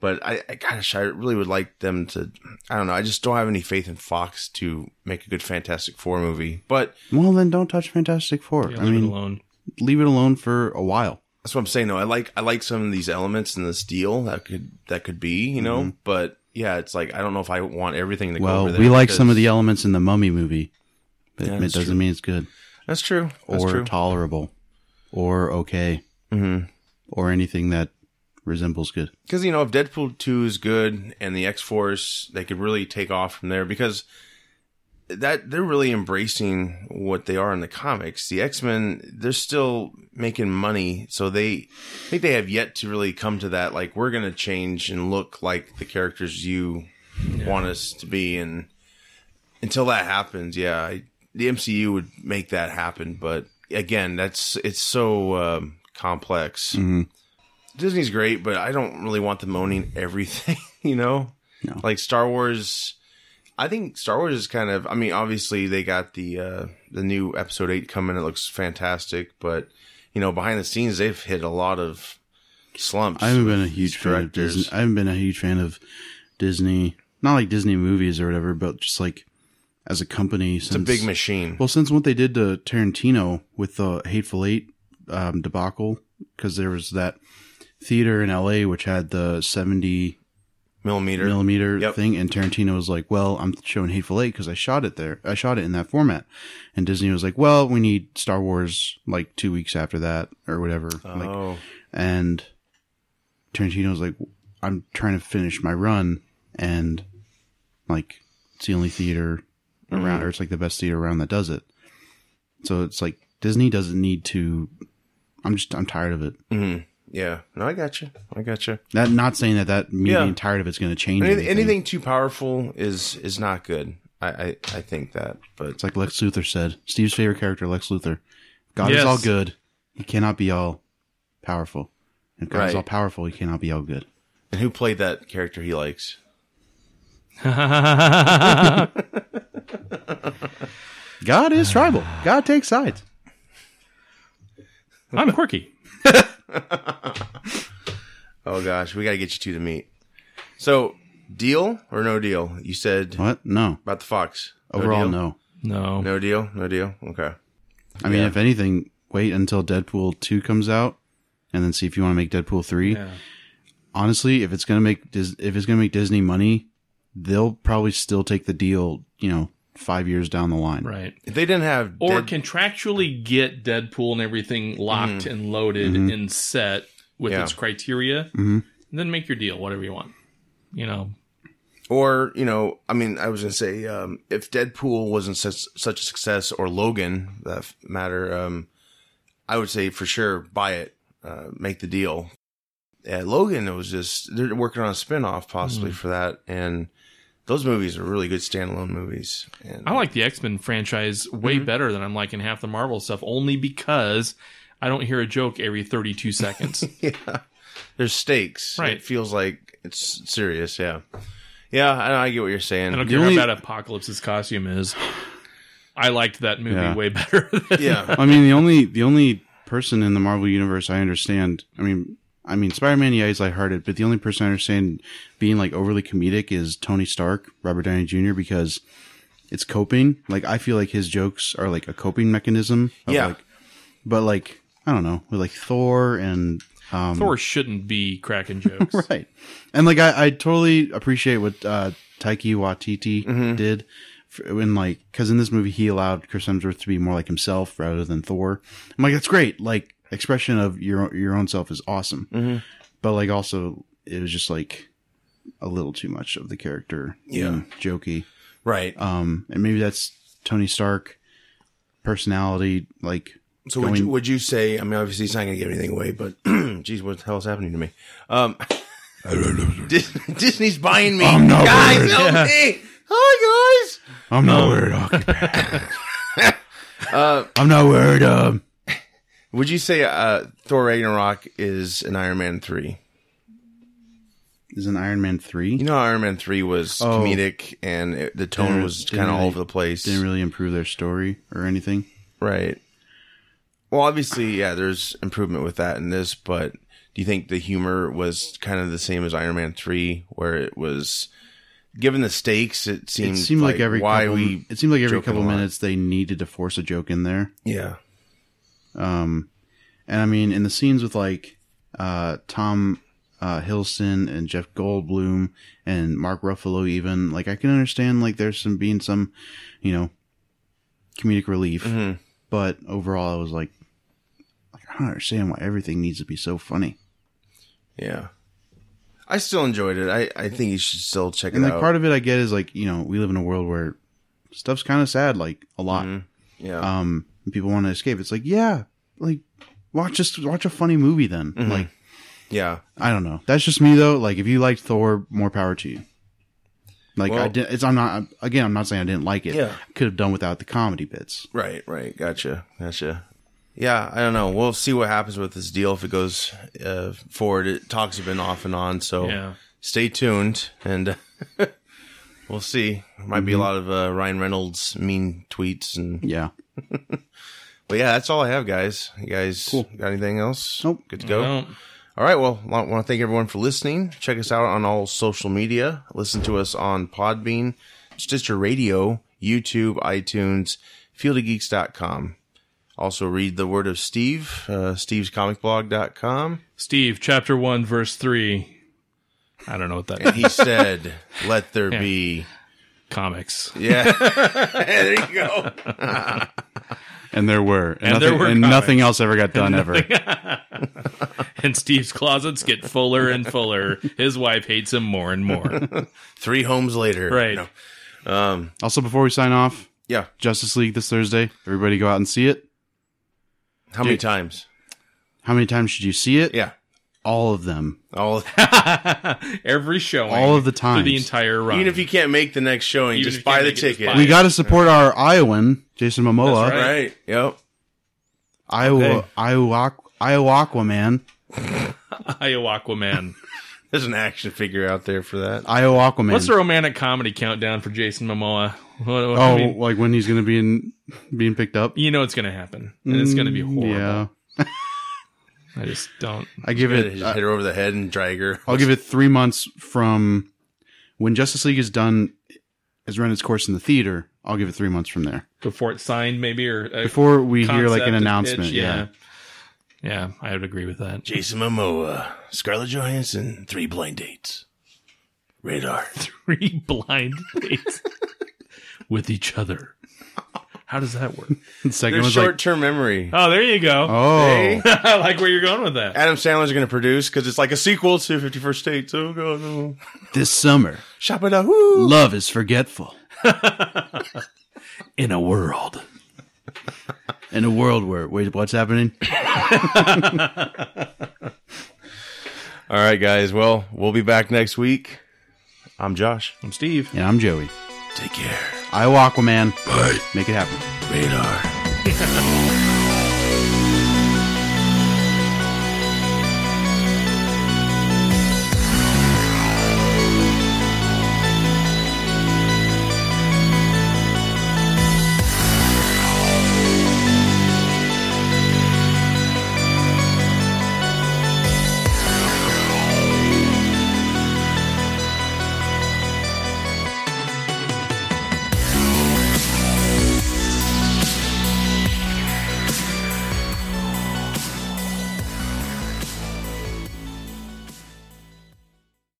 Speaker 1: But I, I, gosh, I really would like them to. I don't know. I just don't have any faith in Fox to make a good Fantastic Four movie. But
Speaker 3: well, then don't touch Fantastic Four.
Speaker 2: Yeah,
Speaker 3: I
Speaker 2: leave
Speaker 3: mean,
Speaker 2: it
Speaker 3: (laughs)
Speaker 2: alone.
Speaker 3: leave it alone for a while.
Speaker 1: that's what I'm saying. Though I like, I like some of these elements in this deal that could that could be. You know, but yeah, it's like I don't know if I want everything to go
Speaker 3: Mm-hmm. Well,
Speaker 1: over there.
Speaker 3: we like some of
Speaker 1: because-
Speaker 3: the elements in the Mummy movie, but
Speaker 1: Yeah,
Speaker 3: it
Speaker 1: that's
Speaker 3: doesn't
Speaker 1: true.
Speaker 3: mean it's good
Speaker 1: That's true. That's
Speaker 3: or
Speaker 1: true.
Speaker 3: tolerable or okay
Speaker 1: Mhm.
Speaker 3: or anything that resembles good.
Speaker 1: because you know if Deadpool two is good and the X Force, they could really take off from there because that they're really embracing what they are in the comics. The X Men, they're still making money, so they I think they have yet to really come to that. Like we're gonna change and look like the characters you want us to be, and until that happens, yeah, I, the MCU would make that happen. But again, that's it's so um, complex.
Speaker 3: Mm-hmm.
Speaker 1: Disney's great, but I don't really want them owning (laughs) everything, you know?
Speaker 3: No.
Speaker 1: Like Star Wars I think Star Wars is kind of I mean, obviously they got the uh the new episode eight coming, it looks fantastic, but you know, behind the scenes they've hit a lot of slumps.
Speaker 3: I haven't been a huge fan of
Speaker 1: directors.
Speaker 3: Disney. I haven't been a huge fan of Disney. Not like Disney movies or whatever, but just like as a company. Since,
Speaker 1: it's a big machine.
Speaker 3: Well, since what they did to Tarantino with the Hateful Eight um, debacle, because there was that theater in LA which had the 70
Speaker 1: millimeter.
Speaker 3: millimeter
Speaker 1: Yep.
Speaker 3: thing, and Tarantino was like, "Well, I'm showing Hateful Eight because I shot it there. I shot it in that format." And Disney was like, "Well, we need Star Wars like two weeks after that or whatever." Like,
Speaker 1: oh.
Speaker 3: and Tarantino's like, I'm trying to finish my run, and like it's the only theater
Speaker 1: Mm-hmm.
Speaker 3: around, or it's like the best theater around that does it. So it's like Disney doesn't need to. I'm just I'm tired of it.
Speaker 1: Mhm. Yeah. No, I got you. I got you.
Speaker 3: That not saying that that me
Speaker 1: Yeah.
Speaker 3: being tired of it's going to change
Speaker 1: Anything,
Speaker 3: anything.
Speaker 1: anything too powerful is is not good. I I, I think that. But
Speaker 3: It's like Lex Luthor said, Steve's favorite character, Lex Luthor. God
Speaker 2: Yes.
Speaker 3: is all good. He cannot be all powerful. And if God is
Speaker 1: Right.
Speaker 3: all powerful. He cannot be all good.
Speaker 1: and who played that character he likes?
Speaker 3: God is
Speaker 1: (sighs)
Speaker 3: tribal. God takes sides.
Speaker 2: I'm quirky.
Speaker 1: Oh gosh, we got to get you two to meet. So, deal or no deal? You said
Speaker 3: What? No.
Speaker 1: about the Fox.
Speaker 3: Overall,
Speaker 1: deal?
Speaker 3: no.
Speaker 2: No.
Speaker 1: No deal. No deal. Okay.
Speaker 3: I mean,
Speaker 1: Yeah.
Speaker 3: if anything, wait until Deadpool 2 comes out and then see if you want to make Deadpool 3.
Speaker 2: Yeah.
Speaker 3: honestly, if it's gonna make Dis- if it's gonna make Disney money, they'll probably still take the deal. You know, five years down the line.
Speaker 2: Right.
Speaker 1: If they didn't have
Speaker 2: Or
Speaker 1: Dead-
Speaker 2: contractually get Deadpool and everything locked and loaded
Speaker 3: Mhm.
Speaker 2: and set with
Speaker 1: Yeah.
Speaker 2: its criteria,
Speaker 3: Mhm.
Speaker 2: then make your deal, whatever you want. You know,
Speaker 1: or you know, I mean, I was gonna say um, if Deadpool wasn't such such a success, or Logan, for that f- matter, um, I would say for sure buy it, uh, make the deal. Uh, Logan, it was just they're working on a spinoff
Speaker 2: Hmm.
Speaker 1: possibly for that, and those movies are really good standalone movies. And
Speaker 2: I like the X Men franchise way
Speaker 3: Mm-hmm.
Speaker 2: better than I'm liking half the Marvel stuff, only because I don't hear a joke every 32
Speaker 3: (laughs)
Speaker 2: seconds.
Speaker 1: (laughs) yeah. There's stakes.
Speaker 2: Right.
Speaker 1: It feels like it's serious. Yeah. Yeah, I, I get what you're saying.
Speaker 2: I don't
Speaker 3: The
Speaker 2: care
Speaker 3: only-
Speaker 2: how bad Apocalypse's costume is. I liked that movie
Speaker 3: Yeah.
Speaker 2: way (laughs) better. than-
Speaker 1: yeah.
Speaker 3: I mean, the only the only person in the Marvel universe I understand. I mean, I mean, Spider Man, yeah, he's lighthearted, but the only person I understand being like overly comedic is Tony Stark, Robert Downey Jr. Because it's coping. Like I feel like his jokes are like a coping mechanism. of,
Speaker 1: Yeah.
Speaker 3: Like, but like I don't know, with like Thor and um,
Speaker 2: Thor shouldn't be cracking jokes.
Speaker 3: (laughs) right, and like I, I totally appreciate what uh, Taiki Watiti did. f- In like, because in this movie he allowed Chris Hemsworth to be more like himself rather than Thor. I'm like, that's great. Like expression of your your own self is awesome, but like also it was just like a little too much of the character, you
Speaker 1: Yeah.
Speaker 3: know, jokey.
Speaker 1: Right.
Speaker 3: Um, and maybe that's Tony Stark personality. Like,
Speaker 1: So would
Speaker 3: going-
Speaker 1: you, would you say? I mean, obviously, he's not going to give anything away, but (clears throat) geez, what the hell is happening to me? Um, (laughs) Dis- Disney's buying me,
Speaker 3: I'm not
Speaker 1: guys.
Speaker 3: worried.
Speaker 1: Help me! Hi, guys.
Speaker 3: I'm not worried. (laughs) I'm not worried. Um,
Speaker 1: Would you say uh, Thor Ragnarok is an Iron Man three?
Speaker 3: is an Iron Man three?
Speaker 1: You know, how Iron Man three was
Speaker 3: Oh.
Speaker 1: comedic, and it, the tone
Speaker 3: Didn't-
Speaker 1: was
Speaker 3: didn't
Speaker 1: kind of all
Speaker 3: really-
Speaker 1: over the place.
Speaker 3: didn't really improve their story or anything.
Speaker 1: Right. Well, obviously, yeah, there's improvement with that in this, but do you think the humor was kind of the same as Iron Man 3, where it was, given the stakes, it
Speaker 3: It
Speaker 1: seemed,
Speaker 3: seemed like, every
Speaker 1: why
Speaker 3: couple,
Speaker 1: we.
Speaker 3: it seemed like every
Speaker 1: joking
Speaker 3: couple
Speaker 1: a lot.
Speaker 3: minutes they needed to force a joke in there.
Speaker 1: Yeah.
Speaker 3: Um, and I mean, in the scenes with like uh, Tom uh, Hiddleston and Jeff Goldblum and Mark Ruffalo, even like I can understand like there's some being some, you know, comedic relief,
Speaker 1: Mhm.
Speaker 3: but overall I was like, like I don't understand why everything needs to be so funny.
Speaker 1: Yeah. I still enjoyed it. I, I think you should still check
Speaker 3: And
Speaker 1: it
Speaker 3: like
Speaker 1: out.
Speaker 3: part of it I get is like you know we live in a world where stuff's kind of sad like a lot.
Speaker 1: Mm-hmm. yeah.
Speaker 3: um and people want to escape it's like yeah like watch just watch a funny movie then
Speaker 1: Mm-hmm.
Speaker 3: like
Speaker 1: yeah.
Speaker 3: i don't know that's just me though like if you liked thor more power to you like i
Speaker 1: Well-
Speaker 3: did it's i'm not I'm- again i'm not saying i didn't like it
Speaker 1: Yeah.
Speaker 3: could have done without the comedy bits
Speaker 1: Right, right. Gotcha. Gotcha. Yeah, I don't know. We'll see what happens with this deal if it goes uh, forward. It, talks have been off and on, so
Speaker 2: Yeah.
Speaker 1: stay tuned and (laughs) we'll see. Might be a lot of uh, Ryan Reynolds mean tweets and
Speaker 3: yeah
Speaker 1: but yeah, that's all I have, guys. You guys got anything else?
Speaker 3: Nope.
Speaker 1: Good to go.
Speaker 2: Well,
Speaker 1: All right. Well, I want to thank everyone for listening. Check us out on all social media. Listen to us on Podbean, Stitcher Radio, YouTube, iTunes, fieldofgeeks.com. Also read the word of Steve, uh, stevescomicblog.com.
Speaker 2: Steve, chapter one, verse three. I don't know
Speaker 3: (laughs)
Speaker 2: what that (laughs)
Speaker 1: He said, let there be.
Speaker 2: comics.
Speaker 1: Yeah. (laughs) there you go.
Speaker 3: and there were and,
Speaker 2: there were comics.
Speaker 3: nothing else ever got done ever
Speaker 2: And Steve's closets get fuller and fuller. His wife hates him more and more. (laughs)
Speaker 1: Three homes later.
Speaker 2: Right.
Speaker 1: No.
Speaker 3: also before we sign off
Speaker 1: Yeah.
Speaker 3: justice league this thursday everybody go out and see it
Speaker 1: How many
Speaker 3: Dude.
Speaker 1: times?
Speaker 3: how many times should you see it
Speaker 1: Yeah.
Speaker 3: all of them
Speaker 2: (laughs)
Speaker 1: All
Speaker 2: Every showing.
Speaker 3: all of the
Speaker 2: Through
Speaker 3: times
Speaker 2: the entire run.
Speaker 1: even if you can't make the next showing,
Speaker 2: Even if
Speaker 1: just
Speaker 2: you can't
Speaker 1: buy the
Speaker 2: make it, just
Speaker 1: ticket.
Speaker 2: buy
Speaker 3: we got to support our iowan jason momoa
Speaker 2: That's right.
Speaker 1: right. Yep.
Speaker 3: Iowa, Iowa, Iowa man,
Speaker 2: Iowa Man.
Speaker 1: There's an action figure out there for that.
Speaker 3: Iowa man.
Speaker 2: What's the romantic comedy countdown for Jason Momoa? What, what- I
Speaker 3: oh,
Speaker 2: mean,
Speaker 3: like when he's gonna be in, being picked up? Mm,
Speaker 2: you know it's going to happen, and it's going to be horrible.
Speaker 3: Yeah,
Speaker 2: I just don't.
Speaker 3: I give
Speaker 1: Good,
Speaker 3: it.
Speaker 1: Just
Speaker 3: I-
Speaker 1: hit her over the head and drag her.
Speaker 3: I'll give it three months from when Justice League is done, has run its course in the theater. I'll give it three months from there
Speaker 2: Before it's signed, maybe or uh,
Speaker 3: before we hear like
Speaker 2: concept
Speaker 3: an
Speaker 2: and
Speaker 3: announcement.
Speaker 2: pitch,
Speaker 3: yeah.
Speaker 2: Yeah, I would agree with that. (laughs)
Speaker 1: Jason Momoa, Scarlett Johansson, three blind dates, radar.
Speaker 2: Three blind
Speaker 3: (laughs)
Speaker 2: dates with each other. How does that work?
Speaker 3: The second
Speaker 1: Their
Speaker 3: one's like,
Speaker 1: short-term memory.
Speaker 2: Oh, there you go.
Speaker 3: oh,
Speaker 1: Hey.
Speaker 2: (laughs) I like where you're going with that.
Speaker 1: Adam Sandler's going to produce because it's like a sequel to Fifty First Dates. Oh god, no.
Speaker 3: this summer,
Speaker 1: Shop it out. Woo.
Speaker 3: love is forgetful.
Speaker 2: In a world.
Speaker 3: In a world where, wait, what's happening?
Speaker 1: All right, guys. Well, we'll be back next week. I'm Josh.
Speaker 2: I'm Steve.
Speaker 3: And I'm Joey.
Speaker 1: Take care.
Speaker 3: I Aquaman. Make it happen.
Speaker 1: Radar.